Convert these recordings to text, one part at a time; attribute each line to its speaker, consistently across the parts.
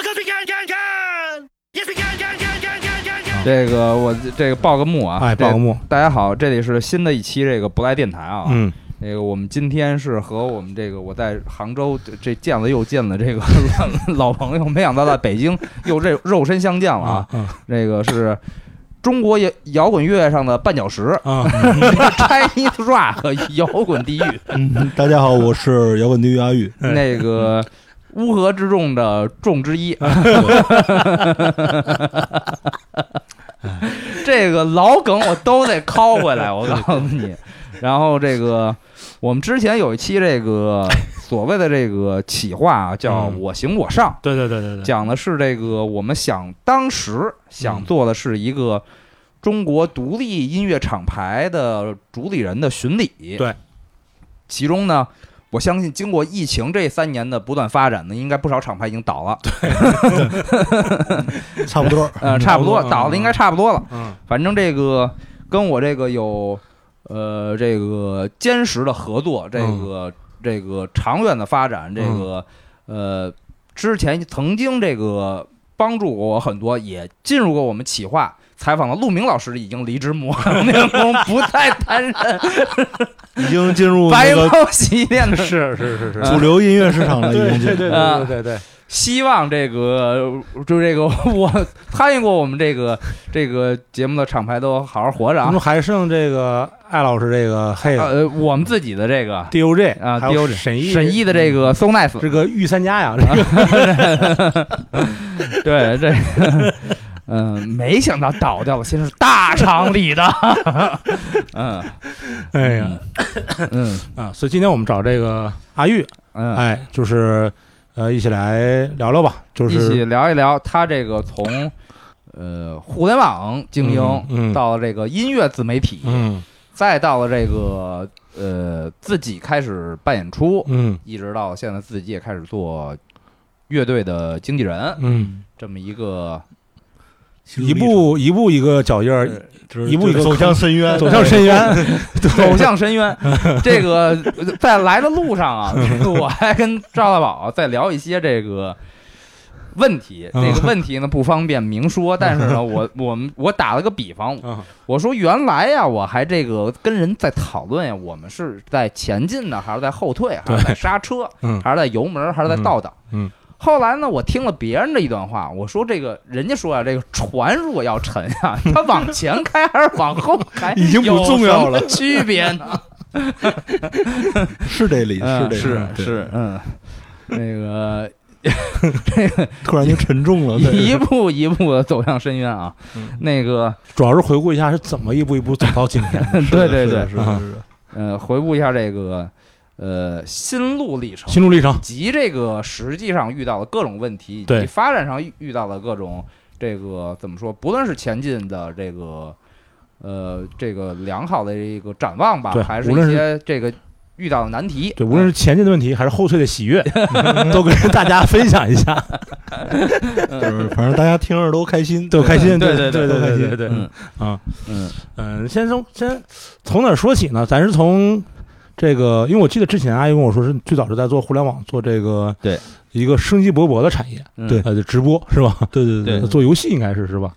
Speaker 1: 看看看，也是看看看看看看看。
Speaker 2: 这个我这个报个幕啊，
Speaker 3: 啊哎，
Speaker 2: 这
Speaker 3: 报个幕，
Speaker 2: 大家好，这里是新的一期这个不赖电台啊。
Speaker 3: 嗯，
Speaker 2: 那个我们今天是和我们这个我在杭州这这见了又见了这个 老老朋友，没想到在北京又这肉身相见了啊。
Speaker 3: 啊
Speaker 2: 这个是中国摇摇滚乐上的绊脚石
Speaker 3: 啊，
Speaker 2: ，Chinese Rock 摇滚地狱，
Speaker 4: 嗯，大家好，我是摇滚地狱阿玉。
Speaker 3: 哎
Speaker 2: 那个乌合之众的众之 一。这个老梗我都得拷回来，我告诉你。然后这个我们之前有一期这个所谓的这个企划啊，叫“
Speaker 3: 嗯
Speaker 2: 我行我上”，
Speaker 3: 对对对对对，
Speaker 2: 讲的是这个，我们想当时想做的是一个中国独立音乐厂牌的主理人的巡礼。
Speaker 3: 对，
Speaker 2: 其中呢，我相信经过疫情这三年的不断发展呢，应该不少厂牌已经倒了，
Speaker 4: 差不多。
Speaker 2: 呃，差不多
Speaker 4: 嗯
Speaker 3: 差不多
Speaker 2: 倒的应该差不多了。
Speaker 3: 嗯
Speaker 2: 反正这个跟我这个有呃这个坚实的合作，这
Speaker 4: 嗯
Speaker 2: 个、这个长远的发展，这个、呃之前曾经这个帮助过我很多，也进入过我们企划采访的陆明老师已经离职 磨洋工，不再担任
Speaker 4: 已经进入
Speaker 2: 白
Speaker 4: 那个
Speaker 2: 猫洗衣店的。
Speaker 3: 是是是是，
Speaker 4: 主流音乐市场了，已
Speaker 3: 对
Speaker 4: 经
Speaker 3: 对
Speaker 4: 进
Speaker 3: 对对
Speaker 4: 入。
Speaker 3: 对对对，
Speaker 2: 希望这个就这个我参与过我们这个这个节目的厂牌都好好活着
Speaker 3: 我
Speaker 2: 啊
Speaker 3: 们。还剩这个艾老师这个黑的
Speaker 2: 呃，我们自己的这个
Speaker 3: DOJ
Speaker 2: 啊
Speaker 3: 还有
Speaker 2: DOJ
Speaker 3: 沈毅
Speaker 2: 沈毅的这
Speaker 3: 嗯
Speaker 2: 个 So Nice
Speaker 3: 这个御三家呀，这个
Speaker 2: 对，这， 嗯、没想到倒掉了，先是大厂里 的，嗯
Speaker 3: 哎呀
Speaker 2: 嗯
Speaker 3: 啊，所以今天我们找这个阿玉，
Speaker 2: 嗯，
Speaker 3: 哎，就是呃一起来聊聊吧，就
Speaker 2: 一
Speaker 3: 是
Speaker 2: 起聊一聊他这个从呃互联网经营、
Speaker 3: 嗯嗯
Speaker 2: 到了这个音乐自媒体，
Speaker 3: 嗯
Speaker 2: 再到了这个呃自己开始办演出，
Speaker 3: 嗯
Speaker 2: 一直到现在自己也开始做乐队的经纪人，
Speaker 3: 嗯，
Speaker 2: 这么一个
Speaker 3: 一步一步一个脚印儿，一步一个
Speaker 4: 走向深渊，
Speaker 3: 走向深渊，
Speaker 2: 走向深渊。这个在来的路上啊， 我还跟赵大宝在聊一些这个问题。
Speaker 3: 嗯
Speaker 2: 这个问题呢不方便明说，但是呢， 我我们我打了个比方，
Speaker 3: 啊
Speaker 2: 我说原来呀，我还这个跟人在讨论呀，我们是在前进呢，还是在后退，还是在刹车，
Speaker 3: 嗯
Speaker 2: 还是在油门，还是在倒档？
Speaker 3: 嗯嗯
Speaker 2: 后来呢，我听了别人的一段话，我说这个人家说啊，这个船如果要沉啊，它往前开还是往后开，
Speaker 3: 已经不重要 了
Speaker 2: 有什么区别呢？
Speaker 4: 是这里， 是这里，对，
Speaker 2: 嗯，那个
Speaker 4: 突然就沉重
Speaker 3: 哦
Speaker 4: 了。对
Speaker 2: 一步一步的走向深渊啊，
Speaker 3: 嗯
Speaker 2: 那个
Speaker 3: 主要是回顾一下是怎么一步一步走到今天的
Speaker 2: 对对对，
Speaker 4: 是的是的是的，
Speaker 2: 呃，回顾一下这个呃心路历程。
Speaker 3: 心路历程，
Speaker 2: 及这个实际上遇到的各种问题，以及
Speaker 3: 对
Speaker 2: 发展上遇遇到的各种这个怎么说，不论是前进的这个呃这个良好的一个展望吧
Speaker 3: 对，
Speaker 2: 还是
Speaker 3: 无论
Speaker 2: 一
Speaker 3: 是
Speaker 2: 些这个遇到的难题，
Speaker 3: 对，无论是前进的问题还是后退的喜悦，都跟大家分享一下，
Speaker 4: 就是反正大家听着都开心，
Speaker 3: 都开心，
Speaker 2: 对对
Speaker 3: 对对
Speaker 4: 对
Speaker 3: 对
Speaker 4: 对
Speaker 3: 对对
Speaker 2: 嗯
Speaker 3: 啊，
Speaker 2: 嗯
Speaker 3: 嗯，先从先从哪儿说起呢？咱是从这个，因为我记得之前阿姨跟我说是最早是在做互联网，做这个
Speaker 2: 对
Speaker 3: 一个生机勃勃的产业，
Speaker 2: 嗯
Speaker 4: 对
Speaker 3: 呃，就直播是吧？
Speaker 4: 对对
Speaker 2: 对
Speaker 3: 做游戏应该是是吧？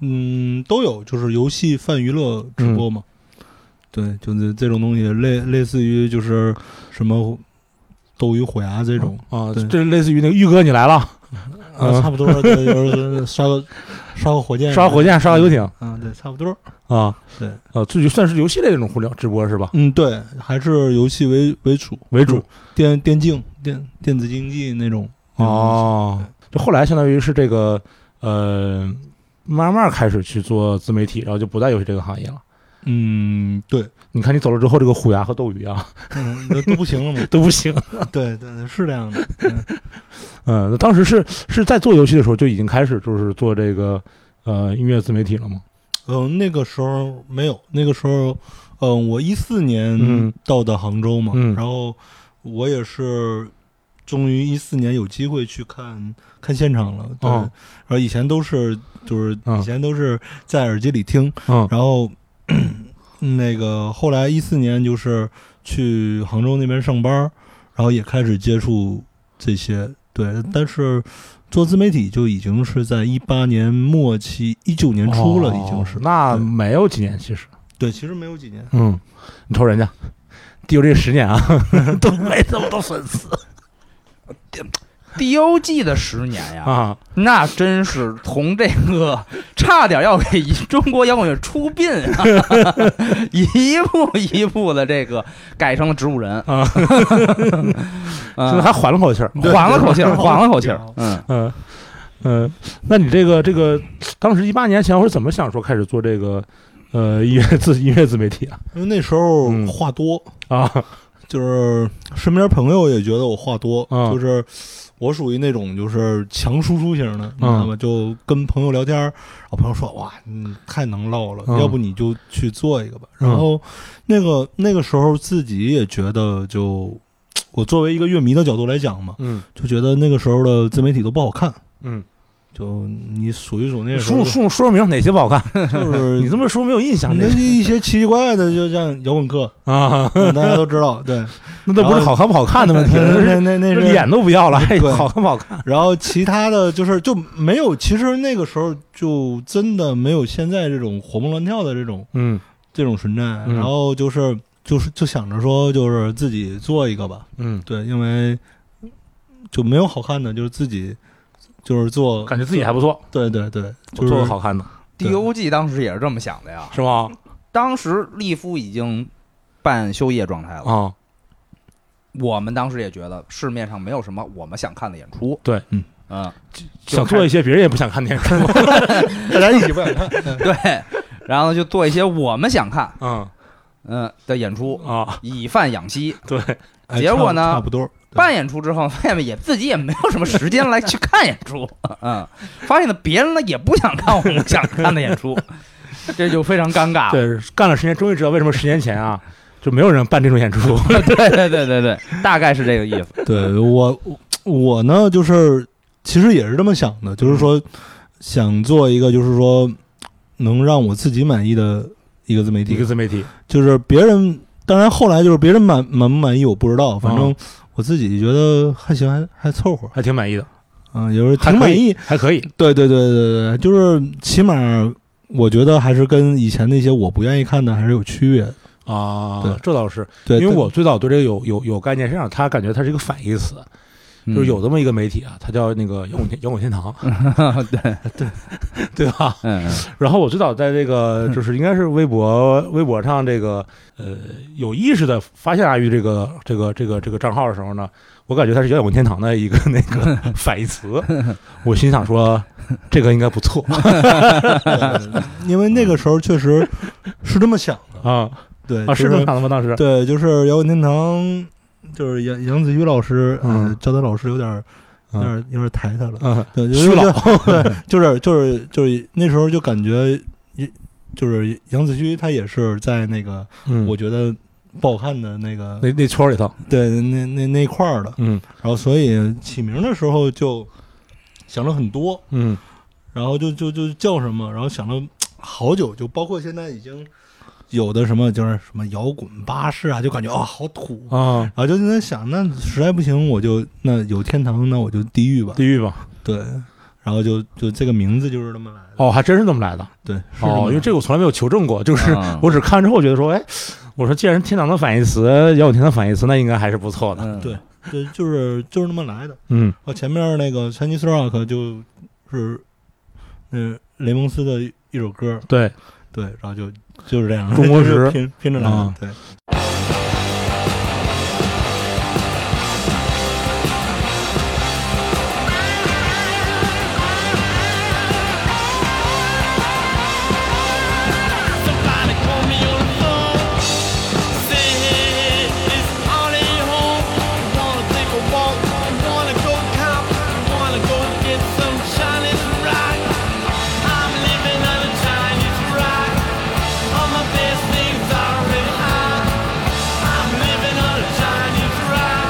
Speaker 4: 嗯，都有，就是游戏泛娱乐直播嘛。对，就是这种东西，类类似于就是什么斗鱼、虎牙这种，
Speaker 3: 啊，
Speaker 4: 对
Speaker 3: 这类似于那个玉哥你来了，
Speaker 4: 啊，差不多，对，就是刷个刷个火箭，
Speaker 3: 刷火箭，刷游艇
Speaker 4: 嗯，啊，对，差不多。
Speaker 3: 啊，
Speaker 4: 对，
Speaker 3: 呃，这就算是游戏类这种互联网直播是吧？
Speaker 4: 嗯，对，还是游戏为为主
Speaker 3: 为主，
Speaker 4: 电电竞、电电子竞技那种。
Speaker 3: 哦，就后来相当于是这个呃，慢慢开始去做自媒体，然后就不在游戏这个行业了。
Speaker 4: 嗯，对，
Speaker 3: 你看你走了之后，这个虎牙和斗鱼啊 。
Speaker 4: 嗯，那都不行了嘛
Speaker 3: 都不行。
Speaker 4: 对对，是这样的。
Speaker 3: 嗯，那当时是是在做游戏的时候就已经开始就是做这个呃音乐自媒体了吗？
Speaker 4: 嗯，那个时候没有，那个时候，嗯，我一四
Speaker 3: 嗯
Speaker 4: 年到的杭州嘛，
Speaker 3: 嗯
Speaker 4: 然后我也是。终于一四年有机会去看看现场了，对，
Speaker 3: 哦
Speaker 4: 然后以前都是就是
Speaker 3: 嗯
Speaker 4: 以前都是在耳机里听，
Speaker 3: 嗯
Speaker 4: 然后 呃那个后来一四年就是去杭州那边上班，然后也开始接触这些对，但是做自媒体就已经是在一八年末期、一九年初了，
Speaker 3: 哦
Speaker 4: 已经是。
Speaker 3: 那
Speaker 4: 对
Speaker 3: 没有几年，其实，
Speaker 4: 对，其实没有几年。
Speaker 3: 嗯，你瞅人家，丢这十年啊， 都 没这么多粉丝
Speaker 2: D O G 的十年呀，
Speaker 3: 啊，
Speaker 2: 那真是从这个差点要给中国摇滚乐出殡 啊，一步一步的这个改成了植物人
Speaker 3: 啊，现在
Speaker 2: 啊，
Speaker 3: 还缓了口气儿，
Speaker 2: 缓了口气儿，缓了口 气儿，嗯。
Speaker 3: 嗯嗯，那你这个这个，当时一八年前后是怎么想说开始做这个呃音乐自音乐自媒体啊？
Speaker 4: 因为那时候
Speaker 3: 嗯
Speaker 4: 话多，
Speaker 3: 啊，
Speaker 4: 就是身边朋友也觉得我话多，
Speaker 3: 嗯
Speaker 4: 就是我属于那种就是强输出型的，你知
Speaker 3: 啊
Speaker 4: 道吗？就跟朋友聊天儿，我朋友说哇，你太能唠了，
Speaker 3: 嗯
Speaker 4: 要不你就去做一个吧。
Speaker 3: 嗯
Speaker 4: 然后那个那个时候自己也觉得就。我作为一个乐迷的角度来讲嘛，
Speaker 3: 嗯
Speaker 4: 就觉得那个时候的自媒体都不好看，
Speaker 3: 嗯，
Speaker 4: 就你数一数那个时候
Speaker 3: 数数说明哪些不好看？
Speaker 4: 就
Speaker 3: 你
Speaker 4: 是
Speaker 3: 这么说没有印象
Speaker 4: 那
Speaker 3: 这
Speaker 4: 一些奇奇怪怪的，就像摇滚 课，
Speaker 3: 啊，
Speaker 4: 嗯大家都知道，对，
Speaker 3: 那都不是好看不好看的问题， 那
Speaker 4: 那
Speaker 3: 是
Speaker 4: 那那
Speaker 3: 那
Speaker 4: 是
Speaker 3: 脸都不要了，还哎
Speaker 4: 对
Speaker 3: 好看不好看？
Speaker 4: 然后其他的就是就没有，其实那个时候就真的没有现在这种活蹦乱跳的这种
Speaker 3: 嗯
Speaker 4: 这种存在。
Speaker 3: 嗯
Speaker 4: 然后就是就是就想着说，就是自己做一个吧，
Speaker 3: 嗯，
Speaker 4: 对，因为就没有好看的，就是自己就是做，
Speaker 3: 嗯感觉自己还不错，
Speaker 4: 对对对，
Speaker 3: 我
Speaker 4: 就是
Speaker 3: 做个好看的
Speaker 2: D O G 当时也是这么想的呀，
Speaker 3: 是吧？
Speaker 2: 当时利夫已经半休业状态了，
Speaker 3: 啊，
Speaker 2: 我们当时也觉得市面上没有什么我们想看的演出，
Speaker 3: 对，
Speaker 4: 嗯
Speaker 2: 嗯，
Speaker 3: 想做一些别人也不想 看 的演出，
Speaker 4: 大家一起不想看，
Speaker 2: 对，然后就做一些我们想看，
Speaker 3: 嗯
Speaker 2: 嗯的演出，
Speaker 3: 啊，
Speaker 2: 以饭养息。
Speaker 3: 对，
Speaker 4: 哎
Speaker 2: 结果呢
Speaker 3: 啊
Speaker 4: 差不差不多，对
Speaker 2: 办演出之后，发现也自己也没有什么时间来去看演出，嗯，发现呢别人呢也不想看我们想看的演出，这就非常尴尬了。
Speaker 3: 对，干了十年，终于知道为什么十年前啊就没有人办这种演出，
Speaker 2: 对对对对对，大概是这个意思。
Speaker 4: 对我我呢，就是其实也是这么想的，就是说想做一个，就是说能让我自己满意的一个自媒
Speaker 3: 一
Speaker 4: 体
Speaker 3: 个，自媒体，
Speaker 4: 就是别人。当然，后来就是别人满满不满意我不知道，反
Speaker 3: 哦
Speaker 4: 正我自己觉得还行，还还凑合，
Speaker 3: 还挺满意的，
Speaker 4: 嗯，也是
Speaker 3: 还
Speaker 4: 挺
Speaker 3: 可
Speaker 4: 满
Speaker 3: 以
Speaker 4: 意。
Speaker 3: 还可以，
Speaker 4: 对对对对对，就是起码我觉得还是跟以前那些我不愿意看的还是有区别的。
Speaker 3: 啊
Speaker 4: 对
Speaker 3: 这倒是，
Speaker 4: 对，
Speaker 3: 因为
Speaker 4: 但
Speaker 3: 我最早对这个有有有概念，实际上它感觉它是一个反义词，
Speaker 4: 嗯
Speaker 3: 就是有这么一个媒体啊，它叫那个摇滚天摇滚天 堂，
Speaker 2: 嗯对，
Speaker 3: 对 吧？
Speaker 2: 嗯
Speaker 3: 然后我最早在这
Speaker 4: 嗯
Speaker 3: 个就是应该是微博微博上这个呃有意识的发现阿玉这个这个这个这个账号的时候呢，我感觉它是摇滚天堂的一个那个 反义词，我心想说这个应该不 错啊
Speaker 4: 对 因为那个时候确实是这么想的。
Speaker 3: 啊
Speaker 4: 对
Speaker 3: 嗯
Speaker 4: 就
Speaker 3: 啊
Speaker 4: 是
Speaker 3: 这么想的吗？当时
Speaker 4: 对，就是摇滚天堂，就是杨杨子玉老师，
Speaker 3: 嗯
Speaker 4: 呃，赵丹老师有点儿有点
Speaker 3: 嗯
Speaker 4: 儿有点儿抬他了，
Speaker 3: 嗯
Speaker 4: 对，就
Speaker 3: 虚
Speaker 4: 是
Speaker 3: 老
Speaker 4: 对，就是就是就是那时候就感觉，一就是杨子玉他也是在那个
Speaker 3: 嗯
Speaker 4: 我觉得不好看的那个
Speaker 3: 那那圈儿里头
Speaker 4: 对那那那块儿的，
Speaker 3: 嗯
Speaker 4: 然后所以起名的时候就想了很多，
Speaker 3: 嗯
Speaker 4: 然后就就就叫什么，然后想了好久，就包括现在已经有的什么就是什么摇滚巴士啊，就感觉啊、好土啊，
Speaker 3: 啊
Speaker 4: 然后就在想，那实在不行我就那有天堂，那我就地狱吧，
Speaker 3: 地狱吧
Speaker 4: 对，然后就就这个名字就是这么来的，
Speaker 3: 哦还真是这么来的。
Speaker 4: 对，是
Speaker 3: 哦，因为这个我从来没有求证过，就是
Speaker 2: 啊
Speaker 3: 我只看之后觉得说，哎，我说既然天堂的反义词摇滚天堂反义词，那应该还是不错的。
Speaker 2: 嗯
Speaker 4: 对这就是就是那么来的。
Speaker 3: 嗯
Speaker 4: 然后前面那个 Chinese Rock 就是嗯雷蒙斯的一首歌，
Speaker 3: 对，
Speaker 4: 对，然后就就是这样，
Speaker 3: 中国
Speaker 4: 就是
Speaker 3: 石
Speaker 4: 拼拼着来的
Speaker 3: 啊，
Speaker 4: 对。
Speaker 5: Somebody call me on the phone. Say hey, hey, it's Ollie home. Wanna take a walk? Wanna go cop? Wanna go get some Chinese rock? I'm living on a Chinese rock. All my best things are already hot. I'm living on a Chinese rock.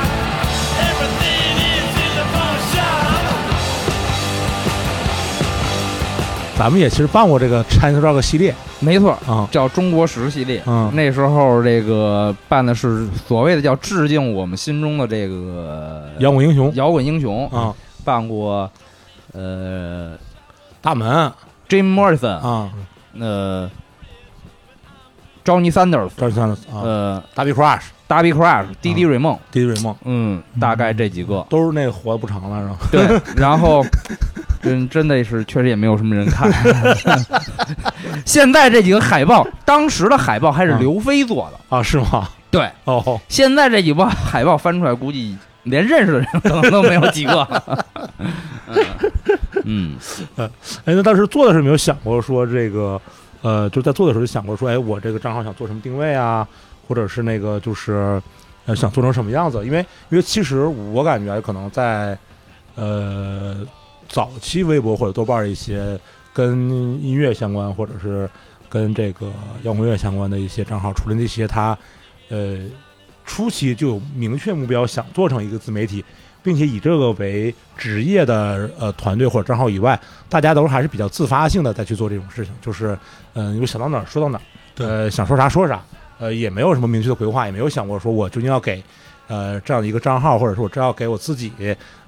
Speaker 5: Everything is in the pawn shop.
Speaker 3: 咱们也其实办过这个 Chinese Rock 系列
Speaker 2: 没错，
Speaker 3: 啊，
Speaker 2: 叫中国十系列。
Speaker 3: 嗯
Speaker 2: 那时候这个办的是所谓的叫致敬我们心中的这个
Speaker 3: 摇滚英雄
Speaker 2: 摇滚英雄
Speaker 3: 啊，
Speaker 2: 办过呃
Speaker 3: 大门啊
Speaker 2: ，Jim Morrison，
Speaker 3: 啊，
Speaker 2: 呃，Johnny Sanders，
Speaker 3: 这算了啊，
Speaker 2: 呃
Speaker 3: 大臂 crush，
Speaker 2: ，Darby Crash，d d 瑞梦，
Speaker 3: 迪瑞梦
Speaker 2: 嗯，大概这几个。
Speaker 3: 都是那个活的不长了，是 吧？
Speaker 2: 对，然后真真的是确实也没有什么人看。现在这几个海报，当时的海报还是刘飞做的，
Speaker 3: 啊，是吗？
Speaker 2: 对，
Speaker 3: 哦，
Speaker 2: 现在这几波海报翻出来，估计连认识的人可能都没有几个了。嗯，
Speaker 3: 哎，那当时做的时候有没有想过说这个，呃，就在做的时候就想过说，哎，我这个账号想做什么定位啊，或者是那个就是，呃，想做成什么样子？因为因为其实我感觉可能在，呃，早期微博或者豆瓣儿一些跟音乐相关，或者是跟这个摇滚乐相关的一些账号，除了那些他，呃，初期就有明确目标，想做成一个自媒体。并且以这个为职业的呃团队或者账号以外，大家都还是比较自发性的再去做这种事情，就是嗯，有、想到哪儿说到哪儿，呃，想说啥说啥，呃，也没有什么明确的规划，也没有想过说我究竟要给呃这样的一个账号，或者说我这要给我自己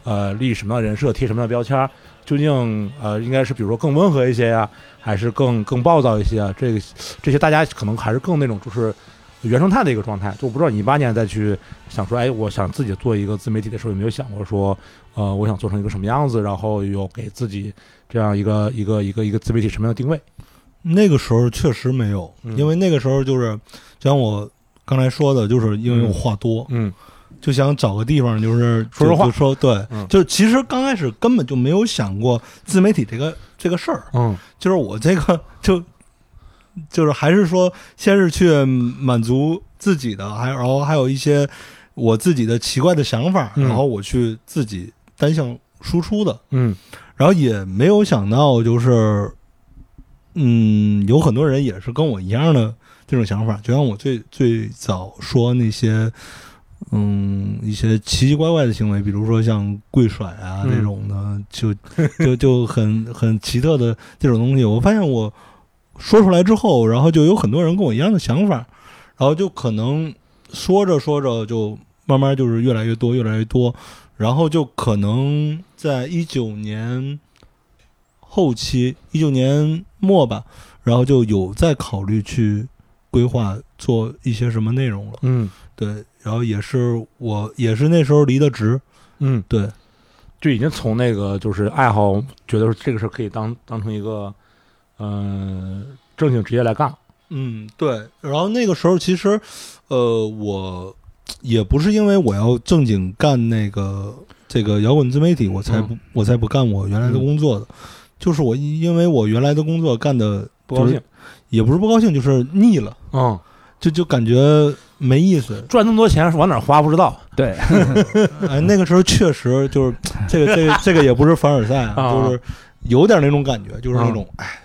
Speaker 3: 呃立什么样的人设，贴什么样的标签儿，究竟呃应该是比如说更温和一些呀、还是更更暴躁一些啊？这个这些大家可能还是更那种就是。原生态的一个状态，就我不知道你一八年再去想说，哎，我想自己做一个自媒体的时候，有没有想过说，呃，我想做成一个什么样子，然后有给自己这样一个一个一个一个自媒体什么样的定位？
Speaker 4: 那个时候确实没有，
Speaker 3: 嗯
Speaker 4: 因为那个时候就是，就像我刚才说的，就是因为我话多，
Speaker 3: 嗯
Speaker 4: 就想找个地方就是
Speaker 3: 说说
Speaker 4: 就
Speaker 3: 话
Speaker 4: 就说对，
Speaker 3: 嗯
Speaker 4: 就其实刚开始根本就没有想过自媒体这个这个事儿，
Speaker 3: 嗯
Speaker 4: 就是我这个就就是还是说先是去满足自己的，还然后还有一些我自己的奇怪的想法，
Speaker 3: 嗯
Speaker 4: 然后我去自己单向输出的，
Speaker 3: 嗯
Speaker 4: 然后也没有想到，就是，嗯，有很多人也是跟我一样的这种想法，就像我最最早说那些，嗯，一些奇奇怪怪的行为，比如说像跪甩啊
Speaker 3: 嗯
Speaker 4: 这种的，就就就很很奇特的这种东西，我发现我说出来之后，然后就有很多人跟我一样的想法，然后就可能说着说着就慢慢就是越来越多，越来越多，然后就可能在一九年后期，一九年末吧，然后就有在考虑去规划做一些什么内容了。
Speaker 3: 嗯
Speaker 4: 对，然后也是我也是那时候离的职，
Speaker 3: 嗯，
Speaker 4: 对，
Speaker 3: 就已经从那个就是爱好，觉得说这个事儿可以当当成一个嗯、呃正经职业来干。
Speaker 4: 嗯，对。然后那个时候其实，呃，我也不是因为我要正经干那个这个摇滚自媒体，我
Speaker 3: 嗯
Speaker 4: 才不、我才不干我原来的工作的，就是我因为我原来的工作干的
Speaker 3: 不高兴，
Speaker 4: 也不是不高兴，就是腻了，
Speaker 3: 嗯，。
Speaker 4: 就就感觉没意思
Speaker 3: 赚那么多钱是往哪儿花不知道。
Speaker 2: 对，
Speaker 4: 哎，那个时候确实就是这个这个这个也不是凡尔赛
Speaker 3: 啊
Speaker 4: 就是有点那种感觉，就是那种哎、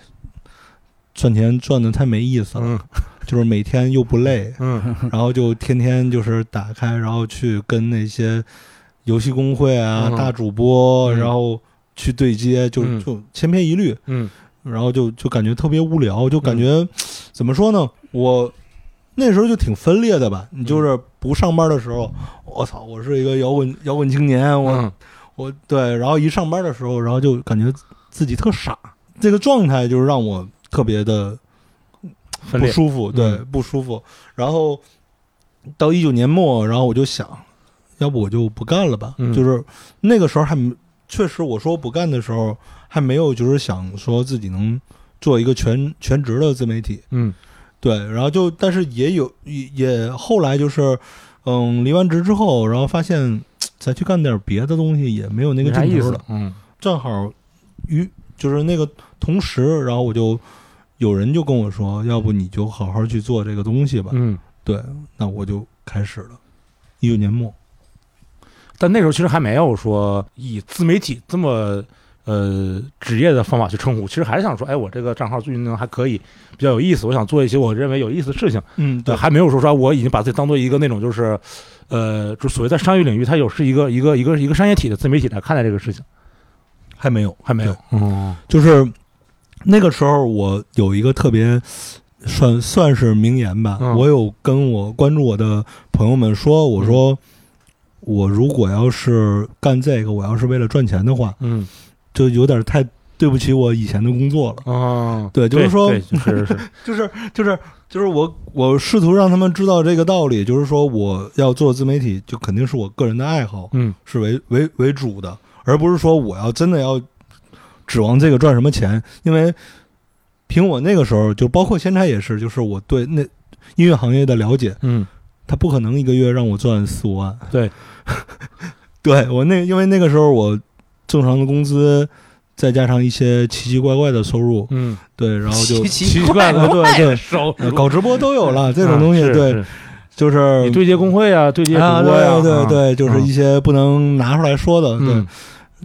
Speaker 4: 赚钱赚的太没意思了，
Speaker 3: 嗯
Speaker 4: 就是每天又不累，
Speaker 3: 嗯
Speaker 4: 然后就天天就是打开，然后去跟那些游戏工会啊、
Speaker 3: 嗯
Speaker 4: 大主播，
Speaker 3: 嗯
Speaker 4: 然后去对接，就、
Speaker 3: 嗯
Speaker 4: 就千篇一律，
Speaker 3: 嗯
Speaker 4: 然后就就感觉特别无聊，就感觉、怎么说呢？我那时候就挺分裂的
Speaker 3: 嗯
Speaker 4: 吧。你就是不上班的时候，我操，我是一个摇滚摇滚青年，我、
Speaker 3: 嗯
Speaker 4: 我对，然后一上班的时候，然后就感觉自己特傻，这个状态就是让我特别的
Speaker 3: 分
Speaker 4: 不
Speaker 3: 裂。嗯
Speaker 4: 舒服，对，不舒服。然后到一九年末，然后我就想，要不我就不干了吧。
Speaker 3: 嗯
Speaker 4: 就是那个时候还没确实，我说不干的时候还没有，就是想说自己能做一个全全职的自媒体。
Speaker 3: 嗯
Speaker 4: 对，然后就但是也有也也后来就是，嗯，离完职之后，然后发现嘖再去干点别的东西也没有那个
Speaker 3: 没啥
Speaker 4: 劲
Speaker 3: 意
Speaker 4: 头
Speaker 3: 思
Speaker 4: 了。。
Speaker 3: 嗯
Speaker 4: 正好与就是那个同时，然后我就有人就跟我说，要不你就好好去做这个东西吧。
Speaker 3: 嗯，
Speaker 4: 对，那我就开始了，一九年末。
Speaker 3: 但那时候其实还没有说以自媒体这么呃职业的方法去称呼，其实还是想说，哎，我这个账号最近呢还可以，比较有意思，我想做一些我认为有意思的事情。
Speaker 4: 嗯，
Speaker 3: 对，还没有说说我已经把自己当做一个那种就是，呃，就所谓在商业领域，它有是一个一个一个一个商业体的自媒体来看待这个事情，
Speaker 4: 还没有，
Speaker 3: 还没有
Speaker 4: 对。哦
Speaker 3: 嗯
Speaker 4: 就是那个时候我有一个特别算算是名言吧，
Speaker 3: 嗯
Speaker 4: 我有跟我关注我的朋友们说，我
Speaker 3: 嗯
Speaker 4: 说、我如果要是干这个，我要是为了赚钱的话，
Speaker 3: 嗯
Speaker 4: 就有点太对不起我以前的工作了。
Speaker 3: 啊，
Speaker 4: 哦对，就是说，
Speaker 3: 对 是是是，
Speaker 4: 就是就是就是我我试图让他们知道这个道理，就是说我要做自媒体，就肯定是我个人的爱好
Speaker 3: 嗯
Speaker 4: 是为为为主的，而不是说我要真的要指望这个赚什么钱，因为凭我那个时候，就包括现在也是，就是我对那音乐行业的了解，
Speaker 3: 嗯
Speaker 4: 他不可能一个月让我赚四五万。
Speaker 3: 对，
Speaker 4: 对我那因为那个时候我正常的工资，再加上一些奇奇怪怪的收入，
Speaker 3: 嗯，
Speaker 4: 对，然后就
Speaker 2: 奇奇
Speaker 4: 怪
Speaker 2: 怪
Speaker 4: 对对
Speaker 2: 收
Speaker 4: 呃搞直播都有了这种东西，
Speaker 3: 啊是
Speaker 4: 对，
Speaker 3: 是
Speaker 4: 就是
Speaker 3: 你对接工会啊，对接主
Speaker 4: 啊，
Speaker 3: 播呀，
Speaker 4: 对对对，就是
Speaker 3: 嗯
Speaker 4: 一些不能拿出来说的，对
Speaker 3: 嗯，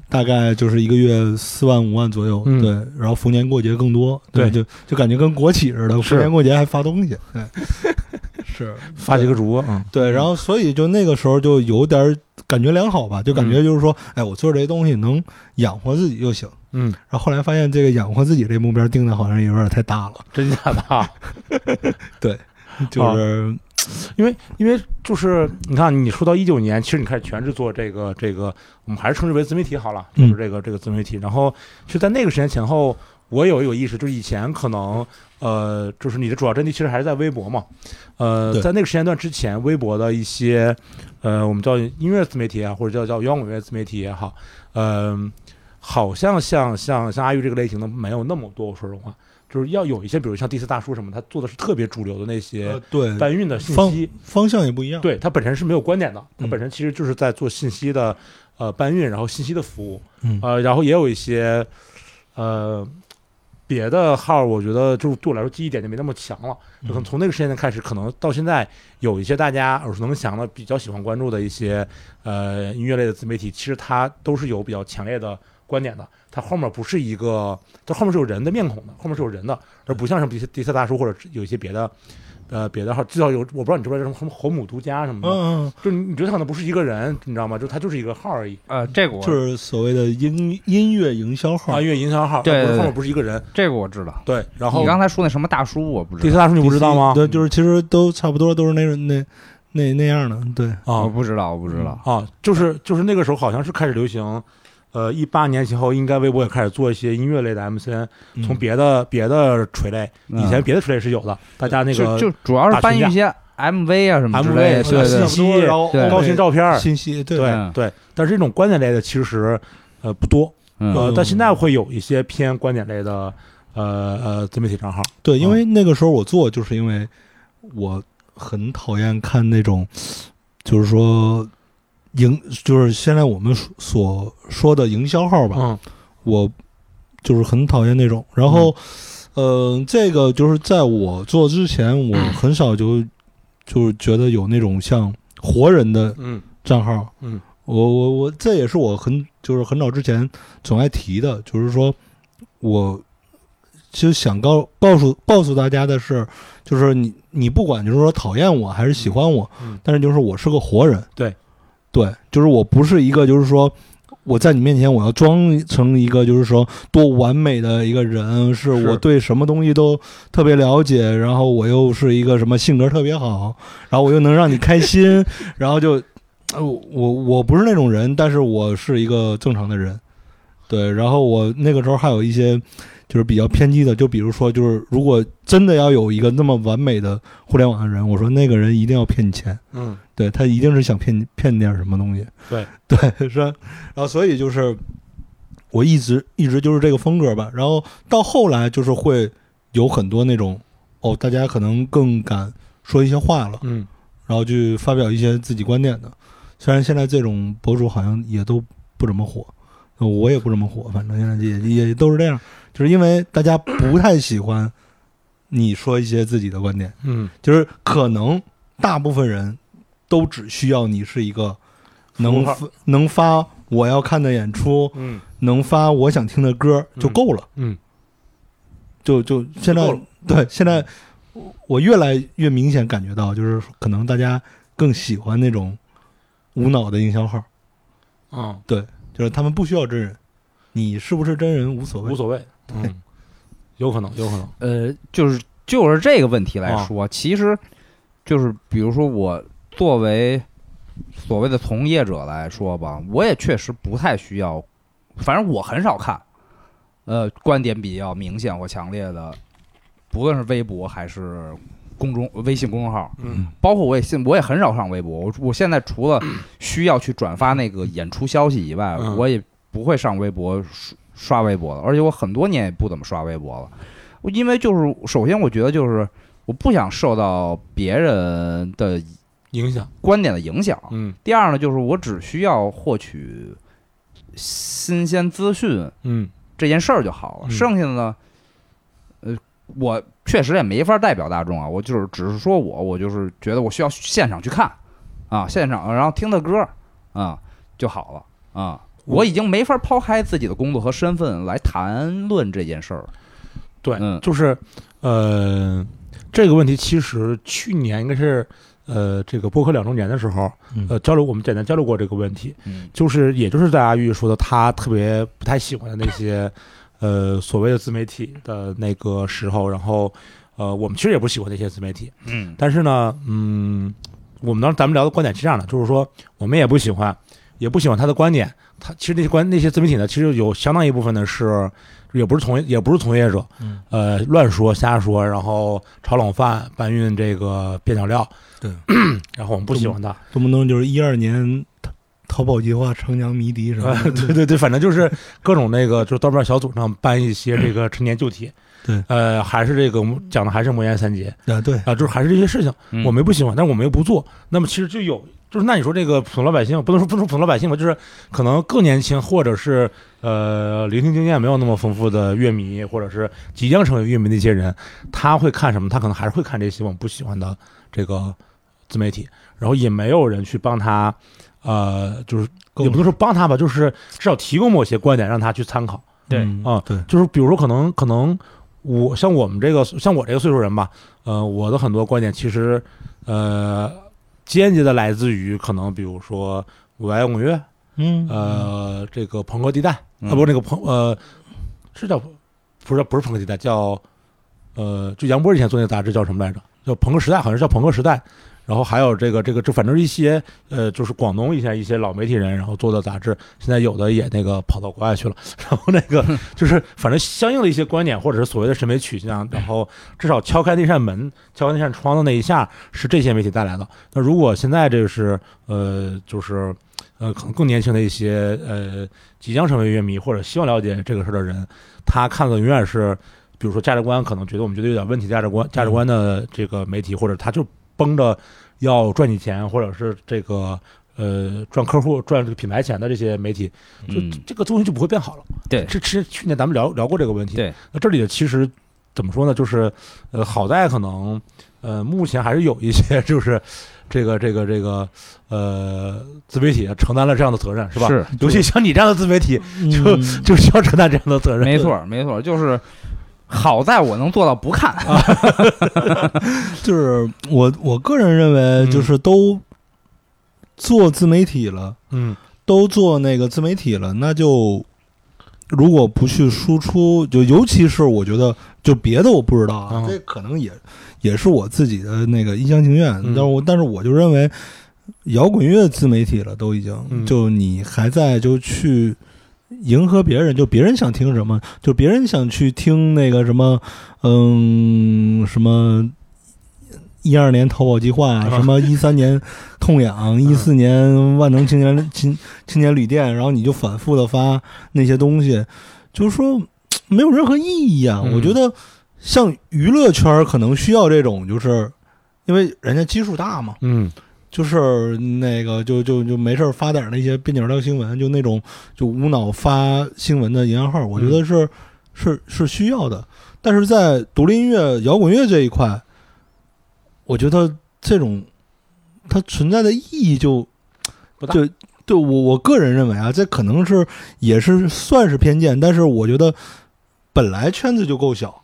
Speaker 4: 大概就是一个月四万五万左右，
Speaker 3: 嗯
Speaker 4: 对，然后逢年过节更多，
Speaker 3: 对
Speaker 4: 就就感觉跟国企似的，
Speaker 3: 是
Speaker 4: 逢年过节还发东西，对， 是
Speaker 3: 发几个主播，嗯
Speaker 4: 对，然后所以就那个时候就有点儿感觉良好吧，就感觉就是说，哎，我做这些东西能养活自己就行。
Speaker 3: 嗯，
Speaker 4: 然后后来发现这个养活自己这目标定的好像有点太大了，
Speaker 3: 真假
Speaker 4: 啊
Speaker 3: 的，哦
Speaker 4: 就是
Speaker 3: 因为因为就是你看，你说到一九年，其实你开始全职做这个这个，我们还是称之为自媒体好了，就
Speaker 4: 嗯
Speaker 3: 是这个这个自媒体。然后其实，在那个时间前后，我有有意识，就是以前可能呃，就是你的主要阵地其实还是在微博嘛，呃，
Speaker 4: 对
Speaker 3: 在那个时间段之前，微博的一些呃，我们叫音乐自媒体也好，或者叫叫摇滚乐自媒体也好，嗯、好像像像像阿玉这个类型的没有那么多。我说实话，就是要有一些，比如像第四大叔什么，他做的是特别主流的那
Speaker 4: 呃
Speaker 3: 些
Speaker 4: 对
Speaker 3: 搬运的信
Speaker 4: 方
Speaker 3: 息。
Speaker 4: 方向也不一样，
Speaker 3: 对，它本身是没有观点的，它
Speaker 4: 嗯
Speaker 3: 本身其实就是在做信息的呃搬运，然后信息的服务，
Speaker 4: 嗯
Speaker 3: 呃，然后也有一些呃别的号儿，我觉得就是对我来说记忆点就没那么强了，就可能从那个时间段开始，可能到现在有一些大家耳熟能详的、比较喜欢关注的一些呃音乐类的自媒体，其实它都是有比较强烈的观点的，它后面不是一个，它后面是有人的面孔的，后面是有人的，而不像是比迪斯大叔或者有一些别的。呃，别的号至少有，我不知道你知不知道什么什么侯母独家什么的，
Speaker 4: 嗯，嗯，
Speaker 3: 就你你觉得他可能不是一个人，你知道吗？就他就是一个号而已，
Speaker 2: 呃，这个我
Speaker 4: 就是所谓的音音乐营销号
Speaker 3: 啊，，因为银行号，
Speaker 2: 对
Speaker 3: 他
Speaker 2: 对
Speaker 3: 不是后
Speaker 2: 对
Speaker 3: 面不是一个人，
Speaker 2: 这个我知道。
Speaker 3: 对。然后
Speaker 2: 你刚才说那什么大叔，我不
Speaker 3: 第
Speaker 2: 知
Speaker 3: 四
Speaker 2: 道，
Speaker 3: 大叔你不知道吗？嗯
Speaker 4: 对，就是其实都差不多，都是那那那那样的，对，
Speaker 2: 我
Speaker 3: 啊
Speaker 2: 不知道，我不知道。
Speaker 3: 啊，就是就是那个时候好像是开始流行，呃，一八年前后应该微博也开始做一些音乐类的 MCN，
Speaker 4: 嗯
Speaker 3: 从别的别的垂类，
Speaker 2: 嗯
Speaker 3: 以前别的垂类是有的，大家那
Speaker 2: 就
Speaker 3: 个
Speaker 2: 就主要是搬运一些 MV 啊什么之类的，
Speaker 3: MV
Speaker 2: 对
Speaker 3: 信
Speaker 2: 对
Speaker 3: 息
Speaker 4: 然后
Speaker 2: 对
Speaker 3: 高清照片儿，
Speaker 4: 信息，对
Speaker 3: 对
Speaker 2: 嗯
Speaker 3: 对。但是这种观点类的其实呃不多，
Speaker 2: 嗯，
Speaker 3: 呃
Speaker 4: 嗯，
Speaker 3: 但现在会有一些偏观点类的呃呃自媒体账号，
Speaker 4: 对，因为那个时候我做，就是因为我很讨厌看那种，就是说营，就是现在我们所所说的营销号吧，
Speaker 3: 嗯
Speaker 4: 我就是很讨厌那种。然后，呃，这个就是在我做之前，我很少就就是觉得有那种像活人的
Speaker 3: 嗯
Speaker 4: 账号，
Speaker 3: 嗯，
Speaker 4: 我我我，这也是我很就是很早之前总爱提的，就是说我其实想告告诉告诉大家的是，就是你你不管就是说讨厌我还是喜欢我，
Speaker 3: 嗯嗯
Speaker 4: 但是就是我是个活人，
Speaker 3: 对
Speaker 4: 对，就是我不是一个就是说。我在你面前，我要装成一个就是说多完美的一个人，是
Speaker 3: 是
Speaker 4: 我对什么东西都特别了解，然后我又是一个什么性格特别好，然后我又能让你开 心，然后就，呃我我我不是那种人，但是我是一个正常的人，对。然后我那个时候还有一些就是比较偏激的，就比如说就是如果真的要有一个那么完美的互联网的人，我说那个人一定要骗你钱，
Speaker 3: 嗯
Speaker 4: 对他一定是想骗你骗你点什么东西，
Speaker 3: 对
Speaker 4: 对是吧，然后所以就是我一直一直就是这个风格吧，然后到后来就是会有很多那种哦，大家可能更敢说一些话了，
Speaker 3: 嗯
Speaker 4: 然后去发表一些自己观点的，虽然现在这种博主好像也都不怎么火，呃我也不怎么火，反正现在也也都是这样，就是因为大家不太喜欢你说一些自己的观点。
Speaker 3: 嗯，
Speaker 4: 就是可能大部分人都只需要你是一个能
Speaker 3: 符号
Speaker 4: 发能发我要看的演出，
Speaker 3: 嗯
Speaker 4: 能发我想听的歌
Speaker 3: 嗯
Speaker 4: 就够了。
Speaker 3: 嗯，
Speaker 4: 就就现
Speaker 3: 就
Speaker 4: 在
Speaker 3: 够了
Speaker 4: 对现在我我越来越明显感觉到，就是可能大家更喜欢那种无脑的营销号，
Speaker 3: 嗯。
Speaker 4: 就是他们不需要真人，你是不是真人无所谓
Speaker 3: 无。所谓，嗯，有可能，有可能，
Speaker 2: 呃，就是就是这个问题来
Speaker 3: 啊
Speaker 2: 说，其实就是比如说我作为所谓的从业者来说吧，我也确实不太需要反正我很少看，呃，观点比较明显或强烈的，不论是微博还是公众微信公众号，
Speaker 3: 嗯，
Speaker 2: 包括我也现我也很少上微博，我我现在除了需要去转发那个演出消息以外，
Speaker 3: 嗯
Speaker 2: 我也不会上微博刷刷微博了，而且我很多年也不怎么刷微博了，我因为就是首先我觉得就是我不想受到别人的
Speaker 3: 影响，
Speaker 2: 观点的影响，
Speaker 3: 嗯
Speaker 2: 第二呢就是我只需要获取新鲜资讯
Speaker 3: 嗯
Speaker 2: 这件事儿就好了，
Speaker 3: 嗯
Speaker 2: 剩下的呢，呃，我确实也没法代表大众啊，我就是只是说我，我就是觉得我需要现场去看啊，现场然后听他歌啊就好了啊。我已经没法抛开自己的工作和身份来谈论这件事儿了。
Speaker 3: 对，
Speaker 2: 嗯
Speaker 3: 就是呃，这个问题其实去年应该是呃这个播客两周年的时候，
Speaker 4: 嗯
Speaker 3: 呃交流我们简单交流过这个问题，
Speaker 2: 嗯
Speaker 3: 就是也就是在阿玉说的他特别不太喜欢的那些呃所谓的自媒体的那个时候，然后呃我们其实也不喜欢那些自媒体，
Speaker 2: 嗯
Speaker 3: 但是呢，嗯，我们当时咱们聊的观点是这样的，就是说我们也不喜欢，也不喜欢他的观点。他其实那些观那些自媒体呢，其实有相当一部分呢是也不是从业也不是从业者，
Speaker 4: 嗯
Speaker 3: 呃，乱说瞎说，然后炒冷饭、搬运这个边角料，
Speaker 4: 对，
Speaker 3: 然后我们不喜欢他。
Speaker 4: 动不动就是一二年淘淘宝计划、城墙迷笛什么
Speaker 3: 呃，
Speaker 4: 的，
Speaker 3: 对对对，反正就是各种那个，就是豆瓣小组上搬一些这个陈年旧题。
Speaker 4: 对，
Speaker 3: 呃，还是这个讲的还是魔岩三杰
Speaker 4: 啊对
Speaker 3: 啊、，就是还是这些事情。
Speaker 2: 嗯
Speaker 3: 我们又不喜欢，但是我们又不做。那么其实就有，就是那你说这个普通老百姓，不能说不能说普通老百姓吧，就是可能更年轻，或者是呃聆听经验没有那么丰富的乐迷，或者是即将成为乐迷的一些人，他会看什么？他可能还是会看这些我们不喜欢的这个自媒体，然后也没有人去帮他，呃，就是也不能说帮他吧，就是至少提供某些观点让他去参考。
Speaker 2: 对
Speaker 4: 嗯
Speaker 3: 啊
Speaker 4: 对，
Speaker 3: 就是比如说可能可能我像我们这个像我这个岁数人吧，呃，我的很多观点其实呃间接的来自于可能比如说我爱滚乐，
Speaker 4: 嗯
Speaker 3: 呃，这个朋克地带啊，
Speaker 2: 嗯
Speaker 3: 不是那个朋呃是叫不是不是朋克地带叫呃就杨波以前做那个杂志叫什么来着？叫朋克时代，好像是叫朋克时代。然后还有这个这个，这反正一些呃，就是广东以前一些老媒体人，然后做的杂志，现在有的也那个跑到国外去了。 然后那个就是反正相应的一些观点，或者是所谓的审美取向，然后至少敲开那扇门、敲开那扇窗的那一下，是这些媒体带来的。那如果现在这是呃，就是呃，可能更年轻的一些呃，即将成为乐迷或者希望了解这个事儿的人，他看的永远是比如说价值观可能觉得我们觉得有点问题价值观价值观的这个媒体，或者他就绷着要赚你钱，或者是这个呃赚客户赚这个品牌钱的这些媒体，就、
Speaker 2: 嗯
Speaker 3: 这个东西就不会变好了。
Speaker 2: 对
Speaker 3: 这其实去年咱们聊聊过这个问题。
Speaker 2: 对，
Speaker 3: 那这里其实怎么说呢？就是呃，好在可能呃，目前还是有一些 就是这个这个这个呃自媒体承担了这样的责任，是吧？
Speaker 2: 是
Speaker 3: 尤其像你这样的自媒体，就
Speaker 4: 嗯
Speaker 3: 就需要承担这样的责任。
Speaker 2: 没错儿没错儿，就是好在我能做到不看。
Speaker 4: 就是我我个人认为，就是都做自媒体了，
Speaker 3: 嗯，
Speaker 4: 都做那个自媒体了，那就如果不去输出，就尤其是我觉得，就别的我不知道啊，
Speaker 3: 嗯
Speaker 4: 这可能也也是我自己的那个一厢情愿，
Speaker 3: 嗯
Speaker 4: 但是我但是我就认为，摇滚乐自媒体了都已经，
Speaker 3: 嗯
Speaker 4: 就你还在就去。迎合别人，就别人想听什么，就别人想去听那个什么，嗯，什么一二年淘宝计划啊，
Speaker 3: 啊
Speaker 4: 什么一三年痛痒，一四年万能青年青青年旅店，然后你就反复的发那些东西，就是说嘖没有任何意义啊。
Speaker 3: 嗯
Speaker 4: 我觉得像娱乐圈儿可能需要这种，就是因为人家基数大嘛，
Speaker 3: 嗯
Speaker 4: 就是那个就就就没事儿发点儿那些边角料新闻，就那种就无脑发新闻的营销号，我觉
Speaker 3: 嗯
Speaker 4: 得是、是是需要的。但是在独立音乐、摇滚乐这一块，我觉得这种它存在的意义就
Speaker 3: 不大
Speaker 4: 就对我我个人认为啊，这可能是也是算是偏见，但是我觉得本来圈子就够小，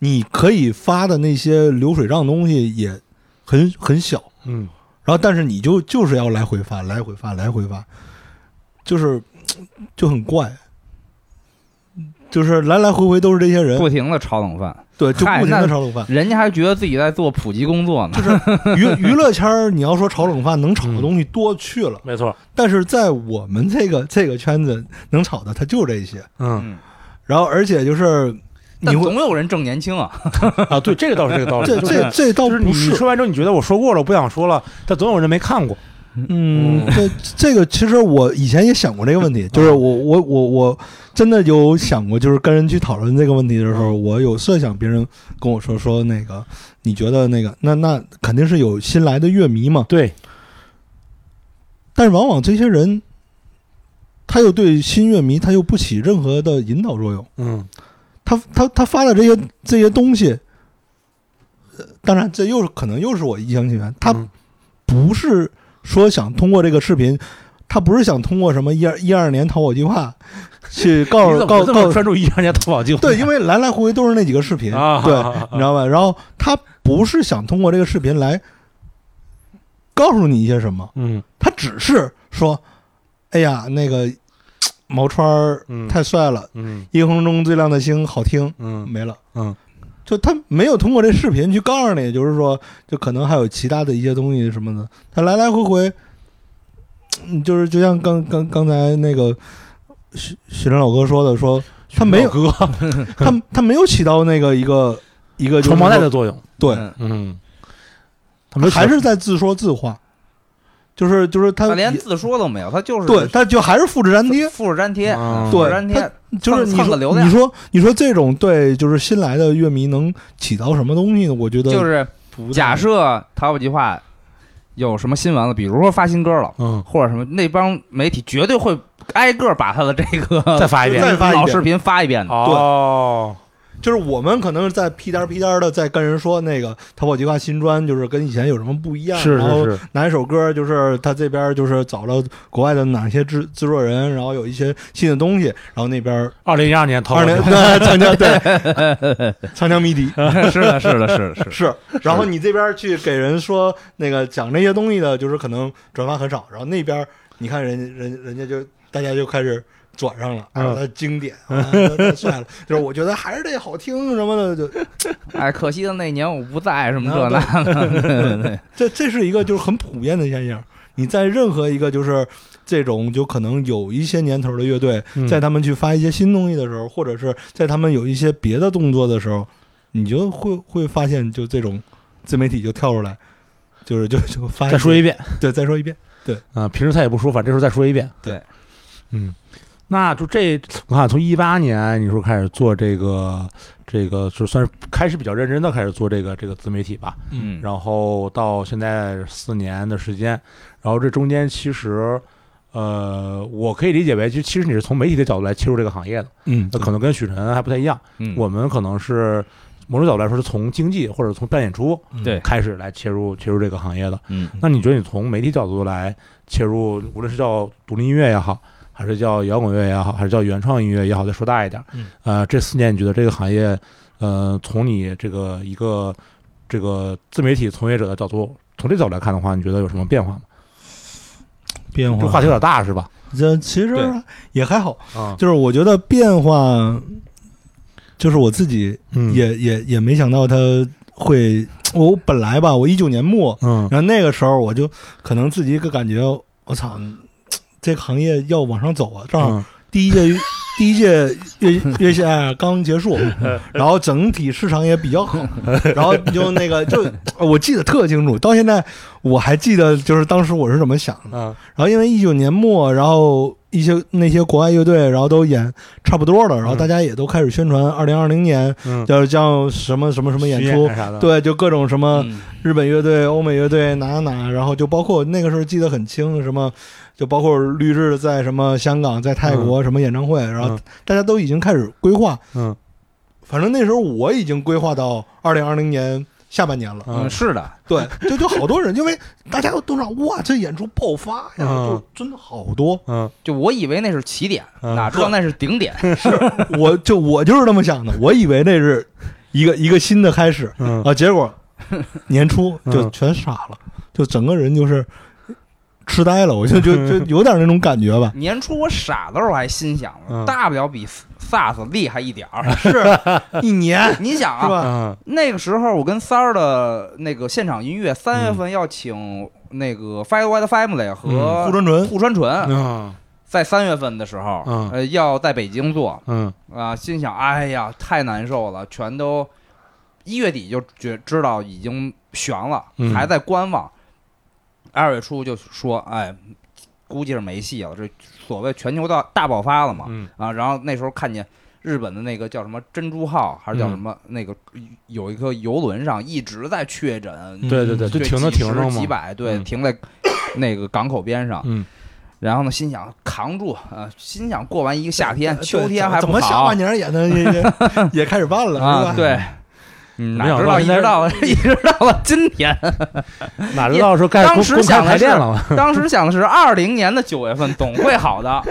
Speaker 4: 你可以发的那些流水账东西也很很小。
Speaker 3: 嗯，
Speaker 4: 然后但是你就就是要来回发，来回发，来回发，就是就很怪。就是来来回回都是这些人，
Speaker 2: 不停的炒冷饭，
Speaker 4: 对，就
Speaker 2: 嗨
Speaker 4: 不停
Speaker 2: 那
Speaker 4: 的炒冷饭。
Speaker 2: 人家还觉得自己在做普及工作呢。
Speaker 4: 娱娱乐圈儿，你要说炒冷饭，能炒的东西多去了，
Speaker 3: 没错，
Speaker 4: 但是在我们这个这个圈子，能炒的它就这些。
Speaker 3: 嗯
Speaker 2: 嗯，
Speaker 4: 然后，而且就是你
Speaker 2: 但
Speaker 4: 会
Speaker 2: 总有人正年轻啊，
Speaker 3: 啊，对，这个倒是这个道 理，
Speaker 4: 这
Speaker 3: 就是
Speaker 4: 这这倒
Speaker 3: 就是你
Speaker 4: 不
Speaker 3: 你
Speaker 4: 是，
Speaker 3: 说完之后，你觉得我说过了，我不想说了，但总有人没看过，
Speaker 4: 嗯，这这个其实我以前也想过这个问题，就是我我我我真的有想过，就是跟人去讨论这个问题的时候，我有设想别人跟我说说那个，你觉得那个那那肯定是有新来的乐迷嘛，
Speaker 3: 对，
Speaker 4: 但是往往这些人，他又对新乐迷他又不起任何的引导作用，
Speaker 3: 嗯，
Speaker 4: 他他他发的这些这些东西，呃当然这又是可能又是我一厢情愿，他
Speaker 3: 嗯
Speaker 4: 不是说想通过这个视频，他不是想通过什么一二一二年淘宝计 划去告
Speaker 3: 你
Speaker 4: 诉
Speaker 3: 怎
Speaker 4: 告
Speaker 3: 么这么
Speaker 4: 告
Speaker 3: 专注一二年淘宝计划？
Speaker 4: 对，因为来来回回都是那几个视频，
Speaker 3: 啊，
Speaker 4: 对，
Speaker 3: 啊
Speaker 4: 你知道吧？然后他不是想通过这个视频来告诉你一些什么，
Speaker 3: 嗯
Speaker 4: 他只是说，哎呀，那个毛川儿
Speaker 3: 嗯
Speaker 4: 太帅了，
Speaker 3: 嗯
Speaker 4: 夜空中最亮的星好听，
Speaker 3: 嗯
Speaker 4: 没了。
Speaker 3: 嗯，
Speaker 4: 就他没有通过这视频去告诉你，就是说，就可能还有其他的一些东西什么的。他来来回回，嗯就是就像刚刚刚才那个许许晨老哥说的，说他没有
Speaker 3: 哥
Speaker 4: 他他没有起到那个一个一个就是
Speaker 3: 传
Speaker 4: 说
Speaker 3: 帮带的嗯作用，
Speaker 4: 对，
Speaker 2: 嗯
Speaker 3: 嗯，他们
Speaker 4: 还是在自说自话，就是就是他
Speaker 2: 他连自说都没有，他就是
Speaker 4: 对，他就还是复制粘贴，
Speaker 2: 复制粘贴，
Speaker 3: 嗯
Speaker 2: 复制粘贴，
Speaker 4: 就是你
Speaker 2: 蹭蹭
Speaker 4: 说
Speaker 2: 个流量
Speaker 4: 你说你说这种对，就是新来的乐迷能起到什么东西呢？我觉得
Speaker 2: 就是
Speaker 4: 不
Speaker 2: 假设淘宝计划有什么新闻了，比如说发新歌了。
Speaker 3: 嗯，
Speaker 2: 或者什么，那帮媒体绝对会挨个把他的这个
Speaker 3: 呃再发一遍
Speaker 4: 再发一遍
Speaker 2: 老视频发一遍 的。
Speaker 3: 哦，
Speaker 4: 就是我们可能在屁颠儿屁颠儿的在跟人说那个淘宝计划新专，就是跟以前有什么不一样，
Speaker 3: 是
Speaker 4: 然后
Speaker 3: 是是，
Speaker 4: 哪一首歌就是他这边就是找了国外的哪些制制作人，然后有一些新的东西，然后那边
Speaker 3: 二零一二年淘宝
Speaker 4: 二
Speaker 3: 计
Speaker 4: 零
Speaker 3: 划，
Speaker 4: 对长江 对 长江谜底
Speaker 2: 是的，是的，是的，是的。
Speaker 4: 是，然后你这边去给人说那个讲这些东西的，就是可能转发很少，然后那边你看人人人家就大家就开始转上了，
Speaker 3: 嗯
Speaker 4: 然后他经典，啊他太帅了，就是我觉得还是这好听什么的，就
Speaker 2: 哎，可惜的那年我不在，什么这
Speaker 4: 然
Speaker 2: 那的。对对对，
Speaker 4: 这这是一个就是很普遍的现象。你在任何一个就是这种就可能有一些年头的乐队，
Speaker 3: 嗯
Speaker 4: 在他们去发一些新东西的时候，或者是在他们有一些别的动作的时候，你就会会发现，就这种自媒体就跳出来，就是就就发一些
Speaker 3: 再说一遍
Speaker 4: 对，再说一遍，
Speaker 3: 啊，平时他也不说，反正这时候再说一遍，
Speaker 2: 对，
Speaker 3: 嗯。那就这，我看从一八年你说开始做这个，这个就算是开始比较认真的开始做这个这个自媒体吧，
Speaker 2: 嗯，
Speaker 3: 然后到现在四年的时间，然后这中间其实，呃，我可以理解为，就其实你是从媒体的角度来切入这个行业的，
Speaker 4: 嗯
Speaker 3: 那可能跟许晨还不太一样，
Speaker 2: 嗯
Speaker 3: 我们可能是某种角度来说是从经济或者从办演出
Speaker 2: 对
Speaker 3: 开始来切入切入这个行业的。
Speaker 2: 嗯
Speaker 3: 那你觉得你从媒体角度来切入，无论是叫独立音乐也好，还是叫摇滚乐也好，还是叫原创音乐也好，再说大一点，
Speaker 4: 嗯，
Speaker 3: 呃，这四年你觉得这个行业，呃，从你这个一个这个自媒体从业者的角度，从这角度来看的话，你觉得有什么变化吗？
Speaker 4: 变
Speaker 3: 这话
Speaker 4: 化
Speaker 3: 题有点大是吧？
Speaker 4: 这其实
Speaker 2: 对
Speaker 4: 也还好，
Speaker 3: 啊，
Speaker 4: 就是我觉得变化，就是我自己
Speaker 3: 嗯，
Speaker 4: 也也也没想到他会，我本来吧，我一九年末，
Speaker 3: 嗯
Speaker 4: 然后那个时候我就可能自己一个感觉，我操，这个行业要往上走啊！正好
Speaker 3: 嗯
Speaker 4: 第一届、 第一届月月下啊刚结 束，然后整体市场也比较好，然后就那个 就呃我记得特清楚，到现在我还记得就是当时我是怎么想的。
Speaker 3: 嗯
Speaker 4: 然后因为一九年末，然后一些那些国外乐队，然后都演差不多了，然后大家也都开始宣传二零二零年
Speaker 3: 嗯，
Speaker 4: 要将什么什么什么演
Speaker 3: 巡
Speaker 4: 出
Speaker 3: 干，啥的，
Speaker 4: 对，就各种什么。
Speaker 2: 嗯
Speaker 4: 日本乐队、欧美乐队哪哪，然后就包括那个时候记得很清，什么就包括绿日在什么香港、在泰国什么演唱会，然后
Speaker 3: 嗯
Speaker 4: 大家都已经开始规划。
Speaker 3: 嗯
Speaker 4: 反正那时候我已经规划到二零二零年下半年了。
Speaker 2: 嗯，
Speaker 3: 嗯
Speaker 2: 是的，
Speaker 4: 对，就就好多人，因为大家都知道哇，这演出爆发呀，
Speaker 3: 嗯
Speaker 4: 就真的好多。
Speaker 3: 嗯
Speaker 2: 就我以为那是起点，
Speaker 3: 嗯
Speaker 2: 哪知道那是顶点。。
Speaker 4: 我就我就是这么想的，我以为那是一个一个新的开始，
Speaker 3: 嗯
Speaker 4: 啊，结果年初就
Speaker 3: 嗯
Speaker 4: 全傻了，就整个人就是痴呆了，我就就就有点那种感觉吧
Speaker 2: 年初我傻的时候还心想呢，
Speaker 3: 嗯
Speaker 2: 大不了比 SARS 厉害一点儿。
Speaker 4: 一年
Speaker 2: 你想啊，
Speaker 3: 嗯
Speaker 2: 那个时候我跟三儿的那个现场音乐，三月份要请那个 Five White Family 和
Speaker 4: 顾春纯，
Speaker 2: 户川纯，
Speaker 3: 嗯
Speaker 2: 在三月份的时候，
Speaker 3: 嗯
Speaker 2: 呃，要在北京做
Speaker 3: 嗯
Speaker 2: 啊、心想，哎呀，太难受了，全都一月底就觉知道已经悬了，
Speaker 3: 嗯
Speaker 2: 还在观望。二月初就说，哎，估计是没戏了，这所谓全球大大爆发了嘛，
Speaker 3: 嗯
Speaker 2: 啊，然后那时候看见日本的那个叫什么珍珠号还是
Speaker 3: 嗯
Speaker 2: 叫什么、那个有一颗游轮上一直在确诊，
Speaker 3: 嗯对对对，就停着
Speaker 2: 几
Speaker 3: 停
Speaker 2: 十
Speaker 3: 着
Speaker 2: 几
Speaker 3: 嘛，
Speaker 2: 百对，
Speaker 3: 嗯
Speaker 2: 停在那个港口边上。
Speaker 3: 嗯
Speaker 2: 然后呢，心想扛住啊、心想过完一个夏天，秋天还
Speaker 4: 怎
Speaker 2: 不
Speaker 4: 么下
Speaker 2: 好
Speaker 4: 半年也能也也也开始办了，是
Speaker 2: 啊
Speaker 4: 吧？，
Speaker 2: 对。嗯
Speaker 3: 没
Speaker 2: 哪
Speaker 3: 想
Speaker 2: 知
Speaker 3: 到
Speaker 2: 道一
Speaker 3: 现在
Speaker 2: 直到一直 到了今天，
Speaker 3: 哪知道说该
Speaker 2: 当
Speaker 3: 公
Speaker 2: 时
Speaker 3: 公开
Speaker 2: 想的
Speaker 3: 排
Speaker 2: 是
Speaker 3: 练了嘛？
Speaker 2: 当时想的是二零年的九月份总会好的，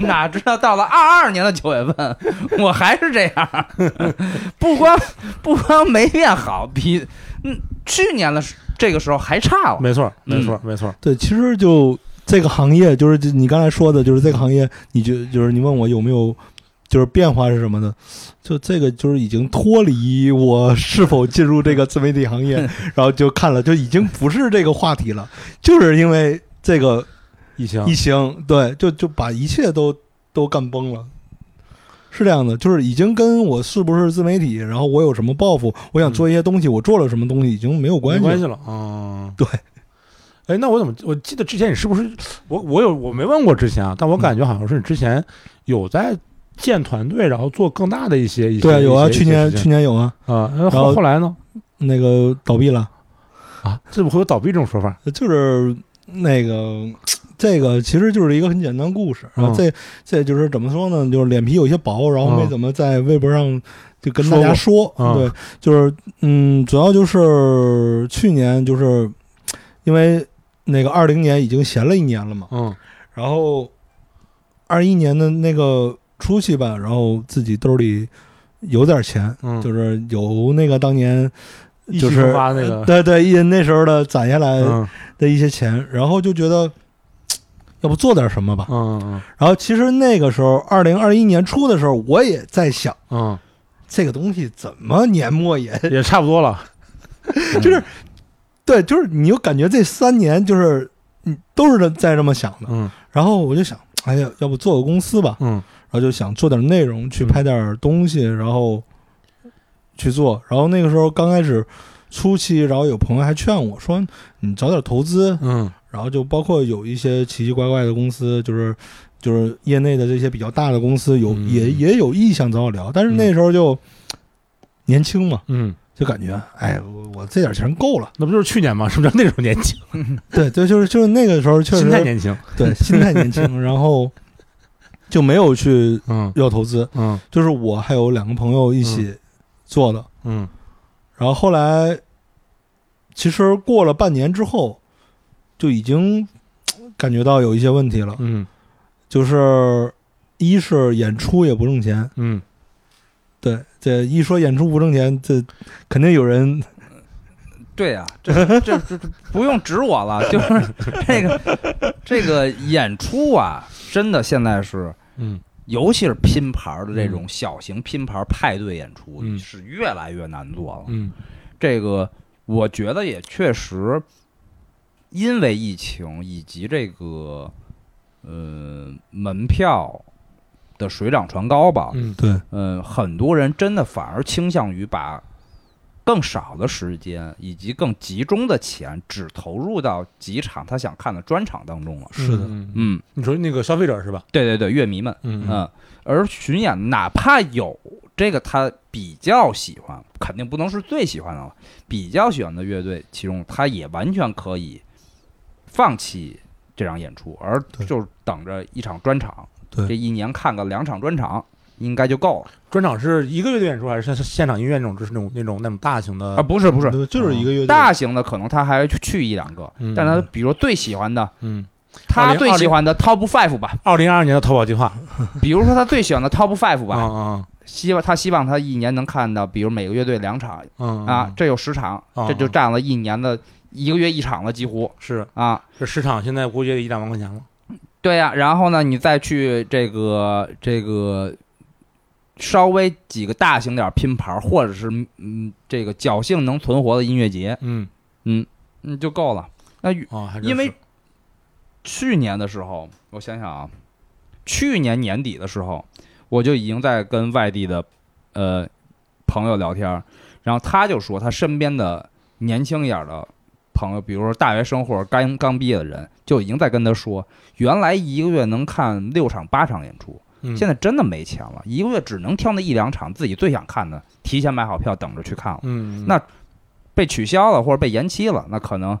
Speaker 2: 哪知道到了二二年的九月份，我还是这样。不光不光没变好，比嗯去年的时这个时候还差
Speaker 4: 哦
Speaker 2: 了。
Speaker 3: 没错没
Speaker 2: 嗯
Speaker 3: 错没错，
Speaker 4: 对，其实就这个行业，就是就你刚才说的，就是这个行业，你就就是你问我有没有就是变化是什么呢？就这个就是已经脱离我是否进入这个自媒体行 业，然后就看了，就已经不是这个话题了，就是因为这个
Speaker 3: 疫情
Speaker 4: 疫情，对，就就把一切都都干崩了。是这样的，就是已经跟我是不是自媒体，然后我有什么抱负，我想做一些东西，我做了什么东西已经没有关
Speaker 3: 嗯
Speaker 4: 系
Speaker 3: 没
Speaker 4: 了。
Speaker 3: 关系了，嗯，
Speaker 4: 对。
Speaker 3: 哎，那我怎么我记得之前你是不是我我有我没问过之前啊，但我
Speaker 4: 嗯
Speaker 3: 感觉好像是你之前有在建团队，然后做更大的一些一些
Speaker 4: 对啊，有啊，
Speaker 3: 一些
Speaker 4: 去年
Speaker 3: 一些事
Speaker 4: 去
Speaker 3: 情
Speaker 4: 年有啊，
Speaker 3: 啊，那
Speaker 4: 然
Speaker 3: 后
Speaker 4: 后
Speaker 3: 后来呢
Speaker 4: 那个倒闭了，
Speaker 3: 啊，这不会有倒闭这种说法？
Speaker 4: 就是那个这个其实就是一个很简单的故事，然后
Speaker 3: 嗯
Speaker 4: 这这就是怎么说呢，就是脸皮有些薄，然后没
Speaker 3: 嗯
Speaker 4: 怎么在微博上就跟大家说，
Speaker 3: 说过嗯
Speaker 4: 对，就是嗯，主要就是去年就是因为那个二零年已经闲了一年了嘛，
Speaker 3: 嗯
Speaker 4: 然后二一年的那个出去吧，然后自己兜里有点钱，
Speaker 3: 嗯，
Speaker 4: 就是有那个当年
Speaker 3: 意
Speaker 4: 就
Speaker 3: 气
Speaker 4: 是呃
Speaker 3: 风发那个
Speaker 4: 对对，一那时候的攒下来
Speaker 3: 嗯
Speaker 4: 的一些钱，然后就觉得要不做点什么吧。
Speaker 3: 嗯嗯
Speaker 4: 然后其实那个时候，二零二一年初的时候，我也在想
Speaker 3: 嗯，
Speaker 4: 这个东西怎么年末也
Speaker 3: 也差不多了，
Speaker 4: 就是对，就是你又感觉这三年就是你都是在这么想的。
Speaker 3: 嗯
Speaker 4: 然后我就想，哎呀，要不做个公司吧，
Speaker 3: 嗯
Speaker 4: 然后就想做点内容，去拍点东西，然后去做。然后那个时候刚开始初期，然后有朋友还劝我说：“你找点投资，
Speaker 3: 嗯
Speaker 4: 然后就包括有一些奇奇怪怪的公司，就是就是业内的这些比较大的公司有、
Speaker 3: 嗯
Speaker 4: 也也有意向找我聊，但是那时候就、年轻嘛，
Speaker 3: 嗯，
Speaker 4: 就感觉哎，我我这点钱够了。
Speaker 3: 那不就是去年吗？是不是那时候 年轻，
Speaker 4: 对对，就是就是那个时候确实
Speaker 3: 心态年轻，
Speaker 4: 对心态年轻，然后就没有去
Speaker 3: 嗯
Speaker 4: 要投资，
Speaker 3: 嗯
Speaker 4: 就是我还有两个朋友一起做的，
Speaker 3: 嗯
Speaker 4: 然后后来其实过了半年之后，就已经感觉到有一些问题了。
Speaker 3: 嗯
Speaker 4: 就是一是演出也不挣钱，
Speaker 3: 嗯，
Speaker 4: 对，这一说演出不挣钱，这肯定有人
Speaker 2: 对呀、这这这这不用指我了，就是这个这个演出啊，真的现在是，
Speaker 3: 嗯，
Speaker 2: 尤其是拼盘儿的这种小型拼盘儿派对演出，
Speaker 3: 嗯
Speaker 2: 是越来越难做了。
Speaker 3: 嗯
Speaker 2: 这个我觉得也确实，因为疫情以及这个呃门票的水涨船高吧，
Speaker 3: 嗯
Speaker 4: 对，
Speaker 2: 嗯，很多人真的反而倾向于把更少的时间以及更集中的钱，只投入到几场他想看的专场当中了。
Speaker 4: 是的，
Speaker 3: 嗯，嗯
Speaker 2: 嗯，
Speaker 3: 你说那个消费者是吧？
Speaker 2: 对对对，乐迷们，
Speaker 3: 嗯
Speaker 2: 嗯，而巡演哪怕有这个他比较喜欢，肯定不能是最喜欢的了，比较喜欢的乐队，其中他也完全可以放弃这场演出，而
Speaker 4: 对
Speaker 2: 就是等着一场专场，
Speaker 4: 对
Speaker 2: 这一年看个两场专场应该就够了
Speaker 3: 专场是一个乐队演出，还是像现场音乐那种，就是那种那种那种大型的
Speaker 2: 啊，？不是不是。
Speaker 4: 对就是嗯一个乐队
Speaker 2: 大型的可能他还去一两个，
Speaker 3: 嗯
Speaker 2: 但他比如最喜欢的，
Speaker 3: 嗯，
Speaker 2: 他最
Speaker 3: 2020
Speaker 2: 喜欢的 Top Five 吧，
Speaker 3: 二零二二年的投保计划，
Speaker 2: 比如说他最喜欢的 Top Five
Speaker 3: 嗯
Speaker 2: 吧，
Speaker 3: 嗯
Speaker 2: 希望他希望他一年能看到，比如每个乐队两场
Speaker 3: 嗯
Speaker 2: 啊，，这有十场
Speaker 3: 啊，
Speaker 2: 这就占了一年的一个月一场了，几乎
Speaker 3: 是
Speaker 2: 啊，
Speaker 3: 这市场现在估计也得一两万块钱了。
Speaker 2: 对呀、然后呢，你再去这个这个稍微几个大型点儿拼盘儿，或者是嗯这个侥幸能存活的音乐节，
Speaker 3: 嗯，
Speaker 2: 嗯就够了。那与
Speaker 3: 哦，还真
Speaker 2: 因为
Speaker 3: 是
Speaker 2: 去年的时候，我想想啊，去年年底的时候，我就已经在跟外地的呃朋友聊天儿，然后他就说他身边的年轻一点儿的朋友，比如说大学生或者刚刚毕业的人，就已经在跟他说，原来一个月能看六场八场演出，
Speaker 3: 嗯
Speaker 2: 现在真的没钱了，一个月只能挑那一两场自己最想看的，提前买好票等着去看了。
Speaker 3: 嗯，
Speaker 2: 那被取消了或者被延期了，那可能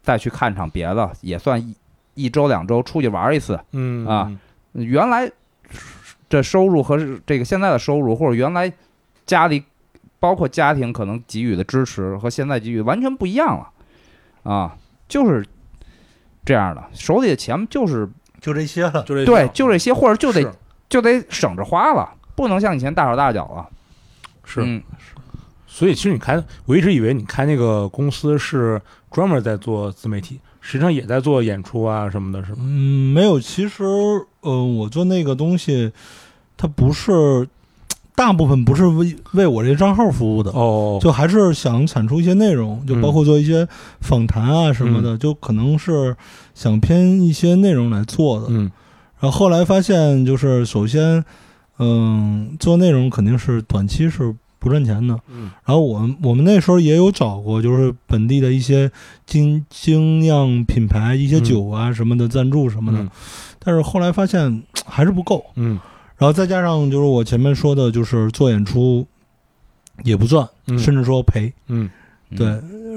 Speaker 2: 再去看场别的，也算一一周两周出去玩一次。
Speaker 3: 嗯
Speaker 2: 啊，原来这收入和这个现在的收入，或者原来家里包括家庭可能给予的支持和现在给予完全不一样了啊，就是这样的，手里的钱就是
Speaker 4: 就这些了。
Speaker 3: 就这
Speaker 2: 对，就这些，或者就得
Speaker 3: 是
Speaker 2: 就得省着花了，不能像以前大手大脚了。
Speaker 3: 是
Speaker 2: 嗯
Speaker 3: 所以其实你开，我一直以为你开那个公司是专门在做自媒体，实际上也在做演出啊什么的，是吗？
Speaker 4: 嗯，没有。其实，呃，我做那个东西，它不是大部分不是为为我这账号服务的，嗯
Speaker 3: 哦，嗯
Speaker 4: 就还是想产出一些内容，就包括做一些访谈啊什么的，就可能是想偏一些内容来做的。
Speaker 3: 嗯
Speaker 4: 然后后来发现，就是首先，嗯，做内容肯定是短期是不赚钱的。
Speaker 3: 嗯
Speaker 4: 然后我们我们那时候也有找过，就是本地的一些精精酿品牌、一些
Speaker 3: 嗯
Speaker 4: 酒啊什么的赞助什么的，
Speaker 3: 嗯
Speaker 4: 但是后来发现还是不够。
Speaker 3: 嗯
Speaker 4: 然后再加上就是我前面说的，就是做演出也不赚，
Speaker 3: 嗯
Speaker 4: 甚至说赔。
Speaker 3: 嗯
Speaker 4: 对，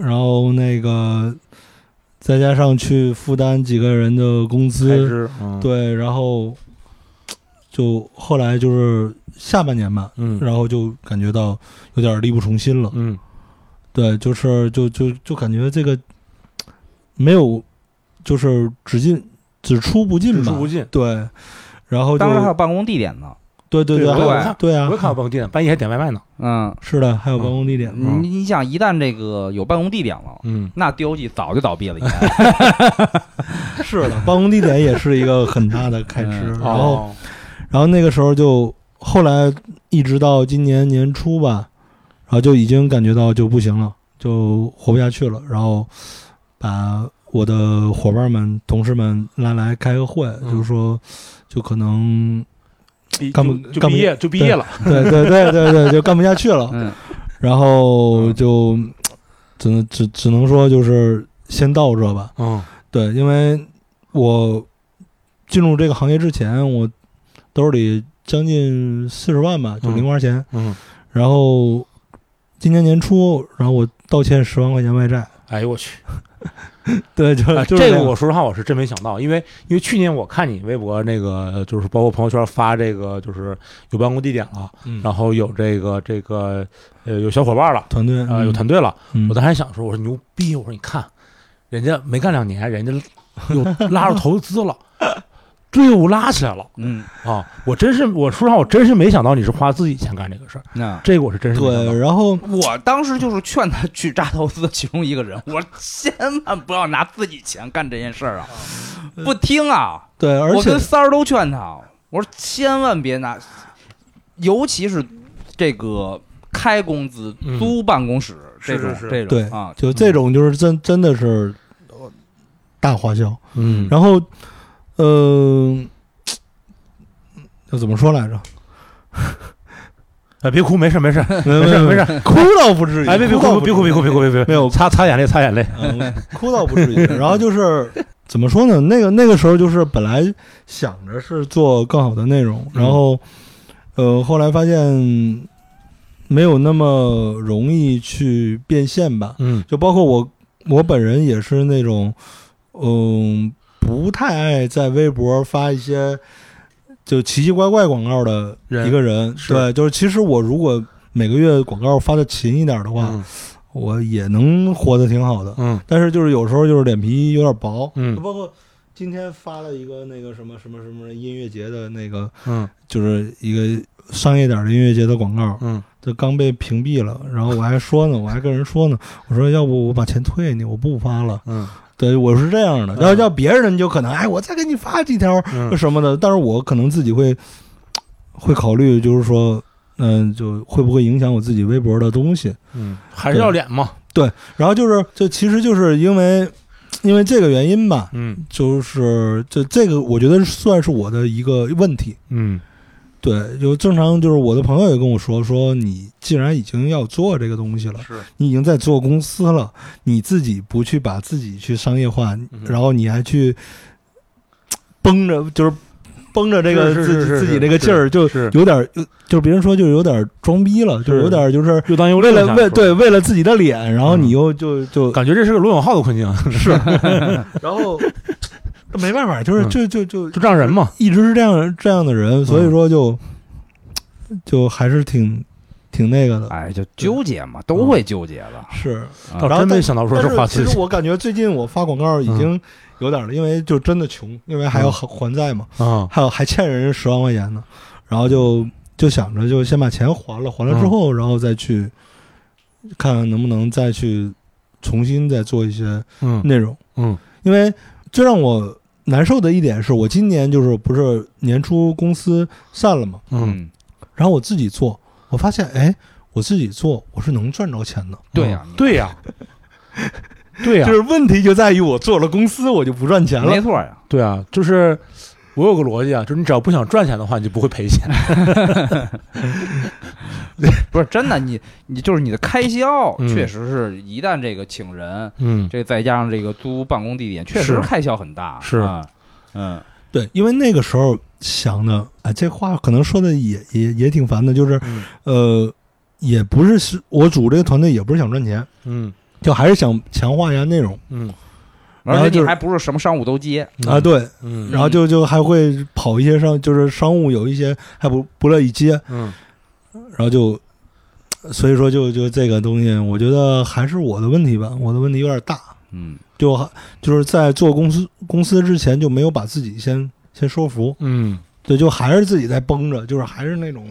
Speaker 4: 然后那个再加上去负担几个人的工
Speaker 3: 开
Speaker 4: 资，
Speaker 3: 支，嗯，
Speaker 4: 对，然后就后来就是下半年吧，
Speaker 3: 嗯
Speaker 4: 然后就感觉到有点力不从心了。
Speaker 3: 嗯
Speaker 4: 对，就是就就就感觉这个没有，就是只进只出不进
Speaker 3: 只
Speaker 4: 吧
Speaker 3: 出，不进。
Speaker 4: 对，然后就
Speaker 2: 当时还有办公地点呢，
Speaker 4: 对对
Speaker 3: 对我
Speaker 4: 还
Speaker 2: 看
Speaker 4: 有对啊
Speaker 3: 我也，看到办公地点，半夜还点外卖呢。
Speaker 2: 嗯，
Speaker 4: 是的，还有办公地点，
Speaker 3: 嗯
Speaker 2: 你你想一旦这个有办公地点了，
Speaker 3: 嗯，
Speaker 2: 那 DOG 早就倒闭了，应该。
Speaker 4: 是的，办公地点也是一个很大的开支，
Speaker 2: 嗯
Speaker 4: 然后然后那个时候就后来一直到今年年初吧，然后就已经感觉到就不行了，就活不下去了，然后把我的伙伴们、同事们拉来开个会，
Speaker 3: 嗯
Speaker 4: 就是说，就可能
Speaker 3: 毕
Speaker 4: 干
Speaker 3: 就
Speaker 4: 不
Speaker 3: 就
Speaker 4: 干
Speaker 3: 毕
Speaker 4: 不
Speaker 3: 业就毕业了，
Speaker 4: 对对对对对，就干不下去了，
Speaker 2: 嗯，
Speaker 4: 然后就只能只只能说就是先到这吧，
Speaker 3: 嗯
Speaker 4: 对，因为我进入这个行业之前，我兜里将近四十万吧，就
Speaker 3: 嗯
Speaker 4: 零花钱。
Speaker 3: 嗯，
Speaker 4: 然后今年年初，然后我倒欠十万块钱外债。
Speaker 3: 哎呦我 去，
Speaker 4: 对，就、
Speaker 3: 哎
Speaker 4: 就
Speaker 3: 这
Speaker 4: 是
Speaker 3: 个
Speaker 4: 样
Speaker 3: 我说实话我是真没想到，因为因为去年我看你微博那个就是包括朋友圈发这个就是有办公地点了，
Speaker 4: 嗯
Speaker 3: 然后有这个这个呃有小伙伴了，
Speaker 4: 团队
Speaker 3: 呃有
Speaker 4: 团，
Speaker 3: 团队了，
Speaker 4: 嗯
Speaker 3: 我当时还想说我说牛逼，我说你看人家没干两年，人家又拉着投资了， 队伍拉起来了
Speaker 2: 嗯，
Speaker 3: 啊！我真是我说实话我真是没想到你是花自己钱干这个事儿，
Speaker 2: 那
Speaker 3: 这个我是真是没想到
Speaker 4: 对，。然后
Speaker 2: 我当时就是劝他去扎投资的其中一个人，我说千万不要拿自己钱干这件事儿啊，
Speaker 3: 嗯
Speaker 2: 不听啊！
Speaker 4: 对，而
Speaker 2: 我
Speaker 4: 且
Speaker 2: 跟三儿都劝他，啊我说千万别拿，尤其是这个开工资、
Speaker 3: 嗯
Speaker 2: 租办公室这
Speaker 3: 是
Speaker 2: 种
Speaker 3: 是是
Speaker 2: 这种
Speaker 4: 对
Speaker 2: 啊，
Speaker 3: 嗯
Speaker 4: 就这种就是真真的是呃大花销。
Speaker 3: 嗯，
Speaker 4: 然后，嗯、要怎么说来着？
Speaker 3: 哎别哭，没事没事
Speaker 4: 没
Speaker 3: 没事没事，
Speaker 4: 哭倒不至于，
Speaker 3: 哎，别别
Speaker 4: 哭倒
Speaker 3: 哭，
Speaker 4: 不
Speaker 3: 别哭，
Speaker 4: 至于
Speaker 3: 别哭，别哭，别哭，
Speaker 4: 没有
Speaker 3: 擦擦眼泪，擦眼泪。
Speaker 4: 嗯，哭倒不至 于。然后就是怎么说呢？那个那个时候就是本来想着是做更好的内容，然后呃后来发现没有那么容易去变现吧。
Speaker 3: 嗯
Speaker 4: 就包括我我本人也是那种嗯、不太爱在微博发一些就奇奇怪怪广告的一个人。
Speaker 3: 是
Speaker 4: 对，就是其实我如果每个月广告发的勤一点的话，我也能活得挺好的。
Speaker 3: 嗯
Speaker 4: 但是就是有时候就是脸皮有点薄，就
Speaker 3: 嗯
Speaker 4: 包括今天发了一个那个什么什么什么音乐节的那个，
Speaker 3: 嗯
Speaker 4: 就是一个商业点儿的音乐节的广告，
Speaker 3: 嗯
Speaker 4: 这刚被屏蔽了。然后我还说呢，我还跟人说呢，我说要不我把钱退你，我不发了。
Speaker 3: 嗯
Speaker 4: 对，我是这样的。
Speaker 3: 嗯
Speaker 4: 要要别人的你就可能，哎，我再给你发几条
Speaker 3: 嗯
Speaker 4: 什么的。但是我可能自己会会考虑，就是说，嗯、就会不会影响我自己微博的东西。
Speaker 3: 嗯，还是要脸嘛，
Speaker 4: 然后就是，就其实就是因为因为这个原因吧，
Speaker 3: 嗯
Speaker 4: 就是就这个，我觉得算是我的一个问题。
Speaker 3: 嗯
Speaker 4: 对，就正常，就是我的朋友也跟我说，说你既然已经要做这个东西了，
Speaker 3: 是，
Speaker 4: 你已经在做公司了，你自己不去把自己去商业化，
Speaker 3: 嗯哼
Speaker 4: 然后你还去绷着，就是绷着这个
Speaker 3: 是
Speaker 4: 自己
Speaker 3: 是是是
Speaker 4: 自己
Speaker 3: 是
Speaker 4: 这个劲儿，就是有点，就就是别人说就有点装逼了，就是有点就是
Speaker 3: 又当又
Speaker 4: 为了为对为了自己的脸，
Speaker 3: 嗯
Speaker 4: 然后你又就就
Speaker 3: 感觉这是个罗永浩的困境，啊
Speaker 4: 然后没办法，就是
Speaker 3: 嗯
Speaker 4: 就就就
Speaker 3: 就这样人嘛，
Speaker 4: 一直是这样这样的人，所以说就、就还是挺挺那个的，
Speaker 2: 哎，就纠结嘛，
Speaker 3: 嗯
Speaker 2: 都会纠结的。
Speaker 4: 是。啊
Speaker 3: 倒
Speaker 4: 然后
Speaker 3: 真没
Speaker 4: 但
Speaker 3: 想到说
Speaker 4: 但
Speaker 3: 这话
Speaker 4: 是
Speaker 3: 自
Speaker 4: 其
Speaker 3: 己
Speaker 4: 实我感觉最近我发广告已经有点了，因为就真的穷，因为还要还还债嘛，
Speaker 3: 啊，
Speaker 4: 还有还欠人十万块钱呢，然后就就想着就先把钱还了，还了之后，然后再去看看能不能再去重新再做一些
Speaker 3: 嗯
Speaker 4: 内容。
Speaker 3: 嗯
Speaker 4: 因为最让我难受的一点是我今年就是不是年初公司散了嘛，
Speaker 3: 嗯，
Speaker 2: 嗯，
Speaker 4: 然后我自己做，我发现哎，我自己做我是能赚着钱的。
Speaker 2: 对呀，
Speaker 3: 嗯对呀，对啊呀
Speaker 4: 就，是问题就在于我做了公司，我就不赚钱
Speaker 2: 没
Speaker 4: 了。
Speaker 2: 错呀。
Speaker 3: 对啊，就是我有个逻辑啊，就是你只要不想赚钱的话，你就不会赔 钱。
Speaker 2: 不是真的，你你就是你的开销，
Speaker 3: 嗯
Speaker 2: 确实是一旦这个请人，
Speaker 3: 嗯，
Speaker 2: 这再加上这个租办公地点，确实
Speaker 3: 是
Speaker 2: 开销很大。
Speaker 3: 是
Speaker 2: 啊嗯，
Speaker 4: 对，因为那个时候想的，哎，这话可能说的也也也挺烦的，就是
Speaker 3: 嗯
Speaker 4: 呃，也不是是我组这个团队也不是想赚钱，
Speaker 3: 嗯
Speaker 4: 就还是想强化一下内容
Speaker 3: 嗯
Speaker 2: 而
Speaker 4: 然后
Speaker 2: 且
Speaker 4: 就
Speaker 2: 你
Speaker 4: 是
Speaker 2: 还不是什么商务都接，
Speaker 4: 啊。，对，
Speaker 3: 嗯
Speaker 4: 然后就就还会跑一些商，就是商务有一些还不不乐意接，
Speaker 3: 嗯
Speaker 4: 然后就。所以说就，就这个东西，我觉得还是我的问题吧，我的问题有点大，
Speaker 2: 嗯，
Speaker 4: 就还就是在做公司公司之前就没有把自己先先说服，
Speaker 3: 嗯，
Speaker 4: 对，就还是自己在绷着，就是还是那种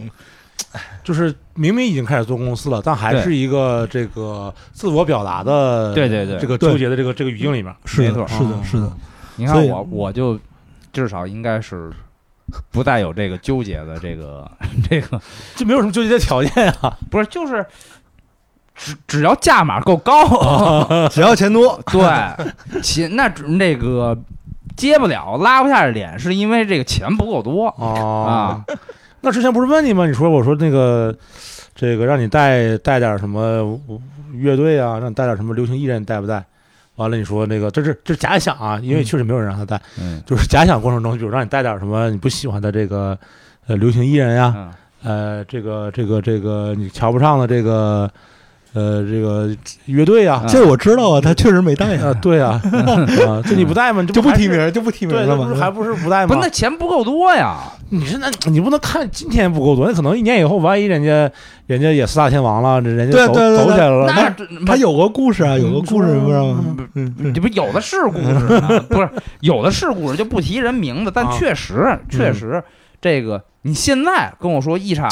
Speaker 3: 就是明明已经开始做公司了，但还
Speaker 2: 对
Speaker 3: 是一个这个自我表达的，
Speaker 2: 对对对
Speaker 3: 这个
Speaker 4: 对
Speaker 3: 纠结的这个这个语境里面。
Speaker 4: 是
Speaker 2: 没错
Speaker 4: 的，是
Speaker 3: 啊
Speaker 4: 的，是的，
Speaker 2: 你看
Speaker 4: 所以
Speaker 2: 我我就至少应该是不再有这个纠结的这个这个，
Speaker 3: 就没有什么纠结的条件啊。
Speaker 2: 不是就是只只要价码够 高，
Speaker 3: 啊
Speaker 4: 只要钱多，
Speaker 2: 对，其那只那个接不了拉不下脸，是因为这个钱不够多
Speaker 3: 哦
Speaker 2: 啊，，
Speaker 3: 那之前不是问你吗？你说我说那个这个让你带带点什么乐队啊，让你带点什么流行艺人，你带不带？完了，你说那个这是这是假想啊，因为
Speaker 4: 嗯
Speaker 3: 确实没有人让他带。
Speaker 2: 嗯
Speaker 3: 就是假想过程中，比如让你带点什么你不喜欢的这个呃流行艺人呀，
Speaker 2: 嗯
Speaker 3: 呃，这个这个这个你瞧不上的这个呃这个乐队呀，
Speaker 2: 嗯
Speaker 4: 这我知道啊，他确实没带呀，
Speaker 3: 啊，对啊，啊，这你不带吗？你这
Speaker 4: 就不
Speaker 3: 还
Speaker 4: 提
Speaker 3: 是，
Speaker 4: 名，就不提名
Speaker 3: 对，
Speaker 4: 了
Speaker 3: 这不
Speaker 4: 嘛
Speaker 3: 是。还不是不带
Speaker 2: 不
Speaker 3: 吗
Speaker 2: 是，？那钱不够多呀。
Speaker 3: 你是那你不能看今天不够多，那可能一年以后，万一人家人家也四大天王了，人家
Speaker 4: 对
Speaker 3: 走
Speaker 4: 对对
Speaker 3: 走起来了，
Speaker 2: 那
Speaker 3: 那
Speaker 2: 这
Speaker 4: 他有个故事啊，有个
Speaker 3: 嗯
Speaker 4: 故事，不知道吗？
Speaker 2: 这不有的是故事呢， 不是有的是故事，就不提人名字，但
Speaker 3: 啊
Speaker 2: 确实、确实，这个你现在跟我说一场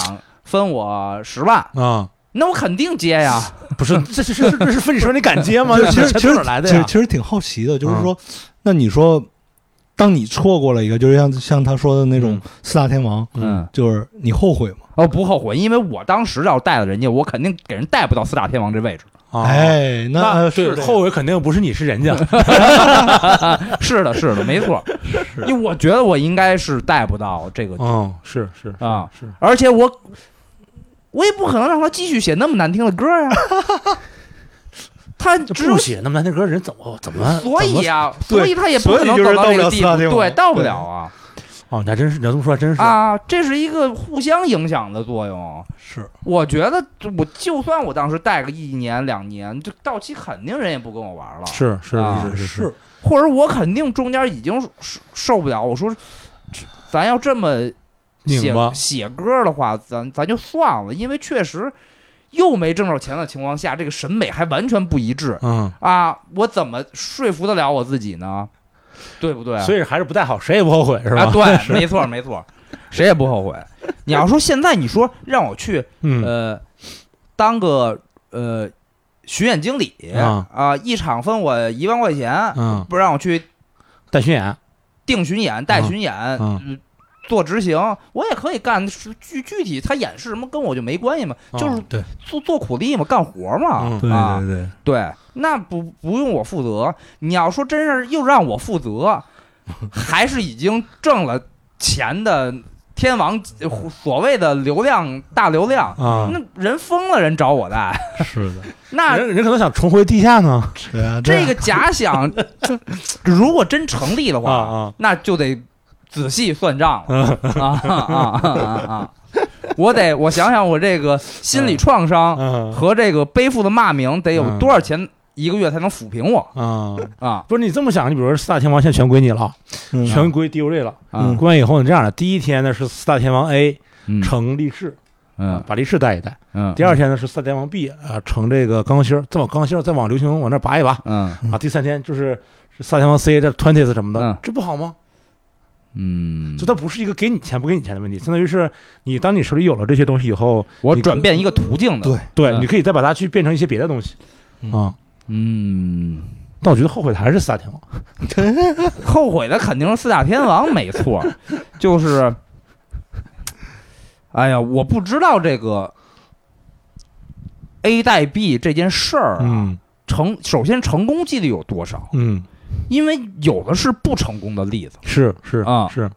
Speaker 2: 分我十万，
Speaker 3: 啊，
Speaker 2: 那我肯定接呀。
Speaker 3: 不是， 这是这是这是分你说你敢接吗？
Speaker 4: 其实
Speaker 3: 这
Speaker 4: 其
Speaker 3: 钱
Speaker 4: 实
Speaker 3: 哪来的
Speaker 4: 其实
Speaker 3: 呀？嗯
Speaker 4: 其实挺好奇的，就是说，那你说，当你错过了一个，就是像像他说的那种四大天王，
Speaker 2: 嗯，
Speaker 4: 就是你后悔吗？
Speaker 2: 哦，不后悔，因为我当时要带了人家，我肯定给人带不到四大天王这 位置。
Speaker 3: 啊，
Speaker 4: 哎，
Speaker 3: 那
Speaker 4: 那
Speaker 3: 对
Speaker 4: 是的
Speaker 3: 后悔肯定不是你是 人家，
Speaker 2: 是的，是的，没错，因为我觉得我应该是带不到这个
Speaker 3: 嗯，是是
Speaker 2: 啊，
Speaker 3: 是，
Speaker 2: 而且我我也不可能让他继续写那么难听的歌 呀、他
Speaker 3: 这
Speaker 2: 只有
Speaker 3: 不写那么难听歌，人怎么怎么？
Speaker 2: 所以啊，
Speaker 4: 怎么
Speaker 2: 所以他也不
Speaker 4: 对
Speaker 2: 可能
Speaker 4: 所以就是
Speaker 2: 到
Speaker 4: 到不
Speaker 2: 这个
Speaker 4: 了
Speaker 2: 地
Speaker 4: 四大
Speaker 2: 步，
Speaker 4: 天王
Speaker 2: 对，到不
Speaker 4: 对
Speaker 2: 了啊
Speaker 3: 哦，你还真是，你要这么说，还真是。
Speaker 2: 啊！这是一个互相影响的作用。
Speaker 4: 是
Speaker 2: 我觉得我就算我当时带个一年两年，就到期肯定人也不跟我玩了，
Speaker 3: 是是
Speaker 2: 啊
Speaker 3: 是是，
Speaker 4: 是，
Speaker 2: 或者我肯定中间已经受受不了。我说，这咱要这么写
Speaker 3: 拧巴
Speaker 2: 写歌的话，咱咱就算了，因为确实又没挣着钱的情况下，这个审美还完全不一致
Speaker 3: 嗯，
Speaker 2: 啊！我怎么说服得了我自己呢？对不对？啊
Speaker 3: 所以还是不太好，谁也不后悔是吧？
Speaker 2: 啊，对，没错没错。谁也不后悔。你要说现在，你说让我去
Speaker 3: 嗯
Speaker 2: 呃当个呃巡演经理
Speaker 3: 啊
Speaker 2: 啊、一场分我一万块钱，
Speaker 3: 嗯，
Speaker 2: 不让我去
Speaker 3: 带巡演，
Speaker 2: 定巡演、带巡演、
Speaker 3: 嗯
Speaker 2: 呃做执行，我也可以干。是具具体他演示什么跟我就没关系嘛，
Speaker 3: 哦
Speaker 2: 就是
Speaker 4: 对
Speaker 2: 做做苦力嘛，干活嘛，
Speaker 3: 嗯
Speaker 4: 对
Speaker 2: 啊
Speaker 4: 对对，
Speaker 2: 对，那不不用我负责。你要说真是又让我负 责，还是已经挣了钱的天王，呃所谓的流量大流量，
Speaker 3: 啊，
Speaker 2: 那人疯了，人找我 带，
Speaker 4: 是的，
Speaker 2: 那。
Speaker 3: 人人可能想重回地下呢，
Speaker 4: 对啊，对啊
Speaker 2: 这个假想， 如果真成立的
Speaker 3: 啊
Speaker 2: 话，
Speaker 3: 啊，
Speaker 2: 那就得仔细算账了
Speaker 3: 嗯
Speaker 2: 啊啊啊啊啊！我得我想想，我这个心理创伤
Speaker 3: 嗯
Speaker 2: 和这个背负的骂名得有多少钱一个月才能抚平我
Speaker 3: 嗯，
Speaker 2: 啊
Speaker 3: 不是你这么想，你比如说四大天王现在全归你了，
Speaker 4: 嗯
Speaker 3: 全归 DOJ 了。
Speaker 2: 啊
Speaker 4: 嗯
Speaker 3: 归完以后呢，这样的，第一天呢是四大天王 A
Speaker 2: 嗯
Speaker 3: 成力士，
Speaker 2: 嗯
Speaker 3: 把力士带一带；
Speaker 2: 嗯
Speaker 3: 第二天呢是四大天王 B 啊成这个钢星，再往钢星再往流行往那拔一拔
Speaker 2: 嗯
Speaker 3: 啊；第三天就是是四大天王 C 这 twenties 什么的
Speaker 2: 嗯，
Speaker 3: 这不好吗？
Speaker 2: 嗯
Speaker 3: 就，它不是一个给你钱不给你钱的问题，相当于是你当你手里有了这些东西以后，
Speaker 2: 我
Speaker 3: 你
Speaker 2: 转变一个途径的，
Speaker 4: 对
Speaker 3: 对，
Speaker 2: 嗯
Speaker 3: 你可以再把它去变成一些别的东西
Speaker 4: 嗯
Speaker 3: 啊。
Speaker 2: 嗯，
Speaker 3: 但我觉得后悔的还是四大天王，
Speaker 2: 后悔的肯定是四大天王，没 错，就是，哎呀，我不知道这个 A 带 B 这件事儿啊，
Speaker 3: 嗯
Speaker 2: 成首先成功几率有多少？
Speaker 3: 嗯，
Speaker 2: 因为有的是不成功的例子，
Speaker 3: 是是
Speaker 2: 啊
Speaker 3: 是，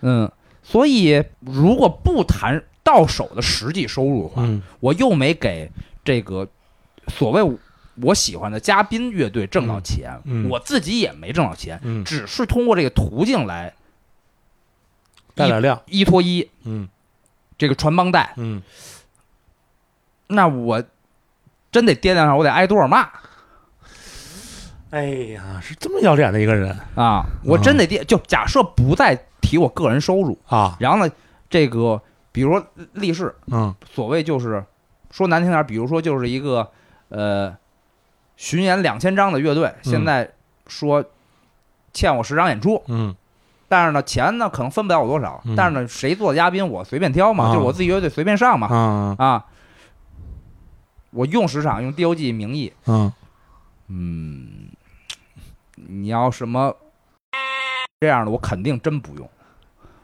Speaker 2: 嗯，所以如果不谈到手的实际收入的话，
Speaker 3: 嗯
Speaker 2: 我又没给这个所谓我喜欢的嘉宾乐队挣到钱，
Speaker 3: 嗯嗯
Speaker 2: 我自己也没挣到钱，
Speaker 3: 嗯，
Speaker 2: 只是通过这个途径来
Speaker 3: 带来量，
Speaker 2: 依托一
Speaker 3: 嗯
Speaker 2: 这个传帮带。
Speaker 3: 嗯
Speaker 2: 那我真得掂量上，我得挨多少骂
Speaker 3: 哎呀，是这么要脸的一个人
Speaker 2: 啊！
Speaker 3: 嗯
Speaker 2: 我真得掂，就假设不再提我个人收入，
Speaker 3: 啊，
Speaker 2: 然后呢，这个比如说立誓，
Speaker 3: 嗯
Speaker 2: 所谓就是说难听点儿，比如说就是一个呃巡演两千张的乐队，现在说欠我十张演出，
Speaker 3: 嗯
Speaker 2: 但是呢钱呢可能分不了我多少，
Speaker 3: 嗯
Speaker 2: 但是呢谁做嘉宾我随便挑嘛，
Speaker 3: 啊
Speaker 2: 就是我自己乐队随便上嘛
Speaker 3: 啊
Speaker 2: 啊，我用十场用 DOG 名义，
Speaker 3: 嗯
Speaker 2: 嗯，你要什么这样的我肯定真不用，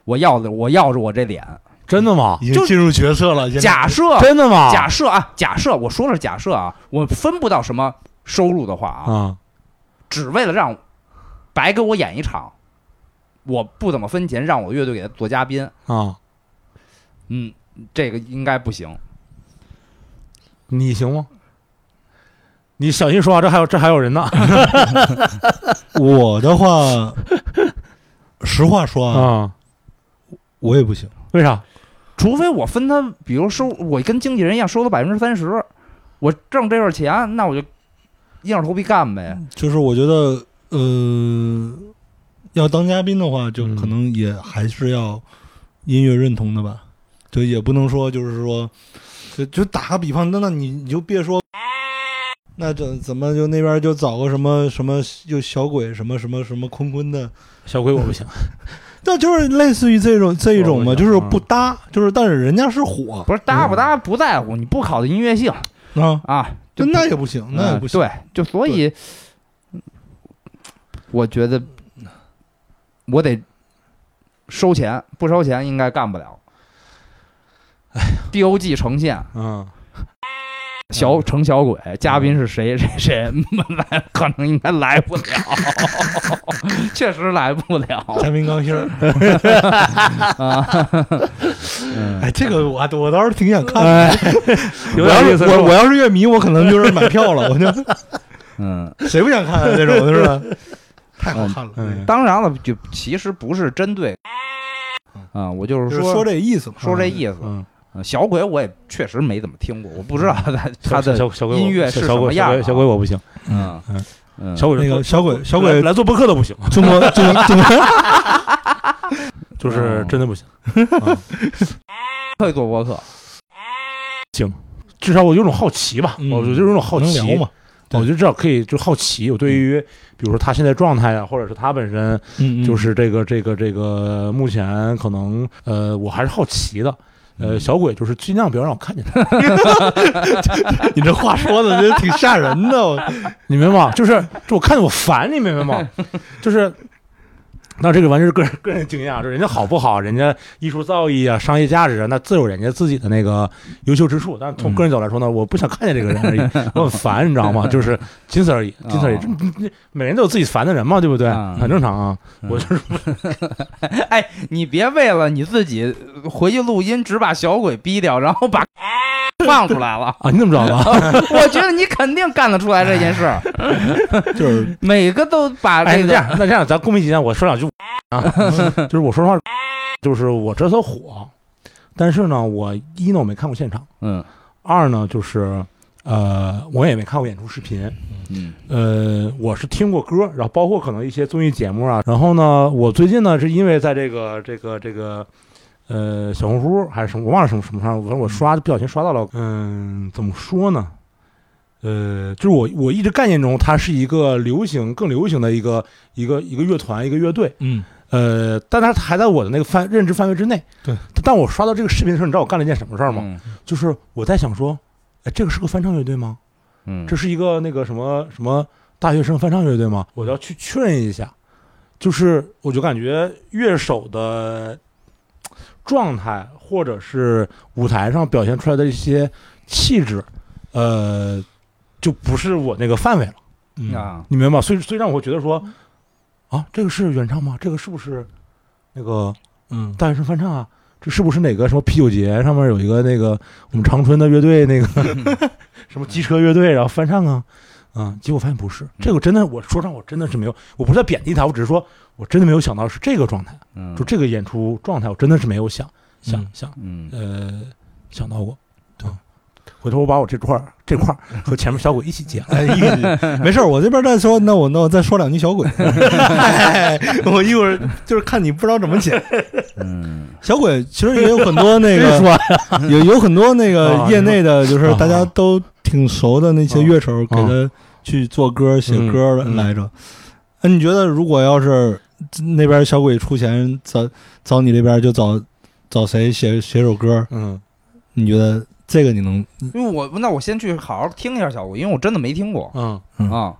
Speaker 2: 我要的我要着我这脸，
Speaker 3: 真的吗？
Speaker 4: 已经进入角色了，现在
Speaker 2: 假 设
Speaker 3: 真的吗？
Speaker 2: 假设啊，假设我说的是假设啊，我分不到什么收入的话啊，
Speaker 3: 啊
Speaker 2: 只为了让白给我演一场，我不怎么分钱，让我乐队给他做嘉宾，
Speaker 3: 啊，
Speaker 2: 嗯，这个应该不行。
Speaker 3: 你行吗？你小心说啊，这还有这还有人呢
Speaker 4: 我的 话，实话说啊，
Speaker 3: 啊？
Speaker 4: 我也不行，
Speaker 3: 为啥？
Speaker 2: 除非我分他，比如收我跟经纪人一样收他百分之三十，我挣这份钱，那我就硬着头皮干呗。
Speaker 4: 就是我觉得，呃，要当嘉宾的话，就
Speaker 3: 嗯
Speaker 4: 可能也还是要音乐认同的吧，就也不能说就是说，就就打个比方，那那你你就别说。那这怎么就那边就找个什么什么就小鬼什么什么什么坤坤的，
Speaker 3: 小鬼我不行，
Speaker 4: 那就是类似于这种这一种嘛，
Speaker 3: 我
Speaker 4: 就
Speaker 3: 懂
Speaker 4: 是不啊搭，就是但是人家是火
Speaker 2: 不是搭不搭不在乎，你不考虑音乐性
Speaker 4: 啊，
Speaker 2: 啊，
Speaker 4: 就
Speaker 2: 就
Speaker 4: 那也不行，那也
Speaker 2: 嗯
Speaker 4: 不行。
Speaker 2: 对，就所以，我觉得我得收钱，不收钱应该干不了。BOG 呈现
Speaker 3: 嗯
Speaker 2: 小成小鬼，嘉宾是谁谁谁，来可能应该来不了， 确实来不了
Speaker 4: 嘉宾高兴儿，
Speaker 2: 啊。嗯
Speaker 4: 哎，这个我我倒是挺想看的。
Speaker 3: 哎，
Speaker 4: 我
Speaker 3: 有
Speaker 4: 要
Speaker 3: 点意
Speaker 4: 是
Speaker 3: 思，
Speaker 4: 嗯我我要是乐迷，我可能就是买票了，我 就
Speaker 2: 嗯，
Speaker 4: 谁不想看啊这种，是吧？太好看了，
Speaker 3: 嗯
Speaker 2: 当然了，就其实不是针对啊，我就是
Speaker 4: 就是
Speaker 2: 说
Speaker 4: 说这意思嘛，
Speaker 2: 说这意思。
Speaker 3: 嗯，
Speaker 2: 呃小鬼我也确实没怎么听过，我不知道他他
Speaker 3: 小
Speaker 2: 的
Speaker 3: 小鬼
Speaker 2: 音乐是
Speaker 3: 小
Speaker 2: 什么
Speaker 3: 鬼
Speaker 2: 样啊
Speaker 3: 小鬼我不行，
Speaker 2: 嗯
Speaker 3: 嗯
Speaker 2: 嗯
Speaker 3: 小鬼
Speaker 4: 那个小鬼小鬼
Speaker 3: 来做播客都不行，
Speaker 4: 中国 中国中国
Speaker 3: 就是真的不行。
Speaker 2: 可以做播客，
Speaker 3: 至少我有种好奇吧，
Speaker 4: 嗯
Speaker 3: 我就有种好奇
Speaker 4: 能聊嘛？对
Speaker 3: 我觉得至少可以就好奇，我对于比如说他现在状态啊，或者是他本身
Speaker 4: 嗯，嗯
Speaker 3: 就是这个这个这个，目前可能呃，我还是好奇的。呃，小鬼就是尽量不要让我看见他，
Speaker 4: 你这话说的，这挺吓人的。我
Speaker 3: 你明白吗？就是就我看见我烦，你明白吗？就是，那这个完全是个人个人经验啊，就是人家好不好，人家艺术造诣啊、商业价值啊，那自有人家自己的那个优秀之处。但是从个人角度来说呢，我不想看见这个人而已，我很烦，你知道吗？就是仅此而已，仅此而已。
Speaker 2: 哦
Speaker 3: 这这 每人都有自己烦的人嘛，对不对？
Speaker 2: 嗯
Speaker 3: 很正常啊。我就是
Speaker 2: 哎，你别为了你自己回去录音，只把小鬼逼掉，然后 把放出来了。
Speaker 3: 啊，你怎么知道的？
Speaker 2: 我觉得你肯定干得出来这件事儿，
Speaker 4: 就是
Speaker 2: 每个都把
Speaker 3: 哎，
Speaker 2: 这
Speaker 3: 那这
Speaker 2: 个
Speaker 3: 样，那这样，咱公民期间我 说两句啊， 就是我说实话，就是我这次火，但是呢，我一呢我没看过现场，
Speaker 2: 嗯
Speaker 3: 二呢就是呃我也没看过演出视频，
Speaker 2: 嗯
Speaker 3: 呃我是听过歌，然后包括可能一些综艺节目啊，然后呢，我最近呢是因为在这个这个这个。呃，小红书还是什么，我忘了什么什么上，反正我刷不小心刷到了。嗯，怎么说呢？呃，就是我我一直概念中，它是一个流行更流行的一个一个一个乐团一个乐队，
Speaker 4: 嗯，
Speaker 3: 呃，但它还在我的那个范认知范围之内。
Speaker 4: 对，
Speaker 3: 但我刷到这个视频的时候，你知道我干了一件什么事儿吗？
Speaker 2: 嗯
Speaker 3: 就是我在想说，哎，这个是个翻唱乐队吗？
Speaker 2: 嗯，
Speaker 3: 这是一个那个什么什么大学生翻唱乐队吗？我要去确认一下。就是我就感觉乐手的状态，或者是舞台上表现出来的一些气质，呃，就不是我那个范围了。
Speaker 4: 嗯
Speaker 2: 啊，
Speaker 3: 你明白吗？所以，所以让我觉得说，啊，这个是原唱吗？这个是不是那个
Speaker 4: 嗯，
Speaker 3: 大学生翻唱啊？这是不是哪个什么啤酒节上面有一个那个我们长春的乐队那个
Speaker 4: 嗯
Speaker 3: 什么机车乐队，然后翻唱啊？啊、结果发现不是，这
Speaker 4: 嗯
Speaker 3: 个真的，我说上我真的是没有，我不是在贬低他，我只是说我真的没有想到是这个状态，
Speaker 2: 嗯
Speaker 3: 就这个演出状态，我真的是没有想想
Speaker 4: 嗯
Speaker 3: 想
Speaker 2: 嗯
Speaker 3: 呃想到过。对，回头我把我这块儿这块儿和前面小鬼一起接了。
Speaker 4: 哎，一个句没事儿，我这边再说，那我那我再说两句 小鬼，哎 我一会儿就是看你不知道怎么剪。
Speaker 2: 嗯
Speaker 4: 小鬼其实也有很多那
Speaker 3: 真
Speaker 4: 个，有有很多那个
Speaker 3: 嗯啊
Speaker 4: 业内 的，就是
Speaker 3: 啊
Speaker 4: 大家都挺熟的那些乐手，给
Speaker 3: 啊
Speaker 4: 他去做歌、写歌
Speaker 3: 嗯嗯
Speaker 4: 来着。那你觉得，如果要是那边小鬼出钱找找你这边，就找找谁写写首歌？
Speaker 3: 嗯，
Speaker 4: 你觉得这个你能？
Speaker 2: 因为我那我先去好好听一下小鬼，因为我真的没听过
Speaker 3: 嗯
Speaker 4: 嗯
Speaker 2: 啊，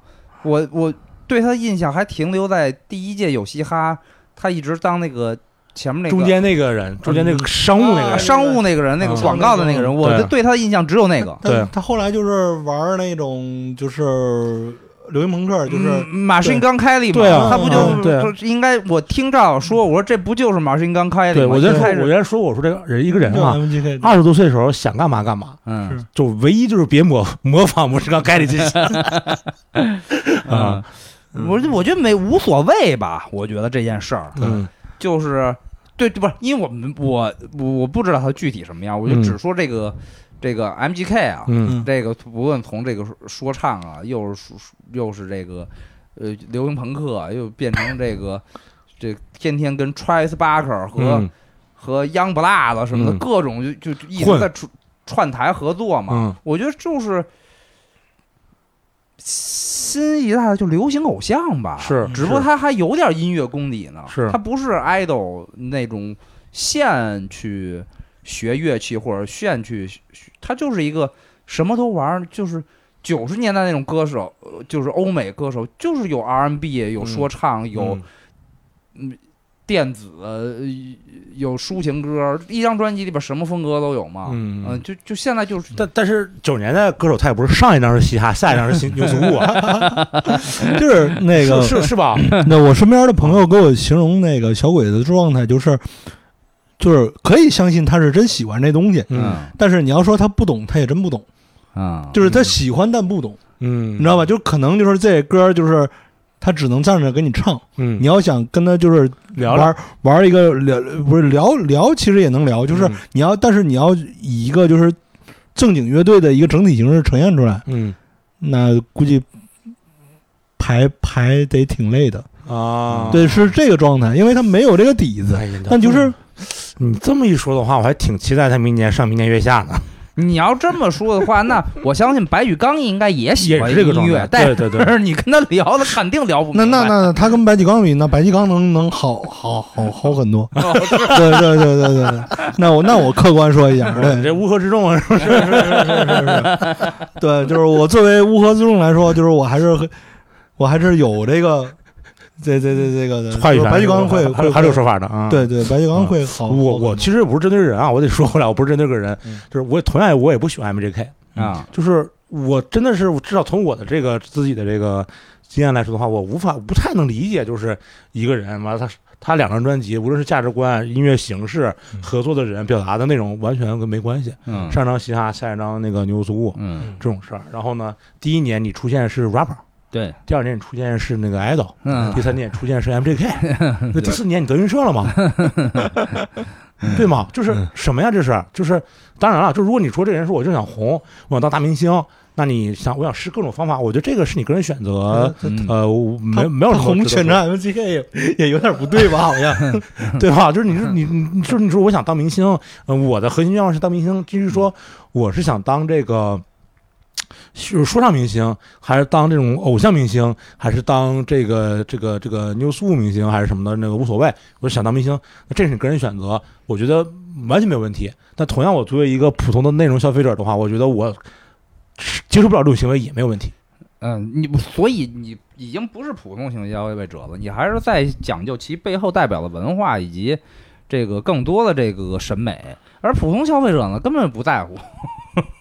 Speaker 2: 我我对他的印象还停留在第一届有嘻哈，他一直当那个前面那个
Speaker 3: 中间那个人，中间那个商务那个
Speaker 2: 啊
Speaker 3: 人，
Speaker 2: 商务那个人，那个
Speaker 3: 嗯
Speaker 2: 广告的那个人，我
Speaker 3: 对
Speaker 2: 就对他的印象只有那个，
Speaker 4: 但
Speaker 3: 对啊
Speaker 4: 他后来就是玩那种就是流行朋克， 就是、
Speaker 2: 嗯马逊刚开利嘛，
Speaker 3: 对啊
Speaker 2: 他不
Speaker 4: 嗯
Speaker 3: 对啊
Speaker 2: 就就应该我听赵说，我说这不就是马逊刚开利
Speaker 3: 对
Speaker 2: 吗？
Speaker 3: 我
Speaker 2: 一
Speaker 3: 原来
Speaker 2: 开
Speaker 3: 说，
Speaker 2: 始
Speaker 3: 我原来说，我说这个人一个人
Speaker 4: 就
Speaker 3: 啊，
Speaker 4: MGK
Speaker 3: 二十多岁的时候想干嘛干嘛，
Speaker 2: 嗯
Speaker 4: 是
Speaker 3: 就唯一就是别模模仿模式刚开的这些
Speaker 2: 嗯
Speaker 3: 啊，，
Speaker 2: 我就我觉得没无所谓吧，我觉得这件事儿
Speaker 3: 嗯
Speaker 2: 就是对，不是因为我们我我不知道他具体什么样，我就
Speaker 3: 嗯
Speaker 2: 只说这个这个 MGK 啊，
Speaker 3: 嗯
Speaker 4: 嗯
Speaker 2: 这个不论从这个说说唱啊，又是说又是这个呃流行朋克啊，又变成这 个这天天跟 Travis Barker 和、
Speaker 3: 嗯
Speaker 2: 和 Young Blood 什么的，
Speaker 3: 嗯
Speaker 2: 各种就就就一直
Speaker 3: 混
Speaker 2: 在串串台合作嘛。
Speaker 3: 嗯
Speaker 2: 我觉得就是新一代的就流行偶像吧，
Speaker 3: 是
Speaker 2: 只不过
Speaker 3: 是
Speaker 2: 他还有点音乐功底呢，
Speaker 3: 是
Speaker 2: 他不是 idol 那种现去学乐器或者现去学，他就是一个什么都玩儿，就是九十年代那种歌手，呃就是欧美歌手，就是有 R&B，有说唱，有
Speaker 3: 嗯
Speaker 2: 电子，呃有抒情歌，一张专辑里边什么风格都有嘛，
Speaker 3: 嗯
Speaker 2: 呃就就现在就是
Speaker 3: 但但是九十年代歌手他也不是上一张是嘻哈，下一张是 新牛族啊，
Speaker 4: 就是那个
Speaker 3: 是是是吧？
Speaker 4: 那我身边的朋友给我形容那个小鬼的状态，就是就是可以相信他是真喜欢这东西，
Speaker 3: 嗯
Speaker 4: 但是你要说他不懂，他也真不懂，
Speaker 3: 哦
Speaker 2: 啊，
Speaker 4: 就是他喜欢但不懂，
Speaker 3: 嗯，
Speaker 4: 你知道吧？就是可能就是这歌就是。他只能站着给你唱，
Speaker 3: 嗯
Speaker 4: 你要想跟他就是
Speaker 3: 聊聊
Speaker 4: 玩玩一个聊，不是聊聊，其实也能聊，就是
Speaker 3: 嗯
Speaker 4: 你要，但是你要以一个就是正经乐队的一个整体形式呈现出来，
Speaker 3: 嗯
Speaker 4: 那估计排排得挺累的。
Speaker 3: 啊，
Speaker 4: 对，是这个状态，因为他没有这个底子，
Speaker 3: 哎呀，
Speaker 4: 但就是
Speaker 3: 你这么一说的话，我还挺期待他明年上明年月下呢。
Speaker 2: 你要这么说的话，那我相信白举纲应该也喜
Speaker 3: 也
Speaker 2: 欢
Speaker 3: 是这个
Speaker 2: 音
Speaker 3: 状态
Speaker 2: 乐，，但
Speaker 3: 对对对，
Speaker 2: 是你跟他聊的肯定聊不
Speaker 4: 那
Speaker 2: 明白
Speaker 4: 那那他跟白纪纲比，那白纪纲能能好好好好很多。
Speaker 3: 哦
Speaker 4: 对对对对对对，那我那我客观说一下，
Speaker 3: 你
Speaker 4: 对
Speaker 3: 这乌合之众啊，哦是不是？
Speaker 4: 对，就是我作为乌合之众来说，就是我还是我还是有这个，这这这这个的
Speaker 3: 话语权，
Speaker 4: 白纪纲会
Speaker 3: 还
Speaker 4: 会
Speaker 3: 有还是有说法的啊。哦
Speaker 4: 对对，白纪纲会好。好
Speaker 3: 我
Speaker 4: 很多
Speaker 3: 我其实也不是针对人啊，我得说回来，我不是针对个人
Speaker 4: 嗯，
Speaker 3: 就是我同样我也不喜欢 MJK，
Speaker 2: 啊，
Speaker 3: 就是我真的是我至少从我的这个自己的这个经验来说的话，我无法不太能理解，就是一个人完了他他两张专辑，无论是价值观、音乐形式、
Speaker 4: 嗯
Speaker 3: 合作的人、表达的内容，完全跟没关系。
Speaker 2: 嗯
Speaker 3: 上一张嘻哈，下一张那个牛苏雾
Speaker 2: 嗯，
Speaker 3: 这种事儿。然后呢，第一年你出现是 rapper，
Speaker 2: 对，
Speaker 3: 第二年你出现是那个 idol，
Speaker 4: 啊
Speaker 2: 嗯
Speaker 3: 第三年出现是 MJK，那第四年你德云社了吗？对吗？就是
Speaker 4: 嗯
Speaker 3: 什么呀？这是就是当然了，就如果你说这人说我就想红，我想当大明星，那你想我想试各种方法，我觉得这个是你个人选择。
Speaker 2: 嗯
Speaker 3: 呃，我没
Speaker 4: 他
Speaker 3: 没有
Speaker 4: 他
Speaker 3: 什么
Speaker 4: 红
Speaker 3: 值得
Speaker 4: 全
Speaker 3: 说
Speaker 4: 场 MGK 也也有点不对吧？好像
Speaker 3: 对吧？就是你 说你你你就是你说我想当明星，呃我的核心愿望是当明星，就是说我是想当这个。就是说唱明星，还是当这种偶像明星，还是当这个这个这个 new school 明星，还是什么的，那个无所谓。我想当明星，那这是你个人选择，我觉得完全没有问题。但同样，我作为一个普通的内容消费者的话，我觉得我接受不了这种行为也没有问题。
Speaker 2: 嗯，你不所以你已经不是普通型消费者了，你还是在讲究其背后代表的文化以及这个更多的这个审美，而普通消费者呢根本不在乎。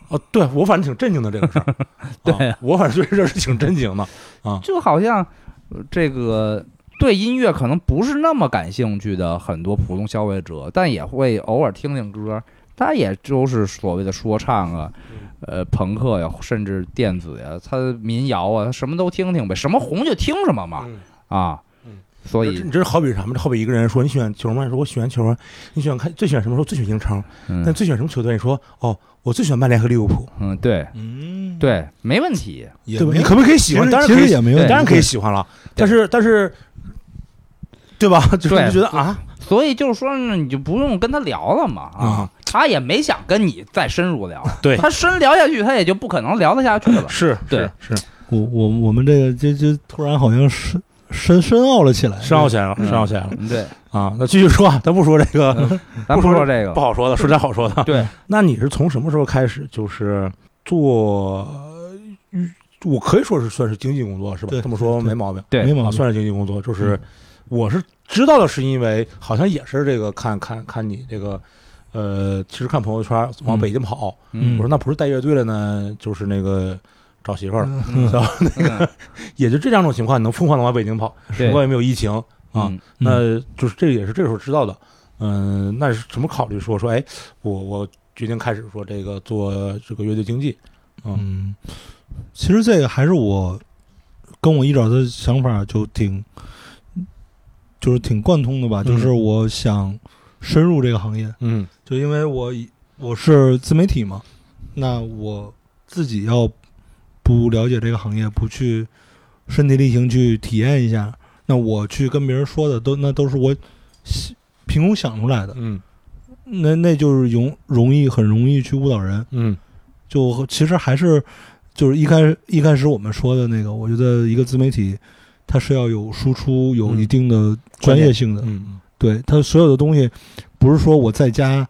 Speaker 3: 哦，对我反正挺震惊的这个事儿， 对、啊我反正对这事儿是挺震惊的。
Speaker 2: 就好像呃这个对音乐可能不是那么感兴趣的很多普通消费者，但也会偶尔听听歌，他也就是所谓的说唱啊，呃，朋克呀，甚至电子呀，他民谣啊，他什么都听听呗，什么红就听什么嘛，啊
Speaker 3: 嗯，
Speaker 2: 所
Speaker 3: 这
Speaker 2: 以
Speaker 3: 你这好比是什么？好比一个人说你喜欢球吗？你说我喜欢球啊。你喜欢看最喜欢什么？说最喜欢英超。但
Speaker 2: 嗯
Speaker 3: 最喜欢什么球队？你说哦，我最喜欢曼联和利物浦，
Speaker 2: 嗯，对
Speaker 4: 嗯，
Speaker 2: 对，没问题，
Speaker 4: 也
Speaker 3: 对吧？
Speaker 4: 没
Speaker 3: 你可不可以喜
Speaker 4: 其
Speaker 3: 欢？
Speaker 4: 实
Speaker 3: 当然
Speaker 4: 其
Speaker 3: 可
Speaker 4: 实
Speaker 3: 以，
Speaker 4: 也没有，
Speaker 3: 当然可以喜欢了。但是但是，对吧？ 就是
Speaker 2: 对
Speaker 3: 你觉得啊
Speaker 2: 所以就是说呢，你就不用跟他聊了嘛啊，
Speaker 3: 啊，
Speaker 2: 他也没想跟你再深入聊，
Speaker 3: 对
Speaker 2: 他深聊下去，他也就不可能聊得下 去了。
Speaker 3: 是
Speaker 2: 对
Speaker 3: 是是
Speaker 4: 我我我们这个就就突然好像深深深奥了起来，
Speaker 3: 深奥起来了，
Speaker 2: 嗯
Speaker 3: 深奥起来了
Speaker 2: 嗯对，
Speaker 3: 啊！那继续说，啊，咱不说这个
Speaker 2: 咱
Speaker 3: 不
Speaker 2: 不
Speaker 3: 说
Speaker 2: 说这个
Speaker 3: 不，好说的，说点好说 的。
Speaker 2: 对，
Speaker 3: 那你是从什么时候开始就是做？呃我可以说是算是经济工作是吧
Speaker 4: 对？
Speaker 3: 这么说
Speaker 4: 对对
Speaker 3: 没毛病。
Speaker 2: 对
Speaker 4: 没
Speaker 3: 啊，
Speaker 4: 毛病。
Speaker 3: 算是经济工作，就是我是知道的，是因为好像也是这个看看看你这个，呃，其实看朋友圈往北京跑，
Speaker 4: 嗯
Speaker 3: 我说那不是带乐队了呢，就是那个找媳妇儿了，
Speaker 4: 嗯
Speaker 3: 然后那个、也就这两种情况，你能疯狂的往北京跑，
Speaker 2: 对
Speaker 3: 不管有没有疫情啊，
Speaker 2: 嗯
Speaker 3: 那就是这也是这时候知道的，嗯、那是怎么考虑说说，哎，我我决定开始说这个做这个乐队经济，
Speaker 4: 嗯，其实这个还是我跟我一早的想法就挺，就是挺贯通的吧。
Speaker 3: 嗯
Speaker 4: 就是我想深入这个行业，
Speaker 3: 嗯
Speaker 4: 就因为我以我是自媒体嘛，那我自己要不了解这个行业，不去身体力行去体验一下，那我去跟别人说的都那都是我想凭空想出来的，
Speaker 3: 嗯
Speaker 4: 那那就是容容易很容易去误导人。
Speaker 3: 嗯
Speaker 4: 就其实还是就是一开一开始我们说的那个，我觉得一个自媒体它是要有输出，有一定的专业性的，
Speaker 3: 嗯
Speaker 4: 对它所有的东西，不是说我在家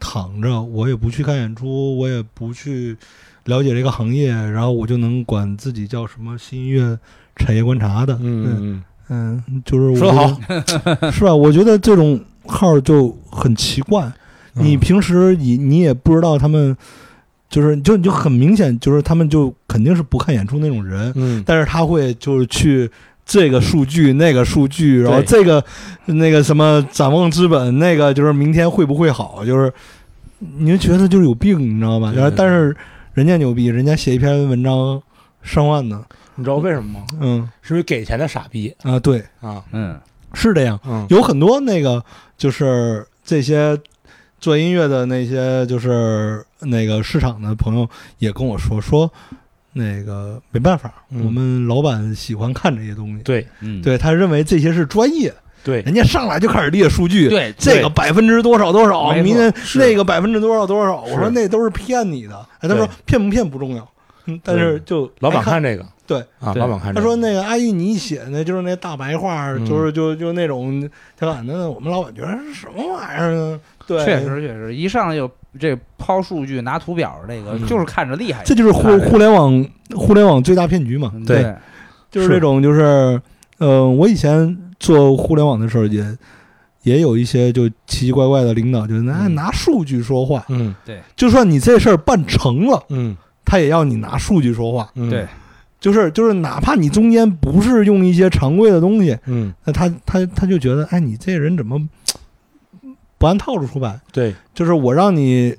Speaker 4: 躺着，我也不去看演出，我也不去了解这个行业，然后我就能管自己叫什么新音乐产业观察的，嗯
Speaker 3: 嗯
Speaker 4: 嗯，就是我
Speaker 3: 说得
Speaker 4: 觉得 是吧？我觉得这种号就很奇怪。
Speaker 3: 嗯，
Speaker 4: 你平时你你也不知道他们，就是就你就很明显，就是他们就肯定是不看演出那种人，
Speaker 3: 嗯
Speaker 4: 但是他会就是去这个数据那个数据，然后
Speaker 3: 对
Speaker 4: 这个那个什么展望资本，那个就是明天会不会好，就是你就觉得就是有病，你知道吧？
Speaker 3: 对
Speaker 4: 然后但是人家牛逼，人家写一篇文章上万呢，
Speaker 3: 你知道为什么吗？
Speaker 4: 嗯
Speaker 3: 是因为给钱的傻逼
Speaker 4: 啊，对，
Speaker 3: 啊，
Speaker 2: 嗯
Speaker 4: 是这样。
Speaker 3: 嗯
Speaker 4: 有很多那个就是这些做音乐的那些就是那个市场的朋友也跟我说说，那个没办法，
Speaker 3: 嗯
Speaker 4: 我们老板喜欢看这些东西，
Speaker 3: 对
Speaker 2: 嗯，
Speaker 4: 对他认为这些是专业，
Speaker 3: 对
Speaker 4: 人家上来就开始列数据，
Speaker 2: 对
Speaker 4: 这个百分之多少多少，
Speaker 2: 没错
Speaker 4: 明天
Speaker 3: 是
Speaker 4: 那个百分之多少多少，我说
Speaker 3: 是
Speaker 4: 那都是骗你的。哎，他说
Speaker 3: 对
Speaker 4: 骗不骗不重要，嗯，但是就
Speaker 3: 老板
Speaker 4: 爱看
Speaker 3: 看这个
Speaker 4: 对。
Speaker 3: 啊，
Speaker 2: 对
Speaker 3: 老板看
Speaker 4: 他
Speaker 3: 这个。
Speaker 4: 说：“那个阿姨，你写的就是那大白话，
Speaker 3: 嗯
Speaker 4: 就是就就那种挺好的。我们老板觉得是什么玩意儿呢？对，
Speaker 2: 确实确实，一上来就这抛数据拿图表这个，
Speaker 3: 嗯
Speaker 2: 就是看着厉害。
Speaker 4: 这就是互
Speaker 2: 看着
Speaker 4: 互联网互联网最大骗局嘛。
Speaker 3: 对
Speaker 2: 对
Speaker 4: 就是
Speaker 3: 是
Speaker 4: 这种，就是，呃，我以前做互联网的时候也，也有一些就奇奇怪怪的领导，就拿、
Speaker 3: 嗯
Speaker 4: 拿数据说话，
Speaker 3: 嗯
Speaker 4: 就算你这事儿办成了，
Speaker 3: 嗯
Speaker 4: 他也要你拿数据说话，
Speaker 3: 嗯，
Speaker 2: 对，
Speaker 4: 就是就是，哪怕你中间不是用一些常规的东西，
Speaker 3: 嗯
Speaker 4: 那他他他就觉得，哎，你这人怎么不按套路出牌？
Speaker 3: 对，
Speaker 4: 就是我让你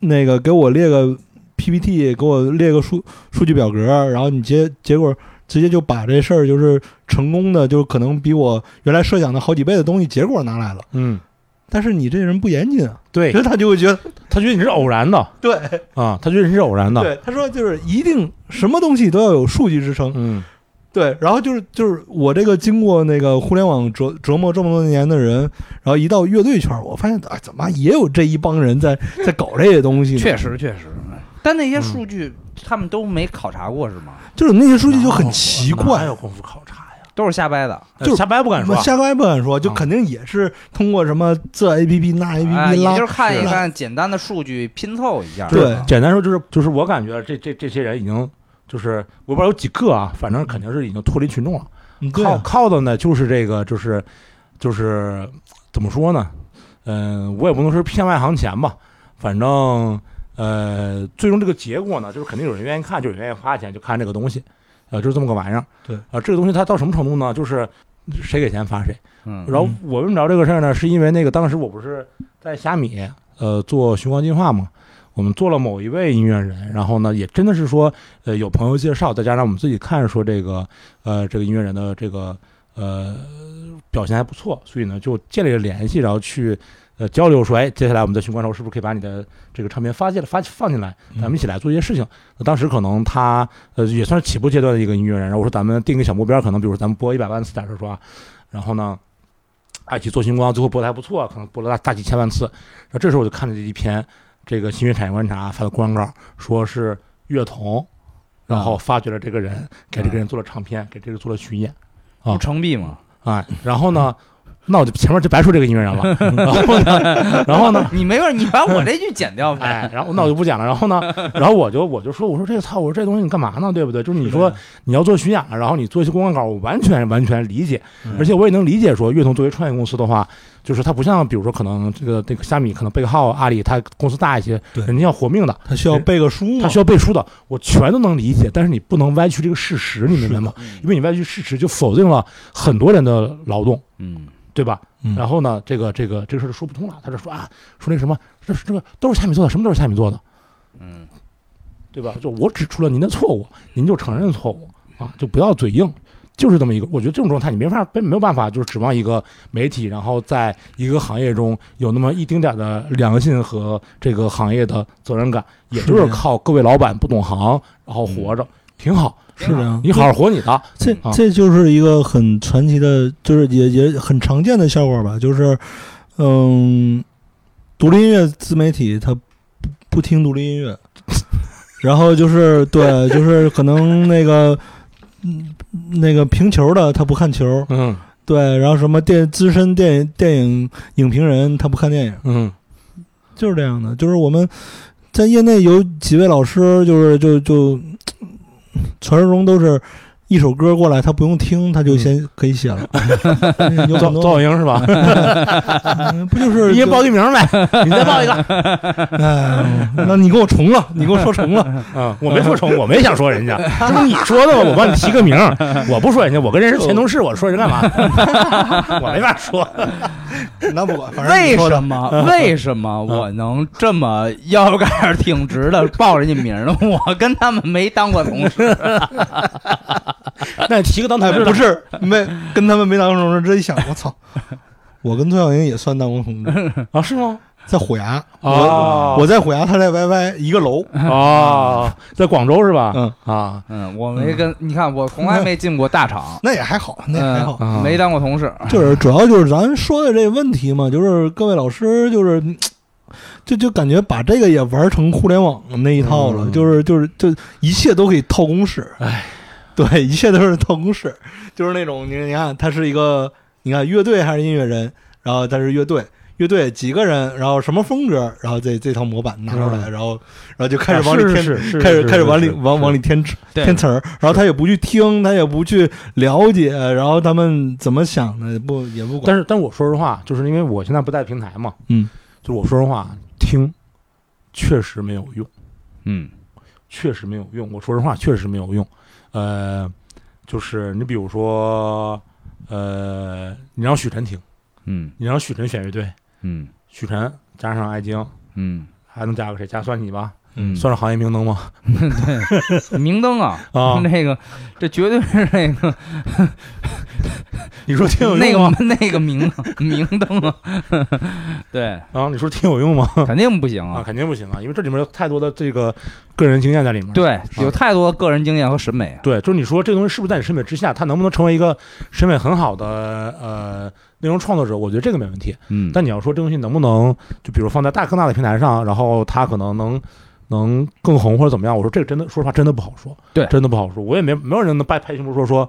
Speaker 4: 那个给我列个 PPT，给我列个数数据表格，然后你结结果直接就把这事儿就是成功的，就是可能比我原来设想的好几倍的东西结果拿来了。
Speaker 3: 嗯
Speaker 4: 但是你这人不严谨啊，
Speaker 3: 对
Speaker 4: 所，以他就会觉得，
Speaker 3: 他觉得你是偶然的
Speaker 4: 对
Speaker 3: 啊，他觉得你是偶然的，
Speaker 4: 对，他说就是一定什么东西都要有数据支撑，
Speaker 3: 嗯
Speaker 4: 对，然后就是就是我这个经过那个互联网折折磨这么多年的人，然后一到乐队圈儿，我发现啊、哎，怎么也有这一帮人在在搞这些东西呢，
Speaker 2: 确实确实。哎但那些数据他们都没考察过是吗？
Speaker 4: 就是那些数据就很奇怪
Speaker 3: 哪，有功夫考察呀？
Speaker 2: 都是瞎掰的，
Speaker 4: 就是
Speaker 3: 瞎掰不敢说
Speaker 4: 我，瞎掰不敢说，就
Speaker 3: 啊
Speaker 4: 肯定也是通过什么这 A P P 那 A
Speaker 2: 啊，
Speaker 4: P
Speaker 2: 也
Speaker 4: 拉
Speaker 2: 就是看一
Speaker 4: 拉
Speaker 2: 看简单的数据拼凑一下。
Speaker 4: 对
Speaker 3: 简单说就是就是我感觉这这这些人已经就是我不知道有几个啊，反正肯定是已经脱离群众了，
Speaker 4: 嗯对
Speaker 3: 靠
Speaker 4: 啊
Speaker 3: 靠的呢就是这个就是就是怎么说呢？嗯，我也不能说骗外行钱吧，反正呃，最终这个结果呢，就是肯定有人愿意看，就有人愿意花钱，就看这个东西，呃，就是这么个玩意儿。
Speaker 4: 对
Speaker 3: 啊、这个东西它到什么程度呢？就是谁给钱罚谁。
Speaker 2: 嗯，
Speaker 3: 然后我问不着这个事儿呢，是因为那个当时我不是在虾米呃做循环进化嘛，我们做了某一位音乐人，然后呢也真的是说呃有朋友介绍，再加上我们自己看说这个呃这个音乐人的这个呃表现还不错，所以呢就建立了联系，然后去。呃，交流说，哎，接下来我们在循环的时候，是不是可以把你的这个唱片发进来、发放进来，咱们一起来做一些事情？那当时可能他呃也算是起步阶段的一个音乐人，然后我说咱们定个小目标，可能比如说咱们播一百万次，假设说啊，然后呢，爱奇艺做星光，最后播的还不错，啊可能播了大大几千万次。然后这时候我就看了一篇这个新闻产业观察发的公告，说是乐童，然后发掘了这个人，给这个人做了唱片，给这个人做了巡演
Speaker 2: 不成币嘛，
Speaker 3: 啊、然后呢，那我就前面就白说这个音乐人了。然后呢，然后呢，
Speaker 2: 你没法，你把我这句剪掉呗。
Speaker 3: 哎，然后那我就不讲了。然后呢，然后我就我就说，我说这个操，我说这东西你干嘛呢？对不对？就是你说你要做巡演，然后你做一些公关稿，我完全完全理解，而且我也能理解说，乐童作为创业公司的话，就是它不像比如说可能这个那个虾米，可能贝克浩、阿里，它公司大一些，
Speaker 4: 对
Speaker 3: 人家要活命的，
Speaker 4: 他需要背个书嘛，
Speaker 3: 它需要背书的，我全都能理解。但是你不能歪曲这个事实，你明白吗？因为你歪曲事实，就否定了很多人的劳动。
Speaker 2: 嗯，
Speaker 3: 对吧？
Speaker 4: 嗯
Speaker 3: 然后呢，这个这个这个事儿就说不通了。他就说啊，说那个什么，这这个都是虾米做的，什么都是虾米做的，
Speaker 2: 嗯，
Speaker 3: 对吧？就我指出了您的错误，您就承认错误啊，就不要嘴硬，就是这么一个。我觉得这种状态你没法没没有办法，就是指望一个媒体，然后在一个行业中有那么一丁点儿的良心和这个行业的责任感，也
Speaker 4: 是
Speaker 3: 就是
Speaker 4: 的
Speaker 3: 嗯靠各位老板不懂行，然后活着挺好，
Speaker 4: 是这样。
Speaker 3: 你好好活你的，
Speaker 4: 这
Speaker 3: 啊
Speaker 4: 这就是一个很传奇的，就是也也很常见的效果吧，就是，嗯，独立音乐自媒体它不不听独立音乐， 然后就是对，就是可能那个，嗯，那个评球的他不看球，
Speaker 3: 嗯
Speaker 4: 对，然后什么电资深电影电影影评人他不看电影，
Speaker 3: 嗯
Speaker 4: 就是这样的，就是我们在业内有几位老师，就是就就传说中都是一首歌过来，他不用听，他就先可以写 了。哎有
Speaker 3: 赵
Speaker 4: 很
Speaker 3: 赵
Speaker 4: 多
Speaker 3: 小英是 吧？
Speaker 4: 嗯不就是
Speaker 3: 你也报地名呗， 你再报一个。
Speaker 4: 哎，那你给我重了，你给我说重了。
Speaker 3: 啊，我没说成，我没想说 人家，这不你说的吗？我帮你提个名 儿，我不说人家，我跟人是前同事，我说人干嘛？ 我没法说。
Speaker 4: 那不管，反正
Speaker 2: 为
Speaker 4: 你说的
Speaker 2: 什么？为什么我能这么腰杆儿挺直的报人家名儿呢？ 我跟他们没当过同事，
Speaker 3: 那你提个当同
Speaker 4: 哎，
Speaker 3: 事
Speaker 4: 不
Speaker 3: 的，
Speaker 4: 是没 跟他们没当过同志，这一想，我操，我跟崔小英也算当过同志。
Speaker 3: 啊？是吗？
Speaker 4: 在虎牙，
Speaker 3: 啊
Speaker 4: 我我在虎牙，他在 YY 一个楼，
Speaker 3: 啊，在广州是吧？
Speaker 4: 嗯
Speaker 3: 啊，
Speaker 2: 嗯，我没跟你看，我从来没进过大厂，
Speaker 4: 那也还好，那也还好。
Speaker 3: 啊
Speaker 2: 嗯，没当过同事，
Speaker 4: 就是主要就是咱说的这问题嘛，就是各位老师就是。嗯就就感觉把这个也玩成互联网那一套了，
Speaker 3: 嗯哎
Speaker 4: 就是就是就一切都可以套公式，
Speaker 3: 唉，
Speaker 4: 对，一切都是套公式，就是那种你你看他是一个，你看乐队还是音乐人，然后他是乐队，乐队几个人，然后什么风格，然后这这套模板拿出来，然后然后就开始往里
Speaker 3: 嗯啊
Speaker 4: 添，
Speaker 3: 是是是
Speaker 4: 开始
Speaker 3: 是
Speaker 4: 开始往里
Speaker 3: 是
Speaker 4: 往往里添吃
Speaker 2: 对
Speaker 4: 填词儿，然后他也不去听，他也不去了解，然后他们怎么想的不也不管。
Speaker 3: 但是，但我说实话，就是因为我现在不在平台嘛，
Speaker 4: 嗯，
Speaker 3: 就是我说实话，听确实没有用，
Speaker 2: 嗯
Speaker 3: 确实没有用。我说实话，确实没有用。呃，就是你比如说，呃，你让许晨听，
Speaker 2: 嗯
Speaker 3: 你让许晨选乐队，
Speaker 2: 嗯
Speaker 3: 许晨加上艾晶，
Speaker 2: 嗯
Speaker 3: 还能加个谁？加算你吧，
Speaker 2: 嗯，
Speaker 3: 算是行业明灯吗？
Speaker 2: 明灯啊
Speaker 3: 啊
Speaker 2: 那个这绝对是那个
Speaker 3: 你说挺有
Speaker 2: 那
Speaker 3: 用吗？
Speaker 2: 个那个明 明灯啊， 对，
Speaker 3: 啊，你说挺有用吗？
Speaker 2: 肯定不行
Speaker 3: 啊，
Speaker 2: 啊，
Speaker 3: 肯定不行啊，因为这里面有太多的这个个人经验在里面。
Speaker 2: 对，有太多个人经验和审美啊，
Speaker 3: 对，就是你说这个东西是不是在你审美之下，它能不能成为一个审美很好的呃内容创作者？我觉得这个没问题。
Speaker 2: 嗯
Speaker 3: 但你要说这东西能不能，就比如放在大更大的平台上，然后它可能能能更红或者怎么样？我说这个真的，说实话真的不好说，
Speaker 2: 对
Speaker 3: 真的不好说。我也没没有人能拍拍胸脯说说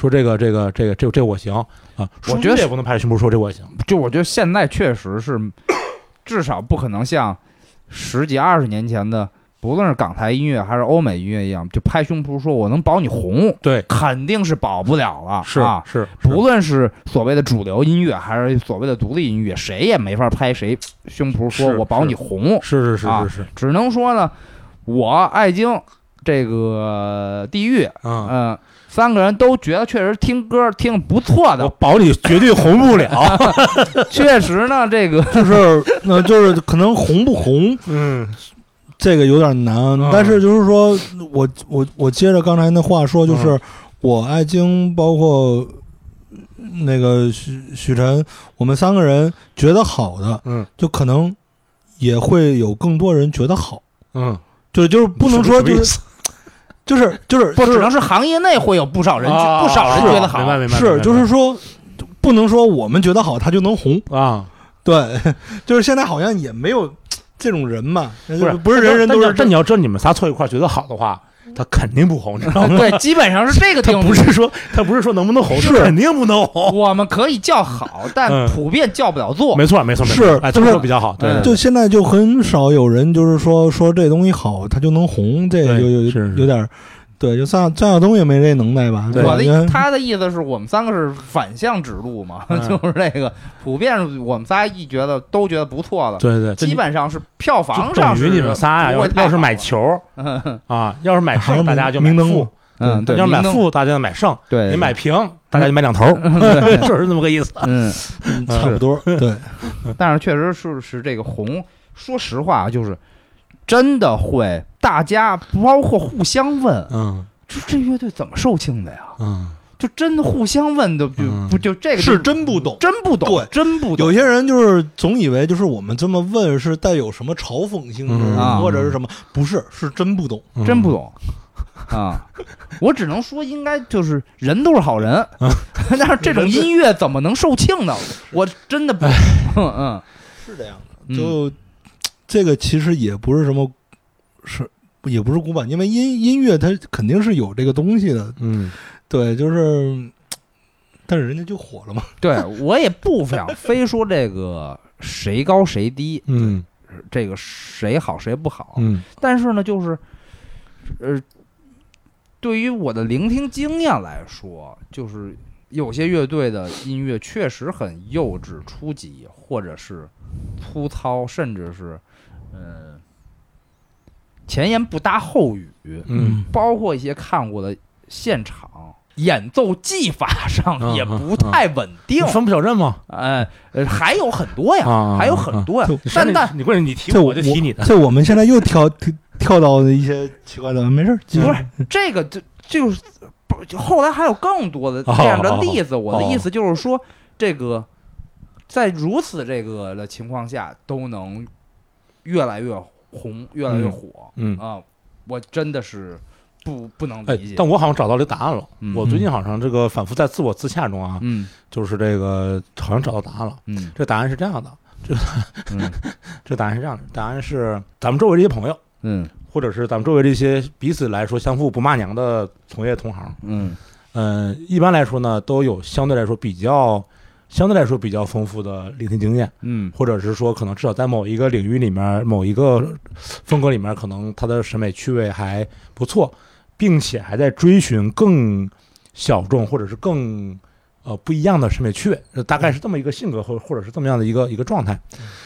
Speaker 3: 说这个这个这个这个这个我行啊，
Speaker 2: 我觉得是
Speaker 3: 也不能拍胸脯说这我行。
Speaker 2: 就我觉得现在确实是， 至少不可能像十几二十年前的，不论是港台音乐还是欧美音乐一样，就拍胸脯说我能保你红，
Speaker 3: 对，
Speaker 2: 肯定是保不了了，
Speaker 3: 是、
Speaker 2: 啊。
Speaker 3: 是，
Speaker 2: 不论是所谓的主流音乐，还是所谓的独立音乐，谁也没法拍谁胸脯说
Speaker 3: 是
Speaker 2: 我保你红，
Speaker 3: 是是是
Speaker 2: 啊
Speaker 3: 是是，
Speaker 2: 只能说呢，我爱京这个地狱，
Speaker 3: 嗯。
Speaker 2: 嗯、三个人都觉得确实听歌听得不错
Speaker 3: 我
Speaker 2: 的，
Speaker 3: 保你绝对红不了。
Speaker 2: 确实呢，这个
Speaker 4: 就是那就是可能红不红
Speaker 3: 嗯，
Speaker 4: 这个有点难
Speaker 3: 嗯，
Speaker 4: 但是就是说我我我接着刚才那话说，就是
Speaker 3: 嗯
Speaker 4: 我爱京包括那个许许晨，我们三个人觉得好的，
Speaker 3: 嗯，
Speaker 4: 就可能也会有更多人觉得好，
Speaker 3: 嗯，
Speaker 4: 就是就是不能说
Speaker 3: 什么
Speaker 4: 就
Speaker 3: 意
Speaker 4: 是
Speaker 3: 思
Speaker 4: 就是就是
Speaker 2: 不，
Speaker 4: 就
Speaker 2: 只
Speaker 4: 是
Speaker 2: 能是行业内会有不少人觉、
Speaker 3: 啊
Speaker 2: 不少人
Speaker 3: 是
Speaker 2: 觉得好
Speaker 3: 明。白明白，明
Speaker 4: 是
Speaker 3: 白
Speaker 4: 就是说。不能说我们觉得好，他就能红。
Speaker 3: 啊，
Speaker 4: 对， 就是现在好像也没有这种人嘛，不
Speaker 3: 不是
Speaker 4: 不是人人都
Speaker 3: 但
Speaker 4: 是
Speaker 3: 你但你要知道你们仨凑一块儿觉得好的话，
Speaker 2: 嗯
Speaker 3: 他肯定不红，你知道吗？
Speaker 2: 呃对，基本上是这个听
Speaker 3: 他
Speaker 2: 众
Speaker 3: 不是说他不是说能不能红，
Speaker 4: 是
Speaker 3: 他肯定不能红。
Speaker 2: 我们可以叫 好，但
Speaker 3: 嗯
Speaker 2: 普遍叫不了座。
Speaker 3: 没错没错没错，
Speaker 4: 是
Speaker 3: 哎，
Speaker 4: 就
Speaker 3: 这么
Speaker 4: 是
Speaker 3: 说比较好，对
Speaker 2: 嗯，
Speaker 3: 对
Speaker 4: 就现在就很少有人就是说说这东西好，它就能红，这
Speaker 3: 对
Speaker 4: 有有
Speaker 3: 是是
Speaker 4: 有点儿，对，就张张晓东也没这能耐吧？
Speaker 3: 对
Speaker 2: 我
Speaker 4: 感
Speaker 2: 的
Speaker 4: 觉
Speaker 2: 他的意思是我们三个是反向指路嘛，
Speaker 3: 嗯
Speaker 2: 就是这个普遍我们仨一觉得都觉得不错的，
Speaker 3: 对对对，这
Speaker 2: 基本上是票房
Speaker 3: 就
Speaker 2: 上
Speaker 3: 等
Speaker 2: 是
Speaker 3: 于你们仨呀，
Speaker 2: 不会
Speaker 3: 要
Speaker 2: 太
Speaker 3: 要是
Speaker 2: 好
Speaker 3: 买
Speaker 2: 了，
Speaker 3: 球儿啊，要是买
Speaker 4: 还有
Speaker 3: 胜，大家就买
Speaker 4: 明灯
Speaker 3: 负
Speaker 4: 嘛；
Speaker 2: 嗯，对，
Speaker 3: 要是买
Speaker 2: 嗯明灯
Speaker 3: 负，大家就买胜；
Speaker 2: 对，
Speaker 3: 你买平，大家就买两头儿，
Speaker 2: 对
Speaker 3: 就是这么个意思。
Speaker 2: 嗯，
Speaker 4: 差不多， 对，
Speaker 2: 但是确实是是这个红，说实话啊就是真的会，大家包括互相问，
Speaker 3: 嗯
Speaker 2: 就这乐队怎么售罄的呀？
Speaker 3: 嗯，
Speaker 2: 就真的互相问的，就
Speaker 3: 嗯
Speaker 2: 不就这个
Speaker 4: 是
Speaker 2: 就
Speaker 4: 真不懂。
Speaker 2: 真不懂
Speaker 4: 对，
Speaker 2: 真不懂。
Speaker 4: 有些人就是总以为就是我们这么问是带有什么嘲讽性质
Speaker 3: 嗯
Speaker 2: 啊
Speaker 4: 或者是什么，不是，是真不懂。
Speaker 3: 嗯
Speaker 2: 真不懂啊！我只能说，应该就是人都是好人，
Speaker 4: 嗯
Speaker 2: 但是这种音乐怎么能售罄 呢？我真的不，
Speaker 4: 哎
Speaker 2: 嗯
Speaker 4: 是这样的，
Speaker 2: 嗯
Speaker 4: 就、这个其实也不是什么，是也不是古板，因为音音乐它肯定是有这个东西的，
Speaker 3: 嗯
Speaker 4: 对，就是，但是人家就火了嘛，
Speaker 2: 对我也不想非说这个谁高谁低，
Speaker 3: 嗯
Speaker 2: 这个谁好谁不好，
Speaker 3: 嗯
Speaker 2: 但是呢，就是，呃，对于我的聆听经验来说，就是有些乐队的音乐确实很幼稚、初级，或者是粗糙，甚至是，嗯、前言不搭后语，
Speaker 3: 嗯，
Speaker 2: 包括一些看过的现场。演奏技法上
Speaker 3: 嗯
Speaker 2: 也
Speaker 3: 嗯
Speaker 2: 不太稳定，
Speaker 3: 分不小阵吗？
Speaker 2: 哎呃，还有很多
Speaker 3: 啊
Speaker 2: 呀，还有很多呀
Speaker 4: 就。
Speaker 2: 但但
Speaker 3: 你过来，你提
Speaker 4: 这
Speaker 3: 我就提你的。
Speaker 4: 这我们现在又跳跳跳到一些奇怪的，没事儿，继续
Speaker 2: 不是
Speaker 3: 嗯
Speaker 2: 这个，就就是不就后来还有更多的
Speaker 3: 哦
Speaker 2: 这样的例子。我
Speaker 3: 哦
Speaker 2: 的意思就是说，这个在如此这个的情况下，都能越来越红，越来越
Speaker 3: 嗯
Speaker 2: 火
Speaker 3: 嗯，
Speaker 2: 啊！我真的是不不能
Speaker 3: 哎
Speaker 2: 理，解
Speaker 3: 但。我好像找到了答案了。
Speaker 2: 嗯
Speaker 3: 我最近好像这个反复在自我自洽中啊，
Speaker 2: 嗯
Speaker 3: 就是这个好像找到答案了。
Speaker 2: 嗯
Speaker 3: 这答案是这样的，
Speaker 2: 嗯
Speaker 3: 这答案是这样的，答案是咱们周围这些朋友，
Speaker 2: 嗯
Speaker 3: 或者是咱们周围这些彼此来说相互不骂娘的从业同行，
Speaker 2: 嗯
Speaker 3: 嗯，一般来说呢，都有相对来说比较相对来说比较丰富的聆听经验。
Speaker 2: 嗯
Speaker 3: 或者是说，可能至少在某一个领域里面、某一个风格里面，可能他的审美趣味还不错，并且还在追寻更小众或者是更呃不一样的审美趣味，呃大概是这么一个性格或或者是这么样的一个一个状态。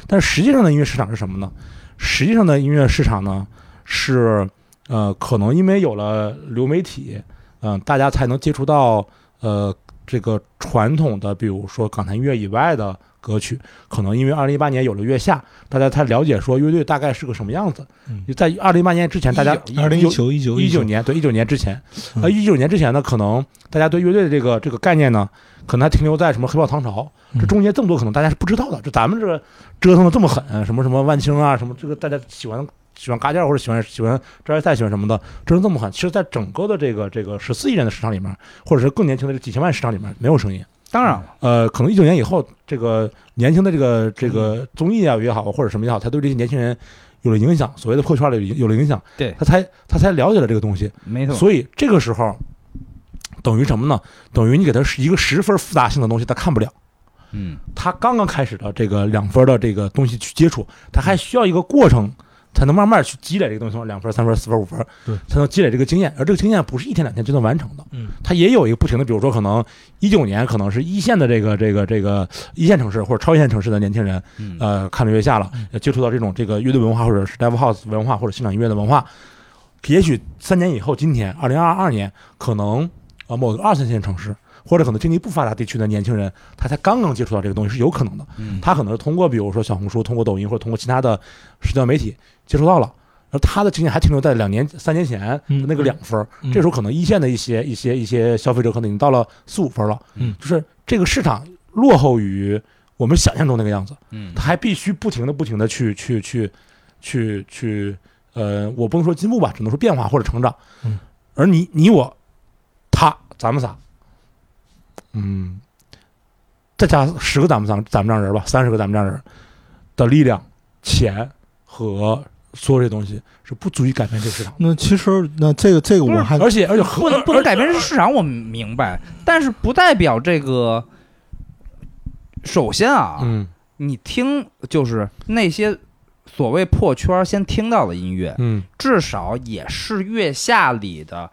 Speaker 3: 但实际上的音乐市场是什么呢？实际上的音乐市场呢是呃，可能因为有了流媒体，嗯、大家才能接触到呃这个传统的，比如说港台音乐以外的歌曲。可能因为二零一八年有了月下，大家才了解说乐队大概是个什么样子。
Speaker 4: 嗯
Speaker 3: 在二零一八年之前，大家
Speaker 4: 二零一九一九
Speaker 3: 一九年对一九年之前，
Speaker 4: 嗯
Speaker 3: 呃一九年之前呢，可能大家对乐队的这个这个概念呢，可能还停留在什么黑豹唐朝，
Speaker 4: 嗯
Speaker 3: 这中间这么多可能大家是不知道的。这咱们这个折腾的这么狠，什么什么万青啊，什么这个大家喜欢喜欢嘎调或者喜欢喜欢张爱赛喜欢什么的，折腾这么狠，其实在整个的这个这个十四亿人的市场里面，或者是更年轻的这几千万市场里面，没有声音。
Speaker 2: 当然了，
Speaker 3: 呃，可能一九年以后，这个年轻的这个这
Speaker 2: 嗯
Speaker 3: 个综艺啊也好，或者什么也好，他对这些年轻人有了影响，所谓的破圈里有了影响，
Speaker 2: 对
Speaker 3: 他才他才了解了这个东西，
Speaker 2: 没错，
Speaker 3: 所以这个时候等于什么呢？等于你给他一个十分复杂性的东西，他看不了。
Speaker 2: 嗯
Speaker 3: 他刚刚开始的这个两分的这个东西去接触，他还需要一个过程，才能慢慢去积累这个东西，从两分、三分、四分、五分，
Speaker 4: 对，
Speaker 3: 才能积累这个经验。而这个经验不是一天两天就能完成的，
Speaker 4: 嗯，
Speaker 3: 它也有一个不停的，比如说可能一九年可能是一线的这个这个这个一线城市或者超一线城市的年轻人，
Speaker 2: 嗯
Speaker 3: 呃，看了月下了，接触到这种这个乐队文化或者是 live house 文化或者现场音乐的文化，也许三年以后，今天二零二二年，可能呃某个二三线城市。或者可能经济不发达地区的年轻人，他才刚刚接触到这个东西是有可能的。
Speaker 2: 嗯
Speaker 3: 他可能是通过比如说小红书、通过抖音或者通过其他的社交媒体接触到了，而他的经验还停留在两年、三年前的
Speaker 4: 嗯
Speaker 3: 那个两分儿。
Speaker 4: 嗯
Speaker 3: 这时候可能一线的一些、一些、一些消费者可能已经到了四五分了。
Speaker 4: 嗯
Speaker 3: 就是这个市场落后于我们想象中那个样子，
Speaker 2: 嗯
Speaker 3: 他还必须不停的、不停的去、去、去、去、去，呃，我不能说进步吧，只能说变化或者成长。
Speaker 4: 嗯
Speaker 3: 而你、你、我、他，咱们仨，嗯，再加十个咱们仨、咱们这样人吧，三十个咱们这样人的力量、钱和所有这些东西是不足以改变这个市场的。
Speaker 4: 那其实那这个这个
Speaker 2: 不是
Speaker 4: 我还
Speaker 3: 而且而且
Speaker 2: 不能不能改变市场，我明白，但是不代表这个。首先啊，
Speaker 3: 嗯
Speaker 2: 你听就是那些所谓破圈儿先听到的音乐，
Speaker 3: 嗯
Speaker 2: 至少也是月下里的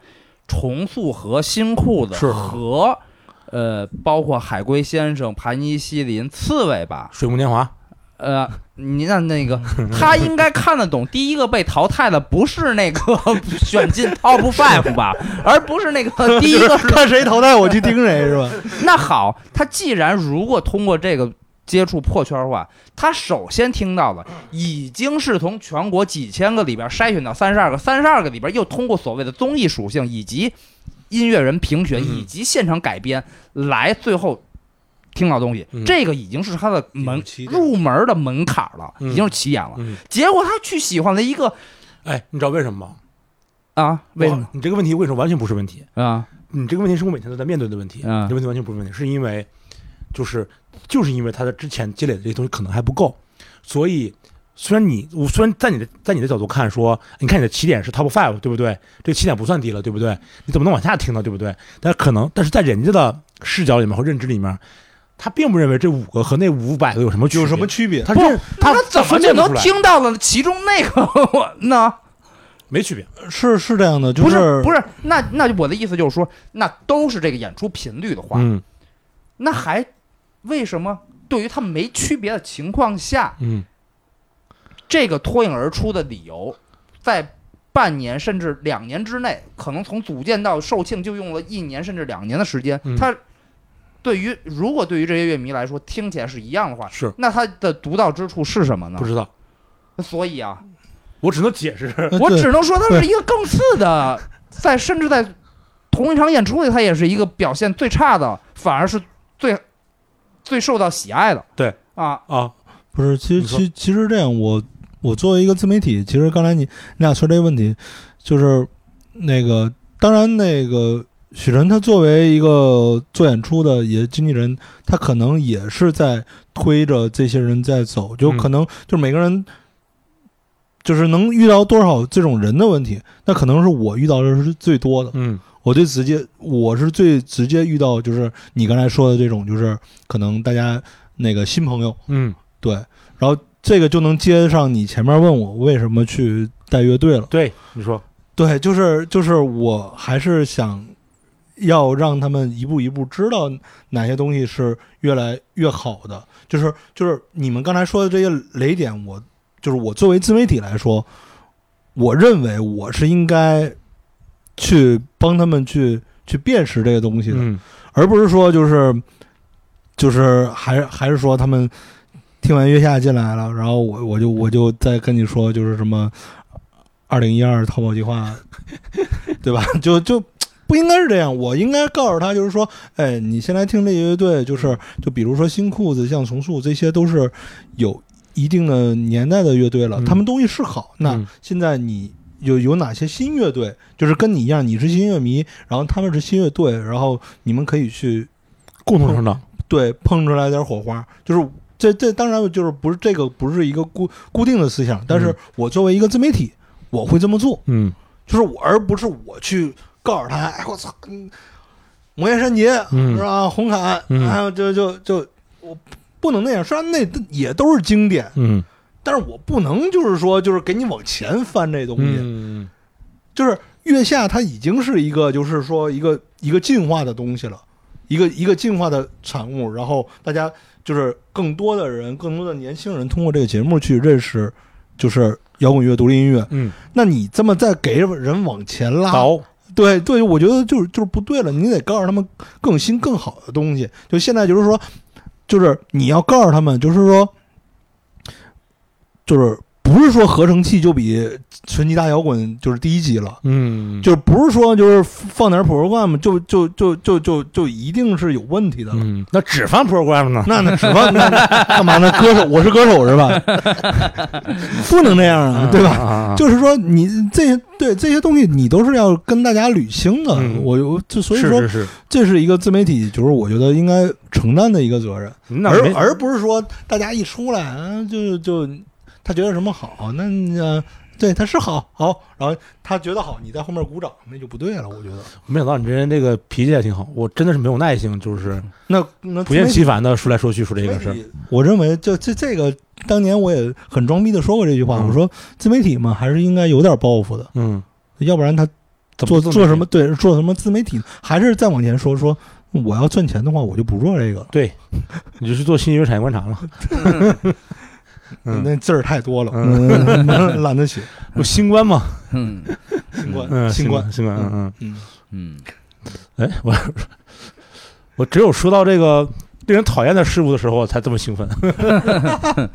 Speaker 2: 重塑和新裤子
Speaker 3: 是
Speaker 2: 和呃，包括海龟先生、盘尼西林、刺猬吧，
Speaker 3: 水木年华
Speaker 2: 呃，你让那 个他应该看得懂。第一个被淘汰的不是那个选进 Top Five 吧，而不是那个第一个是
Speaker 4: 看谁淘汰我去盯谁是吧？
Speaker 2: 那好，他既然如果通过这个接触破圈化，他首先听到的已经是从全国几千个里边筛选到三十二个，三十二个里边又通过所谓的综艺属性以及音乐人评选以及现场改编来最后。听到东西，
Speaker 3: 嗯
Speaker 2: 这个已经是他的门
Speaker 4: 有起点
Speaker 2: 入门的门槛了，已经是起点了。
Speaker 3: 嗯，
Speaker 2: 结果他去喜欢了一个
Speaker 3: 哎，你知道为什么吗？
Speaker 2: 啊，为什
Speaker 3: 我
Speaker 2: 么
Speaker 3: 你这个问题为什么完全不是问题？
Speaker 2: 啊？
Speaker 3: 你这个问题是我每天都在面对的问题，
Speaker 2: 嗯
Speaker 3: 你这问题完全不是问题，是因为就是就是因为他的之前积累的这些东西可能还不够，所以虽然你我虽然在你的在你的角度看说，你看你的起点是 top five 对不对？这个起点不算低了对不对？你怎么能往下听呢对不对？但可能但是在人家的视角里面和认知里面，他并不认为这五个和那五百个有什么区别
Speaker 4: 有什么区别？
Speaker 3: 他
Speaker 2: 不
Speaker 3: 认他
Speaker 2: 那怎么
Speaker 3: 分
Speaker 2: 就
Speaker 3: 辨不
Speaker 2: 能
Speaker 3: 出来？
Speaker 2: 听到了其中那个我呢？
Speaker 3: 没区别，
Speaker 4: 是是这样的，就
Speaker 2: 不是不
Speaker 4: 是
Speaker 2: 是，那那我的意思就是说，那都是这个演出频率的话，
Speaker 3: 嗯
Speaker 2: 那还为什么对于他们没区别的情况下，
Speaker 3: 嗯
Speaker 2: 这个脱颖而出的理由，在半年甚至两年之内，可能从组建到售罄就用了一年甚至两年的时间，
Speaker 3: 嗯
Speaker 2: 他。对于如果对于这些乐迷来说听起来是一样的话，
Speaker 3: 是
Speaker 2: 那它的独到之处是什
Speaker 4: 啊
Speaker 2: 么呢
Speaker 3: 不？知道，
Speaker 2: 所以啊，
Speaker 3: 我只能解释。
Speaker 4: 呃
Speaker 2: 我
Speaker 4: 对
Speaker 2: 只能说它
Speaker 4: 对
Speaker 2: 是一个更次的，在甚至在同一场演出里，它也是一个表现最差的，反而是最最受到喜爱的。
Speaker 3: 对，
Speaker 2: 啊，
Speaker 3: 啊，
Speaker 4: 不是，其
Speaker 3: 你
Speaker 4: 实
Speaker 3: 说
Speaker 4: 其其实这样，我我作为一个自媒体，其实刚才你你俩说这个问题，就是那个，当然那个许晨他作为一个做演出的也经纪人，他可能也是在推着这些人在走，就
Speaker 3: 嗯
Speaker 4: 可能就是每个人。就是能遇到多少这种人的问题，那可能是我遇到的是最多的。
Speaker 3: 嗯
Speaker 4: 我最直接，我是最直接遇到就是你刚才说的这种，就是可能大家那个新朋友，
Speaker 3: 嗯，
Speaker 4: 对，然后这个就能接上你前面问我为什么去带乐队了。
Speaker 3: 对，你说，
Speaker 4: 对，就是就是我还是想要让他们一步一步知道哪些东西是越来越好的，就是就是你们刚才说的这些雷点，我就是我作为自媒体来说，我认为我是应该去帮他们去去辨识这个东西的，
Speaker 3: 嗯
Speaker 4: 而不是说就是就是还是还是说他们听完月下进来了，然后我我就我就再跟你说就是什么二零一二淘宝计划，对吧？ 就就。不应该是这样，我应该告诉他，就是说，哎，你现在听这乐队，就是就比如说新裤子、像重塑，这些都是有一定的年代的乐队了，
Speaker 3: 嗯
Speaker 4: 他们东西是好。那
Speaker 3: 嗯
Speaker 4: 现在你有有哪些新乐队，就是跟你一样，你是新乐迷，然后他们是新乐队，然后你们可以去
Speaker 3: 共同成长，
Speaker 4: 对碰出来点火花，就是。这这当然就是不是这个不是一个固固定的思想，但是我作为一个自媒体，我会这么做，
Speaker 3: 嗯
Speaker 4: 就是我而不是我去告诉他，哎我操，嗯魔岩山杰、
Speaker 3: 嗯
Speaker 4: 是吧？红毯，
Speaker 3: 嗯
Speaker 4: 还有就就就我不能那样，虽然那也都是经典，
Speaker 3: 嗯
Speaker 4: 但是我不能就是说就是给你往前翻这东西，
Speaker 3: 嗯
Speaker 4: 就是月下它已经是一个，就是说一个一个进化的东西了，一个一个进化的产物。然后大家就是更多的人，更多的年轻人通过这个节目去认识，就是摇滚乐、独立音乐。
Speaker 3: 嗯，
Speaker 4: 那你这么再给人往前拉，
Speaker 3: 倒，
Speaker 4: 对对，我觉得就是就是不对了，你得告诉他们更新更好的东西。就现在就是说，就是你要告诉他们，就是说，就是不是说合成器就比纯吉他摇滚就是低级了。
Speaker 3: 嗯，
Speaker 4: 就是不是说就是放点 program 就就就就就就一定是有问题的了。
Speaker 3: 嗯，那只放 program 呢？
Speaker 4: 那那指望那那干嘛呢？歌手，我是歌手是吧？ 不能这样啊，
Speaker 3: 嗯
Speaker 4: 对吧？
Speaker 3: 吧
Speaker 4: 就是说你这些对这些东西，你都是要跟大家捋清的。
Speaker 3: 嗯
Speaker 4: 我我就所以
Speaker 3: 是
Speaker 4: 说
Speaker 3: 是，是，
Speaker 4: 这是一个自媒体，就是我觉得应该承担的一个责任，
Speaker 3: 那
Speaker 4: 而
Speaker 3: 没
Speaker 4: 而不是说大家一出来啊，就就他觉得什么好，那你呃对他是好好，然后他觉得好，你在后面鼓掌，那就不对了，我觉得。
Speaker 3: 没想到你这人这个脾气也挺好，我真的是没有耐性，就是
Speaker 4: 那那
Speaker 3: 不厌
Speaker 4: 自
Speaker 3: 其烦的说来说去说这
Speaker 4: 媒
Speaker 3: 个
Speaker 4: 体
Speaker 3: 事儿。
Speaker 4: 我认为就这这个，当年我也很装逼的说过这句话，
Speaker 3: 嗯
Speaker 4: 我说自媒体嘛，还是应该有点抱负的，
Speaker 3: 嗯，
Speaker 4: 要不然他
Speaker 3: 怎
Speaker 4: 做
Speaker 3: 么
Speaker 4: 做什么？对做什么自媒体，还是再往前说说，嗯我要赚钱的话，我就不做这个了，
Speaker 3: 对，你就去做新音乐产业观察 了。嗯
Speaker 4: 那字儿太多了，
Speaker 3: 嗯
Speaker 4: 嗯 懒得写。
Speaker 3: 不新冠吗？
Speaker 5: Hmm.
Speaker 2: 嗯
Speaker 4: 新
Speaker 3: 嗯，
Speaker 4: 冠，
Speaker 3: 新
Speaker 4: 冠，
Speaker 3: 新冠，嗯嗯。
Speaker 4: 嗯，
Speaker 2: 嗯，
Speaker 3: 哎，我我只有说到这个令人讨厌的事物的时候，我才这么兴奋。啊，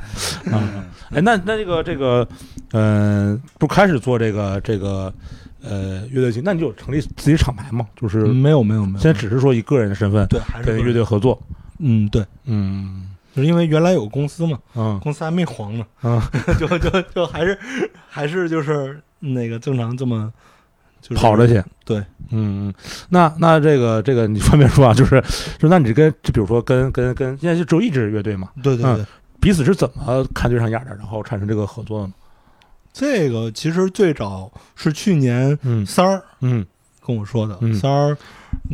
Speaker 3: 哎，那那这个这个，嗯、不开始做这个这个呃乐队经，那你有成立自己厂牌吗？就是
Speaker 4: 嗯没有没有没有，
Speaker 3: 现在只是说以个人的身份
Speaker 4: 对还是
Speaker 3: 跟乐
Speaker 4: 队，
Speaker 3: 队合作。
Speaker 4: 嗯对，
Speaker 3: 嗯
Speaker 4: 就是因为原来有公司嘛，
Speaker 3: 嗯
Speaker 4: 公司还没黄呢，
Speaker 3: 嗯，
Speaker 4: 就就就还是还是就是那个正常这么。就是
Speaker 3: 跑着去。
Speaker 4: 对，
Speaker 3: 嗯，嗯那那这个这个你方便说啊，就是就那你跟就比如说跟跟跟现在就只有一支乐队嘛，
Speaker 4: 对对对，
Speaker 3: 彼此是怎么看对上眼儿的，然后产生这个合作的呢？
Speaker 4: 这个其实最早是去年
Speaker 3: 嗯
Speaker 4: 三儿
Speaker 3: 嗯。
Speaker 4: 跟我说的，
Speaker 3: 嗯
Speaker 4: 三儿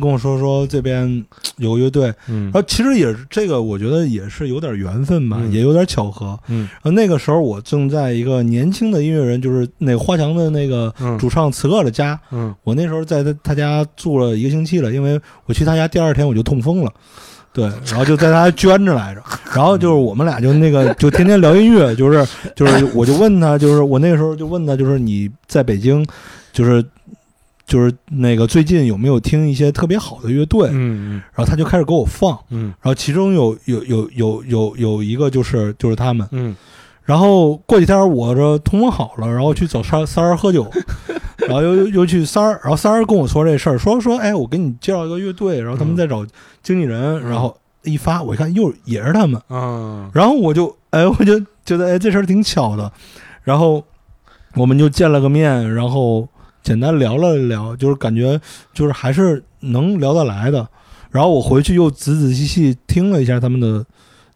Speaker 4: 跟我说说这边有个乐队，
Speaker 3: 嗯
Speaker 4: 然后其实也是这个，我觉得也是有点缘分吧，
Speaker 3: 嗯
Speaker 4: 也有点巧合。
Speaker 3: 嗯
Speaker 4: 然后那个时候我正在一个年轻的音乐人，就是那花墙的那个
Speaker 3: 嗯
Speaker 4: 主唱慈恶的家，
Speaker 3: 嗯
Speaker 4: 我那时候在他他家住了一个星期了，因为我去他家第二天我就痛风了，对，然后就在他家捐着 来着，然后就是我们俩就那个就天天聊音乐，就是就是我就问他，就是我那个时候就问他，就是你在北京，就是就是那个最近有没有听一些特别好的乐队，然
Speaker 3: 嗯
Speaker 4: 后他就开始给我放，
Speaker 3: 嗯
Speaker 4: 然后其中有有有有有有一个就是就是他们，
Speaker 3: 嗯
Speaker 4: 然后过几天我这通风好了，然后去找三儿三儿喝酒，然后又又又去三儿，然后三儿跟我说这事儿，说说哎，我给你介绍一个乐队，然后他们在找经纪人，然后一发，我一看又也是他们，
Speaker 3: 嗯
Speaker 4: 然后我就哎，我就觉得哎，这事儿挺巧的。然后我们就见了个面，然后简单聊了聊，就是感觉就是还是能聊得来的。然后我回去又仔仔细细听了一下他们的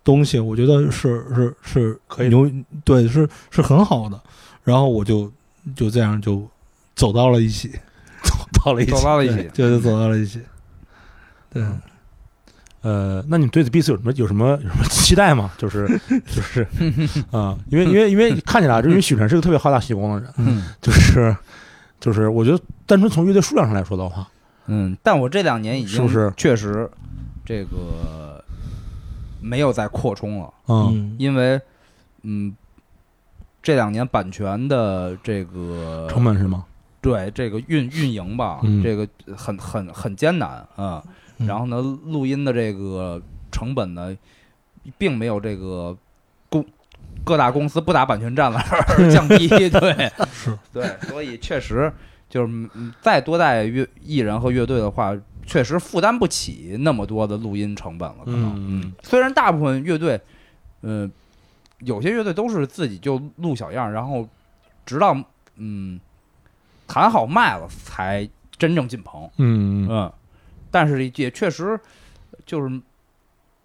Speaker 4: 东西，我觉得是是是
Speaker 3: 可以
Speaker 4: 牛，对，是是很好的。然后我就就这样就走到了一起，
Speaker 3: 到了一起
Speaker 2: 走。到了一
Speaker 4: 对
Speaker 2: 起，嗯
Speaker 4: 就就走到了一起。对，
Speaker 3: 呃，那你们对此彼此有什么有什么有什么期待吗？就是就是啊、因为因为因为看起来，就是因为许晨是个特别好打喜功的人，
Speaker 2: 嗯
Speaker 3: 就是就是我觉得单纯从乐队数量上来说的话，
Speaker 2: 嗯，但我这两年已经
Speaker 3: 是不是
Speaker 2: 确实这个没有再扩充了，
Speaker 3: 嗯
Speaker 4: 嗯，
Speaker 2: 因为嗯，这两年版权的这个
Speaker 3: 成本是吗？
Speaker 2: 对这个运运营吧，
Speaker 3: 嗯
Speaker 2: 这个很很很艰难啊、
Speaker 4: 嗯
Speaker 2: 然后呢，录音的这个成本呢，并没有这个公各大公司不打版权战了 而降 低。对，
Speaker 4: 是
Speaker 2: 对，所以确实就是嗯再多带乐艺人和乐队的话，确实负担不起那么多的录音成本了。可能、
Speaker 3: 嗯
Speaker 2: 虽然大部分乐队，嗯、有些乐队都是自己就录小样，然后直到嗯谈好卖了才真正进棚。
Speaker 3: 嗯
Speaker 2: 嗯，但是也确实就是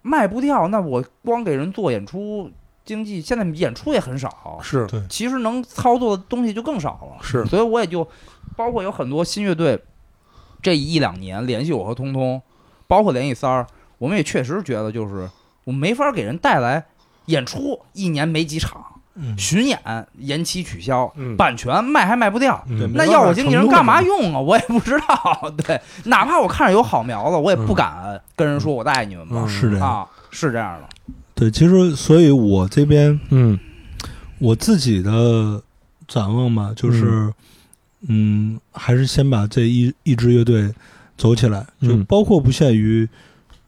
Speaker 2: 卖不掉，那我光给人做演出经济，现在演出也很少，
Speaker 3: 是
Speaker 4: 对，
Speaker 2: 其实能操作的东西就更少了。
Speaker 3: 是
Speaker 2: 所以我也就包括有很多新乐队，这一两年联系我和通通，包括联系三儿，我们也确实觉得就是我没法给人带来演出，一年没几场，
Speaker 4: 嗯
Speaker 2: 巡演延期取消，
Speaker 3: 嗯
Speaker 2: 版权卖还卖不掉。
Speaker 3: 嗯
Speaker 4: 没
Speaker 2: 那
Speaker 4: 办
Speaker 2: 要
Speaker 4: 法
Speaker 2: 我经纪
Speaker 4: 承
Speaker 2: 人
Speaker 4: 诺
Speaker 2: 干嘛
Speaker 4: 嘛
Speaker 2: 用啊？我也不知道。 对，哪怕我看着有好苗子，我也不敢跟人说我带你们嘛。
Speaker 3: 嗯
Speaker 4: 是这样。
Speaker 2: 啊，是这样的。
Speaker 4: 对，其实所以我这边。
Speaker 3: 嗯
Speaker 4: 我自己的展望吧，就是，嗯，还是先把这一一支乐队走起来，就
Speaker 3: 嗯
Speaker 4: 包括不限于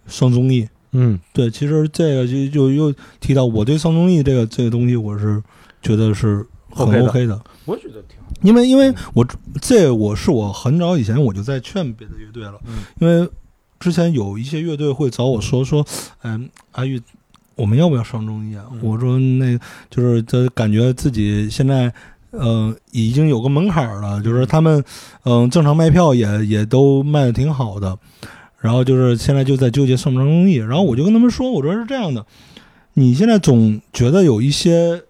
Speaker 4: 上综艺。
Speaker 3: 嗯
Speaker 4: 对，其实这个就就又提到我对上综艺这个这个东西，我是觉得是很
Speaker 3: OK 的
Speaker 4: OK 的，
Speaker 3: 我觉得挺好。
Speaker 4: 因为因为我这我是我很早以前我就在劝别的乐队了，
Speaker 3: 嗯
Speaker 4: 因为之前有一些乐队会找我说说，嗯、阿玉，我们要不要上综艺啊？
Speaker 3: 嗯
Speaker 4: 我说那就是这感觉自己现在。呃，已经有个门槛儿了，就是他们，嗯、正常卖票也也都卖的挺好的，然后就是现在就在纠结上不上综艺，然后我就跟他们说，我说是这样的，你现在总觉得有一些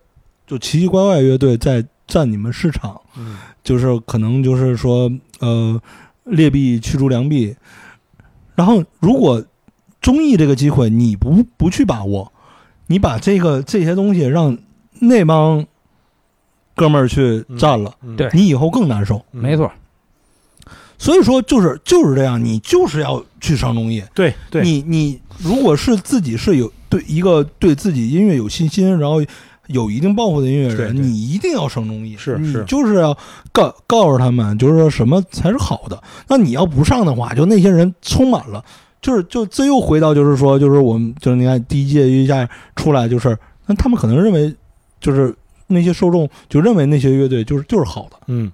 Speaker 4: 就奇奇怪怪的乐队在占你们市场，
Speaker 3: 嗯
Speaker 4: 就是可能就是说，呃，劣币驱逐良币。然后，如果综艺这个机会你不不去把握，你把这个这些东西让那帮哥们儿去占了，
Speaker 3: 嗯
Speaker 2: 对
Speaker 4: 你以后更难受。
Speaker 3: 嗯
Speaker 2: 错，
Speaker 4: 所以说，就是就是这样，你就是要去上综艺。
Speaker 3: 对对
Speaker 4: 你你如果是自己是有对一个对自己音乐有信心，然后有一定抱负的音乐人，
Speaker 3: 对对
Speaker 4: 你一定要上综艺，
Speaker 3: 是
Speaker 4: 你
Speaker 3: 是
Speaker 4: 嗯就是要告告诉他们，就是说什么才是好的。那你要不上的话，就那些人充满了，就是就这又回到就是说，就是我们就是你看第一届一下出来，就是那他们可能认为就是那些受众就认为那些乐队就是就是好的。
Speaker 3: 嗯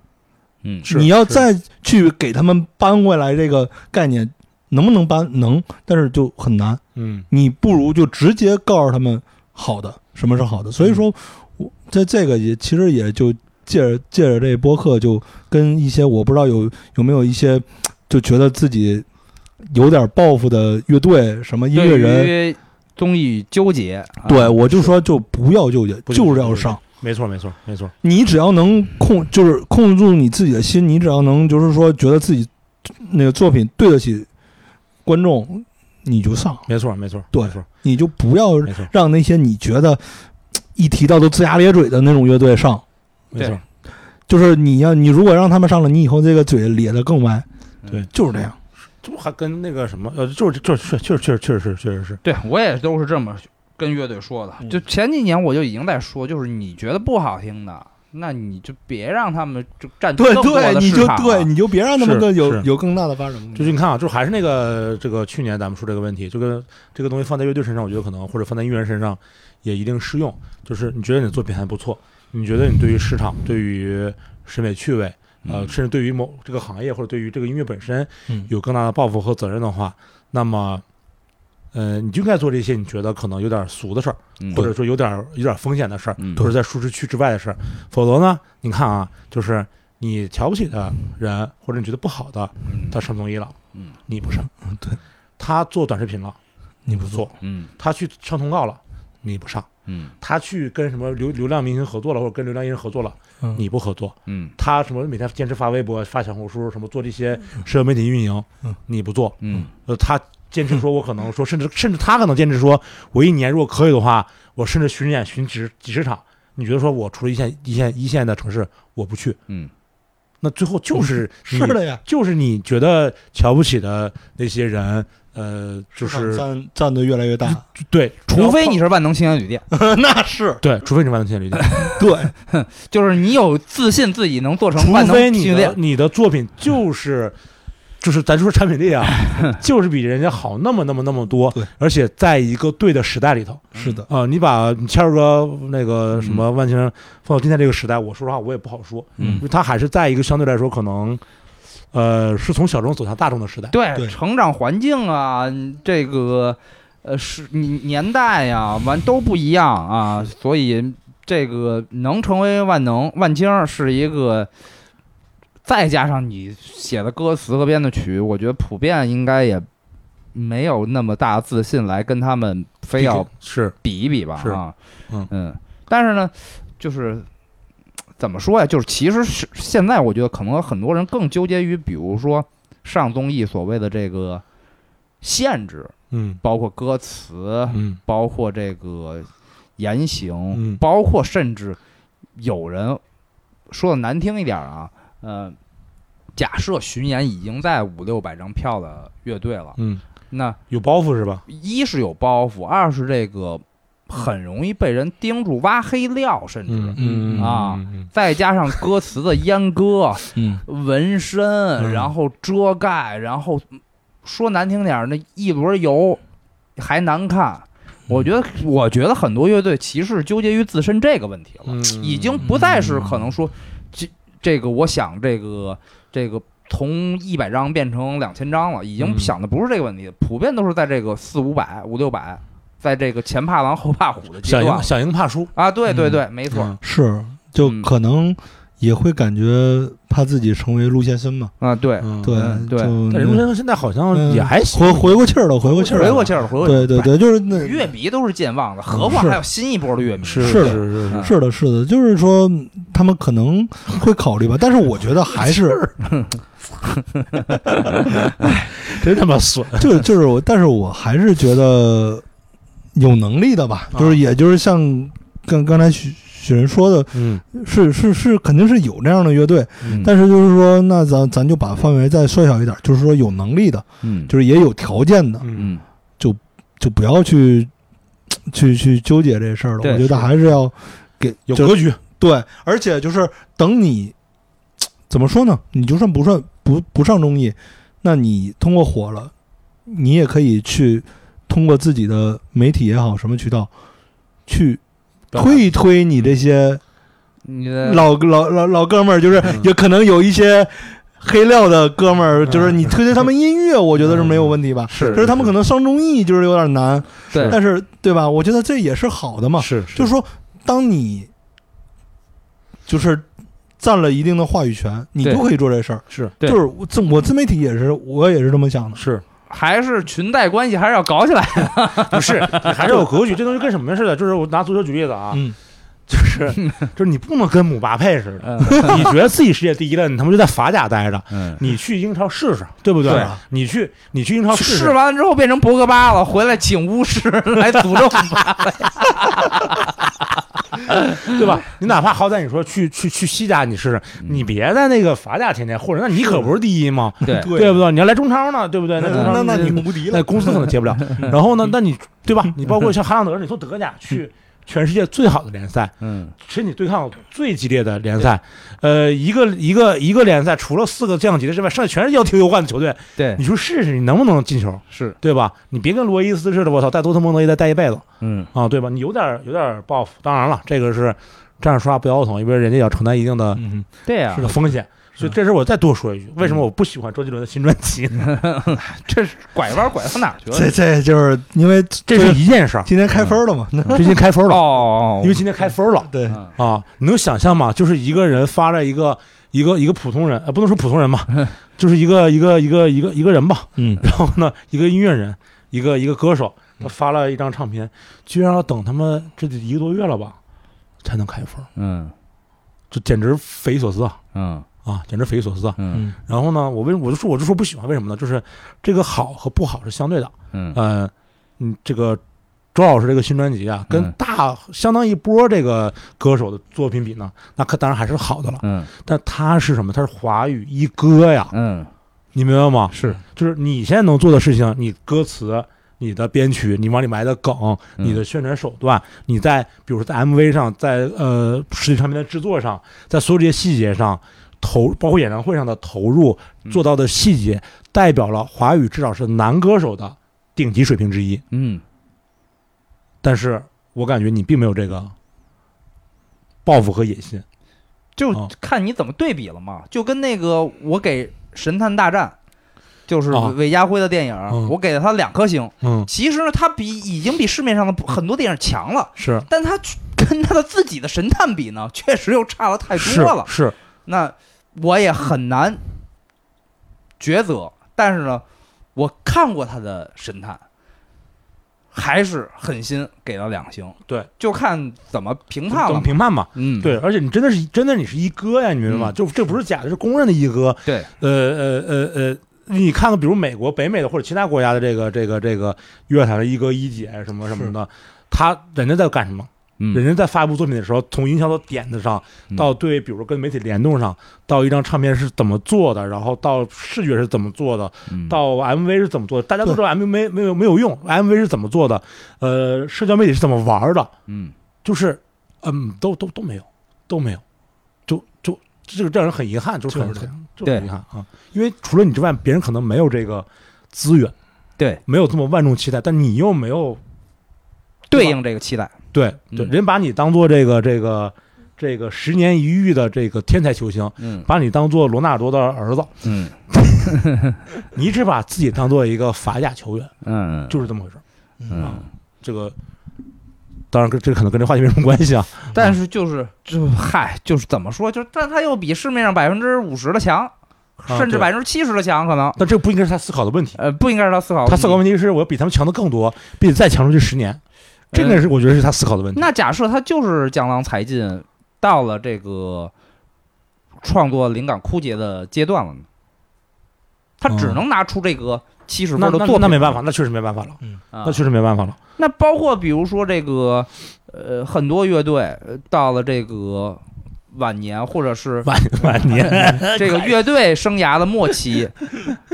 Speaker 2: 嗯，
Speaker 3: 是
Speaker 4: 你要
Speaker 3: 是
Speaker 4: 再去给他们搬回来这个概念，能不能搬？能，但是就很难。
Speaker 3: 嗯
Speaker 4: 你不如就直接告诉他们好的什么是好的。所以说，我在这个也其实也就借着借着这播客，就跟一些我不知道有有没有一些就觉得自己有点抱负的乐队什么音乐人，
Speaker 2: 对于综艺纠结，啊
Speaker 4: 对我就说就不要纠结，
Speaker 3: 不纠结
Speaker 4: 就是要
Speaker 3: 不纠结
Speaker 4: 上。
Speaker 3: 没错没错没错
Speaker 4: 你只要能控，就是控制住你自己的心，你只要能就是说觉得自己那个作品对得起观众，你就上，
Speaker 3: 没错没错
Speaker 4: 对
Speaker 3: 没错
Speaker 4: 你就不要
Speaker 3: 没错
Speaker 4: 让那些你觉得嘖一提到都龇牙咧嘴的那种乐队上。
Speaker 3: 没错，
Speaker 4: 就是你要你如果让他们上了，你以后这个嘴咧得更歪。
Speaker 3: 对
Speaker 4: 就是这样。
Speaker 3: 这不还跟那个什么呃，就是就是确确确确实确实是
Speaker 2: 对我也都是这么跟乐队说
Speaker 4: 嗯
Speaker 2: 的。就前几年我就已经在说，就是你觉得不好听的，那你就别让他们就占据
Speaker 4: 对
Speaker 2: 更多
Speaker 4: 对，
Speaker 2: 的
Speaker 4: 你
Speaker 2: 市
Speaker 4: 就
Speaker 2: 场了
Speaker 4: 对，你就别让他们
Speaker 3: 是
Speaker 4: 更有
Speaker 3: 是
Speaker 4: 有更大的发展空
Speaker 3: 就是
Speaker 4: 间。
Speaker 3: 你看啊，就还是那个这个去年咱们说这个问题，就跟这个东西放在乐队身上，我觉得可能或者放在音乐人身上也一定适用。就是你觉得你的作品还不错，你觉得你对于市场、对于审美趣味，
Speaker 2: 嗯
Speaker 3: 呃，甚至对于某这个行业或者对于这个音乐本身
Speaker 4: 嗯
Speaker 3: 有更大的抱负和责任的话，那么呃，你就应该做这些你觉得可能有点俗的事儿，
Speaker 2: 嗯
Speaker 3: 或者说有点有点风险的事儿，
Speaker 2: 嗯
Speaker 3: 都是在舒适区之外的事儿。否则呢，你看啊，就是你瞧不起的人，或者你觉得不好的，他上综艺了，
Speaker 2: 嗯，
Speaker 3: 你不上；
Speaker 4: 嗯对，
Speaker 3: 他做短视频了，
Speaker 4: 你
Speaker 3: 不
Speaker 4: 不
Speaker 3: 做；
Speaker 2: 嗯
Speaker 3: 他去上通告了，你不上；
Speaker 2: 嗯
Speaker 3: 他去跟什么流流量明星合作了，或者跟流量艺人合作了，
Speaker 4: 嗯
Speaker 3: 你不合作；
Speaker 2: 嗯
Speaker 3: 他什么每天坚持发微博、发小红书，什么做这些社交媒体运营，
Speaker 4: 嗯
Speaker 3: 你不做。
Speaker 2: 嗯
Speaker 3: 呃，他坚持说，我可能说，甚至甚至他可能坚持说，我一年如果可以的话，我甚至巡演巡几十几十场。你觉得说我除了一线一线一线的城市，我不去，
Speaker 2: 嗯
Speaker 3: 那最后就是你
Speaker 4: 是的呀，
Speaker 3: 就是你觉得瞧不起的那些人，呃，就是
Speaker 4: 占占的越来越大，
Speaker 3: 对，
Speaker 2: 除非你是万能青年旅店，
Speaker 4: 那是
Speaker 3: 对，除非你万能青 年旅店，
Speaker 4: 对，
Speaker 2: 就是你有自信自己能做成
Speaker 3: 除
Speaker 2: 万能
Speaker 3: 非
Speaker 2: 青
Speaker 3: 你
Speaker 2: 年旅
Speaker 3: 的
Speaker 2: 店。
Speaker 3: 你的作品就是就是咱说产品 力啊，就是比人家好那么那么那么多
Speaker 4: 对，
Speaker 3: 而且在一个对的时代里头，
Speaker 4: 是的，
Speaker 3: 啊、你把你谦儿哥那个什么万青放到今天这个时代，我说实话我也不好说，
Speaker 2: 嗯
Speaker 3: 因为他还是在一个相对来说可能，呃，是从小众走向大众的时代。
Speaker 2: 对，
Speaker 4: 对
Speaker 2: 成长环境啊，这个呃是年年代呀、完都不一样啊，所以这个能成为万能万青儿是一个，再加上你写的歌词和编的曲，我觉得普遍应该也没有那么大自信来跟他们非要
Speaker 3: 是
Speaker 2: 比一比吧，
Speaker 3: 是
Speaker 2: 啊，
Speaker 3: 嗯
Speaker 2: 但是呢，就是怎么说呀？就是其实是现在，我觉得可能很多人更纠结于，比如说上综艺所谓的这个限制，
Speaker 3: 嗯
Speaker 2: 包括歌词，
Speaker 3: 嗯
Speaker 2: 包括这个言行，
Speaker 3: 嗯
Speaker 2: 包括甚至有人说的难听一点啊，呃，假设巡演已经在五六百张票的乐队了，
Speaker 3: 嗯，
Speaker 2: 那
Speaker 3: 有包袱是吧？
Speaker 2: 一是有包袱，二是这个很容易被人盯住挖黑料，甚至、
Speaker 3: 嗯
Speaker 4: 嗯
Speaker 3: 嗯
Speaker 2: 啊
Speaker 3: 嗯嗯
Speaker 2: 再加上歌词的阉割、
Speaker 4: 嗯，
Speaker 2: 纹身，然后遮盖，然后说难听点儿，那一轮油还难看。我觉得，我觉得很多乐队其实纠结于自身这个问题了，
Speaker 3: 嗯
Speaker 2: 已经不再是可能说，这这个我想这个这个从一百张变成两千张了，已经
Speaker 3: 嗯
Speaker 2: 想的不是这个问题，普遍都是在这个四五百、五六百，在这个前怕狼后怕虎的阶
Speaker 3: 小
Speaker 2: 段
Speaker 3: 赢小赢怕输，
Speaker 2: 啊，对对对，没错
Speaker 3: 嗯
Speaker 4: 是就
Speaker 2: 嗯
Speaker 4: 可能也会感觉怕自己成为陆先生嘛，
Speaker 2: 啊，对，
Speaker 3: 嗯，
Speaker 4: 对
Speaker 2: 嗯对
Speaker 4: 就
Speaker 3: 但是陆先生现在好像
Speaker 4: 嗯
Speaker 3: 也还行，
Speaker 4: 回回过气儿了，回过气儿了，
Speaker 2: 回过气儿，回过气儿，
Speaker 4: 对对对，就是那
Speaker 2: 乐迷都是健忘的，何况
Speaker 4: 是
Speaker 2: 还有新一波的乐迷
Speaker 3: 是
Speaker 4: 是
Speaker 3: 是
Speaker 4: 的
Speaker 3: 是是
Speaker 2: 嗯
Speaker 4: 是的，是的，就是说嗯他们可能会考虑吧，但是我觉得还是
Speaker 3: 真他妈损，
Speaker 4: 就就是我，但是我还是觉得有能力的吧，就是也就是像刚刚才许许人说的，
Speaker 3: 嗯，
Speaker 4: 是是是，肯定是有这样的乐队，
Speaker 3: 嗯
Speaker 4: 但是就是说，那咱咱就把范围再缩小一点，就是说有能力的，
Speaker 2: 嗯
Speaker 4: 就是也有条件的，
Speaker 3: 嗯
Speaker 2: 嗯
Speaker 4: 就不要去去去纠结这事儿了。
Speaker 2: 对
Speaker 4: 我觉得还是要给
Speaker 3: 有
Speaker 4: 就
Speaker 3: 格局，
Speaker 4: 对，而且就是等你怎么说呢？你就算不算不不上综艺，那你通过火了，你也可以去通过自己的媒体也好，什么渠道去推一推你这些
Speaker 2: 你
Speaker 3: 嗯
Speaker 2: 的
Speaker 4: 老老老老哥们儿，就是有可能有一些。黑料的哥们儿，
Speaker 3: 嗯
Speaker 4: 就是你推推他们音乐，我觉得是没有问题吧。
Speaker 3: 是
Speaker 4: 就是他们可能上综艺就是有点难，
Speaker 2: 对
Speaker 4: 但是对吧？我觉得这也是好的嘛。
Speaker 3: 嗯是
Speaker 4: 嗯就是说，当你就是占了一定的话语权，你
Speaker 2: 对
Speaker 4: 就可以做这事儿。
Speaker 3: 是
Speaker 2: 对
Speaker 4: 就是我自我自媒体也是，我也是这么想的。
Speaker 3: 是，
Speaker 2: 还是裙带关系还是要搞起来，
Speaker 3: 不是你还是有格局，这东西跟什么似的？就是我拿足球举例子啊，
Speaker 4: 嗯，
Speaker 3: 就是就是你不能跟姆巴佩似的，
Speaker 2: 嗯
Speaker 3: 你觉得自己世界第一了，你他妈就在法甲待着，
Speaker 2: 嗯，
Speaker 3: 你去英超试试，对不
Speaker 4: 对
Speaker 3: 你去你去英超试
Speaker 2: 啊试
Speaker 3: 试，
Speaker 2: 完之后变成博格巴了，回来请巫师来诅 咒你，
Speaker 3: 对吧？你哪怕好歹你说去去去西甲你试试，
Speaker 4: 嗯
Speaker 3: 你别在那个法甲天天混着，那你可不是第一吗？
Speaker 2: 对
Speaker 3: 啊对不对？你要来中超呢，对不对？
Speaker 4: 那
Speaker 3: 那中超
Speaker 4: 那那嗯你无敌
Speaker 3: 那
Speaker 4: 了。
Speaker 3: 工资可能 接不了。然后呢，那你对吧？你包括像哈兰德，你从德甲
Speaker 4: 嗯
Speaker 3: 去全世界最好的联赛，
Speaker 2: 嗯，
Speaker 3: 身体对抗最激烈的联赛，呃，一个一个一个联赛，除了四个降级的之外，剩下全是要踢又换的球队。
Speaker 2: 对，
Speaker 3: 你说试试，你能不能进球，
Speaker 2: 是，
Speaker 3: 对吧？你别跟罗伊斯似的，我操，带多特蒙德也得带一辈子
Speaker 2: 嗯，
Speaker 3: 啊，对吧？你有点有点抱负。当然了，这个是站着说话不腰疼，因为人家也要承担一定的
Speaker 4: 嗯，
Speaker 2: 对呀
Speaker 3: 是，的风险。所以这事儿我再多说一句，为什么我不喜欢周杰伦的新专辑呢？
Speaker 2: 这是拐弯拐到哪儿去了？
Speaker 4: 这这就是因为
Speaker 3: 这是一件事 儿。
Speaker 4: 今天开分了嘛？那
Speaker 3: 嗯最近开分
Speaker 2: 哦
Speaker 3: 了，
Speaker 2: 哦，哦
Speaker 3: 因为今天开分了
Speaker 4: 对，
Speaker 2: 嗯
Speaker 3: 啊！你能想象吗？就是一个人发了一个一个一个普通人，呃，不能说普通人吧，就是一个一个一个一个一个人吧。
Speaker 4: 嗯，
Speaker 3: 然 后呢，一个音乐人，一个一个歌手，他发了一张唱片，居然要等他们这得一个多月了吧，才能开分，
Speaker 2: 嗯
Speaker 3: 这简直匪夷所思啊！
Speaker 2: 嗯
Speaker 3: 啊，简直匪夷所思啊！
Speaker 2: 嗯
Speaker 4: 嗯
Speaker 3: 然后呢，我为我就说我就说不喜欢，为什么呢？就是这个好和不好是相对的。
Speaker 2: 嗯
Speaker 3: 呃，嗯，这个周老师这个新专辑啊，跟
Speaker 2: 嗯
Speaker 3: 大相当一波这个歌手的作品比呢，那可当然还是好的了。
Speaker 2: 嗯
Speaker 3: 但他是什么？他是华语一哥呀，
Speaker 2: 嗯，
Speaker 3: 你明白吗？
Speaker 2: 是
Speaker 3: 就是你现在能做的事情，你歌词、你的编曲、你往里埋的梗、
Speaker 2: 嗯
Speaker 3: 你的宣传手段，你在比如说在 MV 上，在呃实体唱片的制作上，在所有这些细节上投，包括演唱会上的投入
Speaker 2: 嗯
Speaker 3: 做到的细节，代表了华语至少是男歌手的顶级水平之一。
Speaker 2: 嗯
Speaker 3: 但是我感觉你并没有这个抱负和野心。
Speaker 2: 就
Speaker 3: 哦
Speaker 2: 看你怎么对比了嘛。就跟那个我给《神探大战》，就是
Speaker 3: 哦
Speaker 2: 韦家辉的电影，
Speaker 3: 嗯
Speaker 2: 我给了他两颗星。
Speaker 3: 嗯，
Speaker 2: 其实呢，他比已经比市面上的不很多电影强了，
Speaker 3: 是
Speaker 2: 但他去跟他的自己的神探比呢，确实又差了太
Speaker 3: 是
Speaker 2: 多了。
Speaker 3: 是，
Speaker 2: 那我也很难抉择，但是呢，我看过他的神探，还是狠心给了两星。
Speaker 3: 对，
Speaker 2: 就看怎么评判了
Speaker 3: 怎么
Speaker 2: 嘛。
Speaker 3: 评判嘛？
Speaker 2: 嗯，
Speaker 3: 对，而且你真的是真的你是一哥呀，你明白吗？
Speaker 2: 嗯
Speaker 3: 就这不是假的，是公认的一哥。
Speaker 2: 对，
Speaker 3: 呃呃呃呃，你看看，比如美国、北美的或者其他国家的这个这个这个乐坛的一哥一姐什么什么的，他人家在干什么？人
Speaker 2: 嗯
Speaker 3: 家在发布作品的时候，从营销的点子上，
Speaker 2: 嗯
Speaker 3: 到对比如说跟媒体联动上，到一张唱片是怎么做的，然后到视觉是怎么做的，
Speaker 2: 嗯
Speaker 3: 到 MV 是怎么做的，大家都知道 MV 没没有没有用，MV 是怎么做的，呃，社交媒体是怎么玩的，
Speaker 2: 嗯
Speaker 3: 就是嗯，都都都没有，都没有，就就这个让人很遗憾，就是很
Speaker 4: 就是这
Speaker 3: 很就
Speaker 2: 对
Speaker 3: 很遗憾啊，因为除了你之外，别人可能没有这个资源，
Speaker 2: 对，
Speaker 3: 没有这么万众期待，但你又没有
Speaker 2: 对应这个期待。
Speaker 3: 对对，
Speaker 2: 嗯
Speaker 3: 人把你当做这个这个这个十年一遇的这个天才球星，
Speaker 2: 嗯
Speaker 3: 把你当做罗纳尔多的儿子，
Speaker 2: 嗯
Speaker 3: 你只把自己当做一个法甲球员，
Speaker 2: 嗯，
Speaker 3: 就是这么回事儿。
Speaker 2: 嗯，
Speaker 3: 这个当然跟这可能跟这话题没什么关系啊，
Speaker 2: 但是就是就嗨，就是怎么说，就是但他又比市面上百分之五十的强，
Speaker 3: 啊
Speaker 2: 甚至
Speaker 3: 对
Speaker 2: 百分之七十的强，可能
Speaker 3: 但这不应该是他思考的问题。
Speaker 2: 呃不应该是他思考。
Speaker 3: 他思考问题是我要比他们强的更多，并且再强出去十年，这个是我觉得是他思考的问
Speaker 2: 嗯
Speaker 3: 题。
Speaker 2: 那假设他就是江郎才尽，到了这个创作灵感枯竭的阶段了呢？他只能拿出这个七十
Speaker 3: 哦那
Speaker 2: 分的
Speaker 3: 那
Speaker 2: 作品
Speaker 3: 那没办法，，那确实没办法了，
Speaker 2: 啊
Speaker 3: 那确实没办法 了。
Speaker 2: 那包括比如说这个，呃，很多乐队呃到了这个晚年，或者是
Speaker 3: 晚 晚年，
Speaker 2: 这个乐队生涯的末期，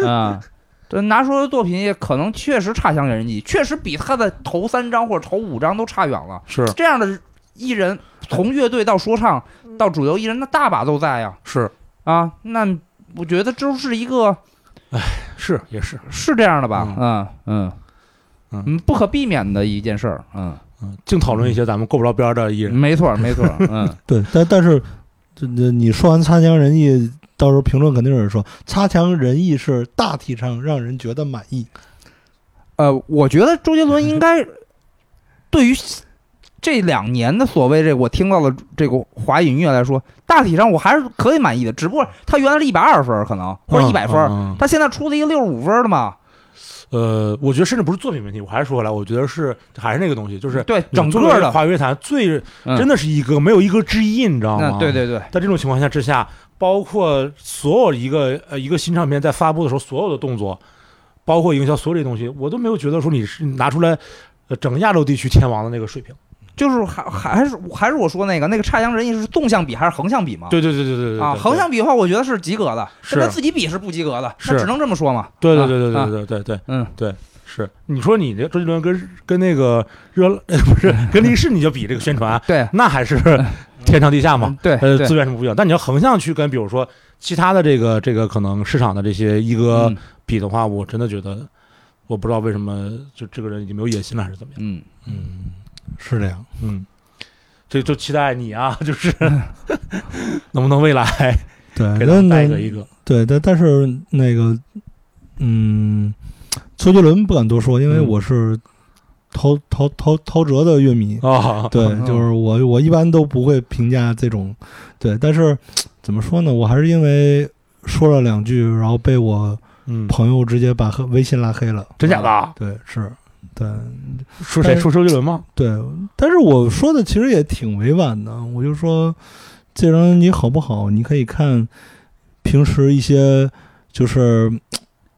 Speaker 2: 啊、这拿出的作品也可能确实差强人意，确实比他的头三张或者头五张都差远了。
Speaker 3: 是
Speaker 2: 这样的艺人，从乐队到说唱到主流艺人，那大把都在呀。
Speaker 3: 是
Speaker 2: 啊，那我觉得这是一个
Speaker 3: 是也是，
Speaker 2: 是这样的吧？嗯嗯
Speaker 3: 嗯
Speaker 2: 不可避免的一件事儿。嗯，
Speaker 3: 嗯，净讨论一些咱们够不着边儿的艺人。
Speaker 2: 没错没错。 嗯，
Speaker 4: 对，但但是这这你说完差强人意，到时候评论肯定有人说差强人意是大体上让人觉得满意。
Speaker 2: 呃，我觉得周杰伦应该对于这两年的所谓这我听到了这个华语音乐来说，大体上我还是可以满意的，只不过他原来是一百二分儿可能或者一百分儿，
Speaker 3: 嗯嗯嗯
Speaker 2: 他现在出了一个六十五分儿的嘛，
Speaker 3: 呃，我觉得甚至不是作品问题，我还是说回来，我觉得是还是那个东西，就是
Speaker 2: 对
Speaker 3: 你
Speaker 2: 整
Speaker 3: 作为
Speaker 2: 个的，
Speaker 3: 华语乐坛最
Speaker 2: 嗯
Speaker 3: 真的是一哥，没有一哥之一，你知道吗？
Speaker 2: 嗯，对。对对，
Speaker 3: 在这种情况下之下，包括所有一个呃一个新唱片在发布的时候所有的动作，包括营销所有这些东西，我都没有觉得说你是拿出来，呃，整个亚洲地区天王的那个水平。
Speaker 2: 就是还还是还是我说那个那个差强人意是纵向比还是横向比嘛？
Speaker 3: 对对对对对对
Speaker 2: 啊，
Speaker 3: 对
Speaker 2: 横向比的话，我觉得是及格的，跟他
Speaker 3: 是
Speaker 2: 自己比是不及格的，
Speaker 3: 是
Speaker 2: 那只能这么说嘛。
Speaker 3: 对对对对
Speaker 2: 啊
Speaker 3: 对，对对对，
Speaker 2: 嗯
Speaker 3: 对是。你说你这周杰伦跟跟那个热呃不是跟力士你就比这个宣传，
Speaker 2: 对，
Speaker 3: 那还是天上地下嘛
Speaker 2: 嗯。对
Speaker 3: 呃，
Speaker 2: 对
Speaker 3: 资源是不一样，但你要横向去跟，比如说其他的这个这个可能市场的这些一哥
Speaker 2: 嗯
Speaker 3: 比的话，我真的觉得，我不知道为什么就这个人已经没有野心了，还是怎么样。
Speaker 2: 嗯，
Speaker 4: 嗯，是这样。
Speaker 3: 嗯，这就期待你啊，就是能不能未来
Speaker 4: 对，
Speaker 3: 给
Speaker 4: 那
Speaker 3: 咱们
Speaker 4: 那
Speaker 3: 带一个一个。
Speaker 4: 对，但但是那个，嗯，周杰伦不敢多说，因为
Speaker 3: 嗯
Speaker 4: 我是陶陶陶陶喆的乐迷。
Speaker 3: 啊，
Speaker 4: 对，
Speaker 2: 嗯
Speaker 4: 就是我我一般都不会评价这种，对，但是怎么说呢？我还是因为说了两句，然后被我
Speaker 3: 嗯，
Speaker 4: 朋友直接把黑微信拉黑了。
Speaker 3: 真假的
Speaker 2: 嗯
Speaker 3: 啊？
Speaker 4: 对，是，对
Speaker 3: 说谁
Speaker 4: 但是
Speaker 3: 说周杰伦吗？
Speaker 4: 对，但是我说的其实也挺委婉的，我就说，这人你好不好？你可以看平时一些就是嘖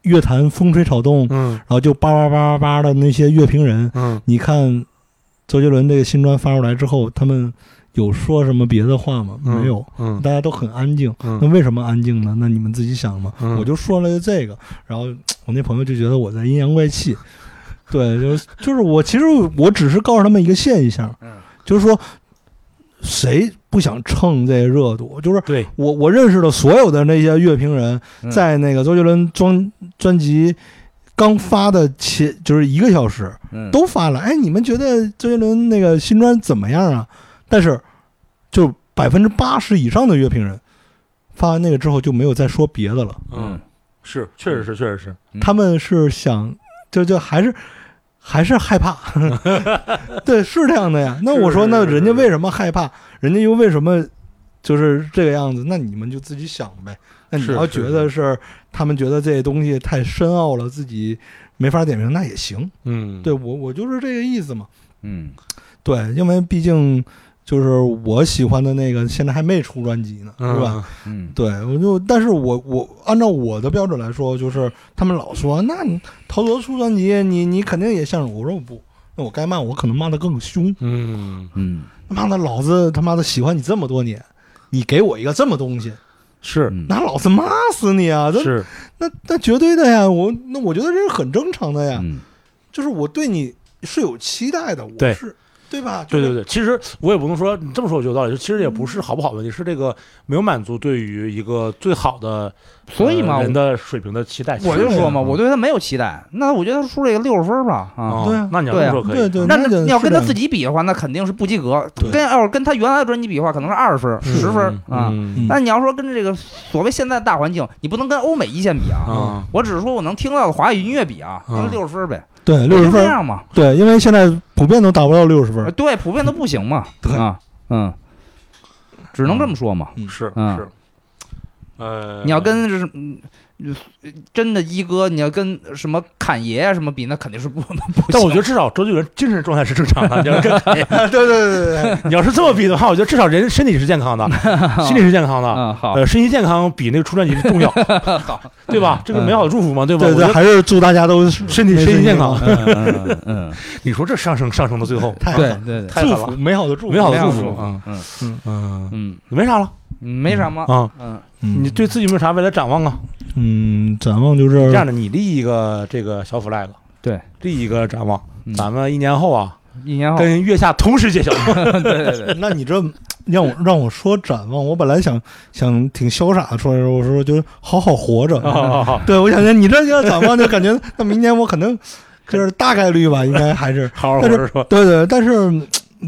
Speaker 4: 乐坛风吹草动，然
Speaker 3: 嗯
Speaker 4: 后就叭叭叭叭叭的那些乐评人，
Speaker 3: 嗯
Speaker 4: 你看周杰伦这个新专发出来之后，他们有说什么别的话吗？
Speaker 3: 嗯
Speaker 4: 没有，
Speaker 3: 嗯
Speaker 4: 大家都很安静。那
Speaker 3: 嗯
Speaker 4: 为什么安静呢？那你们自己想嘛。
Speaker 3: 嗯
Speaker 4: 我就说了这个，然后嘖我那朋友就觉得我在阴阳怪气。对，就是就是我其实我只是告诉他们一个现象，
Speaker 2: 嗯
Speaker 4: 就是说谁不想蹭这热度？就是
Speaker 3: 对，
Speaker 4: 我我认识的所有的那些乐评人，
Speaker 2: 嗯
Speaker 4: 在那个周杰伦专专辑刚发的前就是一个小时
Speaker 2: 嗯
Speaker 4: 都发了，哎，你们觉得周杰伦那个新专怎么样啊？但是就百分之八十以上的乐评人发完那个之后就没有再说别的了，
Speaker 3: 嗯，是，确实是，确实是，
Speaker 2: 嗯
Speaker 4: 他们是想就就还是。还是害怕， 对，是这样的呀。那我说，
Speaker 3: 是
Speaker 4: 那
Speaker 3: 是是
Speaker 4: 人家为什么害怕？人家又为什么就是这个样子？那你们就自己想呗。那你
Speaker 3: 是
Speaker 4: 要
Speaker 3: 是
Speaker 4: 觉得是他们觉得这东西太深奥了，自己没法点评，那也行。
Speaker 3: 嗯，
Speaker 4: 对我，我就是这个意思嘛。
Speaker 2: 嗯
Speaker 4: 对，因为毕竟就是我喜欢的那个，现在还没出专辑呢，
Speaker 3: 嗯，
Speaker 4: 是吧？
Speaker 2: 嗯
Speaker 4: 对，我就，但是我我按照我的标准来说，就是他们老说，那你陶喆出专辑，你你肯定也像我，我说我不，那我该骂我可能骂的更凶，
Speaker 3: 嗯，
Speaker 2: 嗯
Speaker 4: 骂的老子他妈的喜欢你这么多年，你给我一个这么东西，
Speaker 3: 是
Speaker 2: 嗯
Speaker 4: 那老子骂死你啊！这
Speaker 3: 是，
Speaker 4: 那那绝对的呀，我那我觉得这是很正常的呀，
Speaker 2: 嗯
Speaker 4: 就是我对你是有期待的，我
Speaker 3: 对
Speaker 4: 是对吧？
Speaker 3: 对对
Speaker 4: 对，
Speaker 3: 对，其实我也不能说你这么说有道理，其实也不是好不好的
Speaker 2: 嗯
Speaker 3: 问题，是这个没有满足对于一个最好的
Speaker 2: 所以嘛
Speaker 3: 呃人
Speaker 2: 我
Speaker 3: 的水平的期待。
Speaker 2: 我
Speaker 3: 其
Speaker 2: 就
Speaker 3: 实是嗯
Speaker 2: 说嘛，我对他没有期待，那我觉得他出了一个六十分吧啊
Speaker 3: 哦。
Speaker 4: 对啊
Speaker 3: 那你要
Speaker 2: 对啊
Speaker 3: 这么说可以，
Speaker 4: 对对
Speaker 2: 那
Speaker 4: 那个
Speaker 2: 那要跟
Speaker 4: 是
Speaker 2: 他
Speaker 4: 的
Speaker 2: 自己比的话，那肯定是不及格。
Speaker 4: 对
Speaker 2: 跟要是跟他原来的专辑比的话，可能是二十分、
Speaker 3: 嗯
Speaker 2: 十分啊。
Speaker 3: 嗯
Speaker 2: 但你要说跟这个所谓现在大环境，你不能跟欧美一线比啊。
Speaker 3: 啊，
Speaker 2: 我只是说我能听到的华语音乐比啊，
Speaker 3: 嗯
Speaker 2: 那就六十分呗，
Speaker 4: 对六十
Speaker 2: 就这
Speaker 4: 分，
Speaker 2: 样嘛。
Speaker 4: 对，因为现在普遍都达不到六十
Speaker 2: 呃
Speaker 4: 分，
Speaker 2: 对，普遍都不行嘛。
Speaker 4: 对
Speaker 2: 啊，嗯，只能这么说嘛。
Speaker 3: 是
Speaker 2: 嗯
Speaker 3: 是，呃，
Speaker 2: 你要跟是嗯真的一哥，你要跟什么侃爷啊什么比，那肯定是不能不行。
Speaker 3: 但我觉得至少周杰伦精神状态是正常的。你 要跟
Speaker 4: 对对对对对，
Speaker 3: 你要是这么比的话，我觉得至少人身体是 健康的，心理是健康的。
Speaker 2: 嗯好，
Speaker 3: 呃，身心健康比那个出专辑重要，
Speaker 2: 好，嗯
Speaker 3: 对吧？这个美好的祝福嘛，对吧？
Speaker 4: 对
Speaker 3: 我觉
Speaker 4: 对，
Speaker 3: 得
Speaker 4: 还是祝大家都
Speaker 3: 身体身体健
Speaker 4: 啊
Speaker 3: 康。
Speaker 2: 嗯嗯嗯，
Speaker 3: 你说这上升上升到最后，
Speaker 4: 太
Speaker 2: 对对对，
Speaker 3: 太
Speaker 4: 祝
Speaker 3: 好
Speaker 4: 福
Speaker 3: 了
Speaker 4: 美好的祝福，
Speaker 3: 美好
Speaker 2: 这
Speaker 3: 的
Speaker 2: 样
Speaker 3: 祝
Speaker 2: 说
Speaker 3: 福啊，
Speaker 2: 嗯
Speaker 3: 嗯，
Speaker 2: 嗯，
Speaker 3: 没啥了
Speaker 2: 没什么，
Speaker 3: 啊。
Speaker 2: 嗯
Speaker 4: 嗯
Speaker 3: 你对自己有没有啥未来展望啊？
Speaker 4: 嗯，展望就是
Speaker 3: 这样的，你立一个这个小 flag，
Speaker 2: 对，
Speaker 3: 立一个展望，
Speaker 2: 嗯
Speaker 3: 咱们一年后啊，
Speaker 2: 一年后，
Speaker 3: 跟月下同时揭晓。
Speaker 2: 对 对对，
Speaker 4: 那你这让我让我说展望，我本来想想挺潇洒的说一说，我说就是好好活着。
Speaker 3: 啊啊啊
Speaker 4: 对，我想想你这要展望，就感觉那明年我可能就是大概率吧，应该还是
Speaker 3: 好好活着说，
Speaker 4: 对对。但是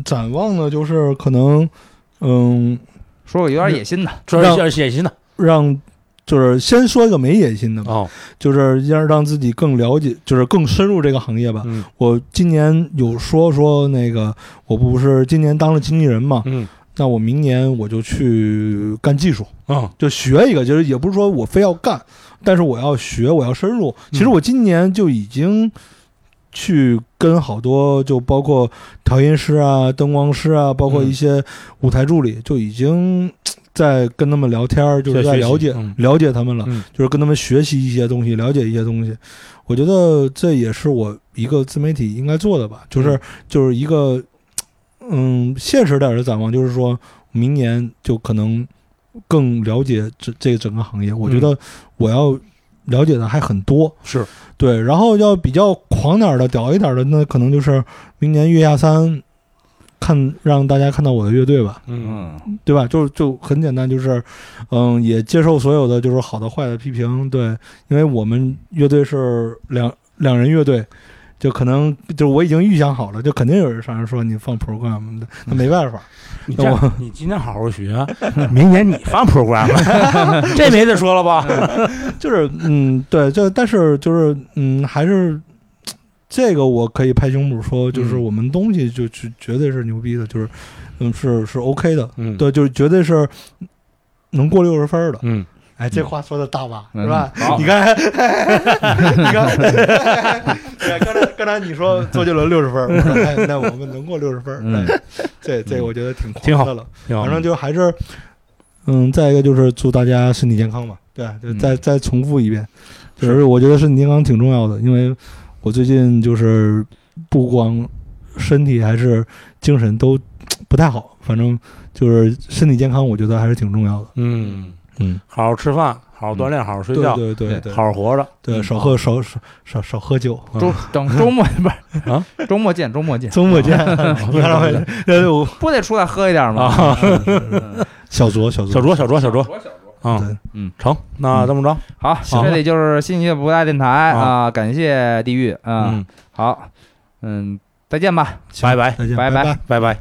Speaker 4: 展望呢，就是可能嗯，
Speaker 2: 说我有点野心的，
Speaker 3: 主要是野心的
Speaker 4: 让就是先说一个没野心的吧，
Speaker 3: 哦，
Speaker 4: 就是要让自己更了解，就是更深入这个行业吧。
Speaker 3: 嗯
Speaker 4: 我今年有说说那个，我不是今年当了经纪人嘛，
Speaker 3: 嗯
Speaker 4: 那我明年我就去干技术，
Speaker 3: 嗯
Speaker 4: 就学一个，就是也不是说我非要干，但是我要学，我要深入。
Speaker 3: 嗯
Speaker 4: 其实我今年就已经去跟好多，就包括调音师啊、灯光师啊，包括
Speaker 3: 嗯
Speaker 4: 一些舞台助理，就已经嘖在跟他们聊天儿，就是
Speaker 3: 在
Speaker 4: 在
Speaker 3: 学习
Speaker 4: 了解、
Speaker 3: 嗯
Speaker 4: 了解他们了，
Speaker 3: 嗯
Speaker 4: 就是跟他们学习一些东西，了解一些东西。我觉得这也是我一个自媒体应该做的吧，就是、
Speaker 3: 嗯
Speaker 4: 就是一个嗯现实点儿的展望，就是说明年就可能更了解这这整个行业。我觉得我要了解的还很多，
Speaker 3: 嗯是
Speaker 4: 对。然后要比较狂点儿的、屌一点儿的，那可能就是明年月下三看让大家看到我的乐队吧，
Speaker 3: 嗯
Speaker 2: 嗯
Speaker 4: 对吧？就就很简单，就是嗯，也接受所有的就是好的坏的批评，对，因为我们乐队是两两人乐队。就可能就我已经预想好了，就肯定有人上来说你放 program 的，那没办法，
Speaker 3: 你这样，你今天好好学，明年你放 program，这没得说了吧？
Speaker 4: 就是嗯，对，就但是就是嗯，还是这个我可以拍胸脯说，就是
Speaker 3: 嗯
Speaker 4: 我们东西就绝绝对是牛逼的，就是嗯是是 OK 的，
Speaker 3: 嗯，，
Speaker 4: 对，就是绝对是能过六十分儿的。
Speaker 3: 嗯，
Speaker 4: 哎，这话说的大吧，
Speaker 2: 嗯
Speaker 4: 是吧？
Speaker 2: 好
Speaker 4: 你看， 你看，对刚才刚才你说周杰伦六十分儿，我说哎那我们能过六十分儿，
Speaker 2: 嗯
Speaker 4: 哎这这个我觉得挺
Speaker 3: 挺
Speaker 4: 狂
Speaker 3: 好
Speaker 4: 的了。
Speaker 3: 挺好
Speaker 4: 反正就还是，嗯，再一个就是祝大家身体健康吧。对，就再、再重复一遍，就是我觉得身体健康挺重要的，因为我最近就是不光身体还是精神都不太好，反正就是身体健康，我觉得还是挺重要的。
Speaker 3: 嗯，
Speaker 4: 嗯，
Speaker 3: 好好吃饭，好好锻炼，好好睡
Speaker 4: 对
Speaker 3: 觉，
Speaker 4: 对对
Speaker 2: 对
Speaker 4: 对
Speaker 3: 好好活着。
Speaker 4: 对，少喝少少少少喝酒。
Speaker 2: 周等周末不是
Speaker 3: 啊，
Speaker 2: 周末见，周末见，
Speaker 4: 周末见，你看到没？呃，我
Speaker 2: 不得出来喝一点吗？
Speaker 3: 啊，
Speaker 4: 小酌小酌
Speaker 3: 小卓，小卓，小卓，啊
Speaker 4: 对，
Speaker 2: 嗯，
Speaker 3: 成，那这么着，
Speaker 2: 好，
Speaker 3: 行
Speaker 2: 这里就是新一期的不大电台
Speaker 3: 啊
Speaker 2: 啊，感谢地狱啊，
Speaker 3: 嗯，
Speaker 2: 好，嗯，再见吧。
Speaker 4: 行
Speaker 3: 拜拜，
Speaker 4: 再见，
Speaker 2: 拜
Speaker 4: 拜
Speaker 2: 拜。
Speaker 3: 拜拜。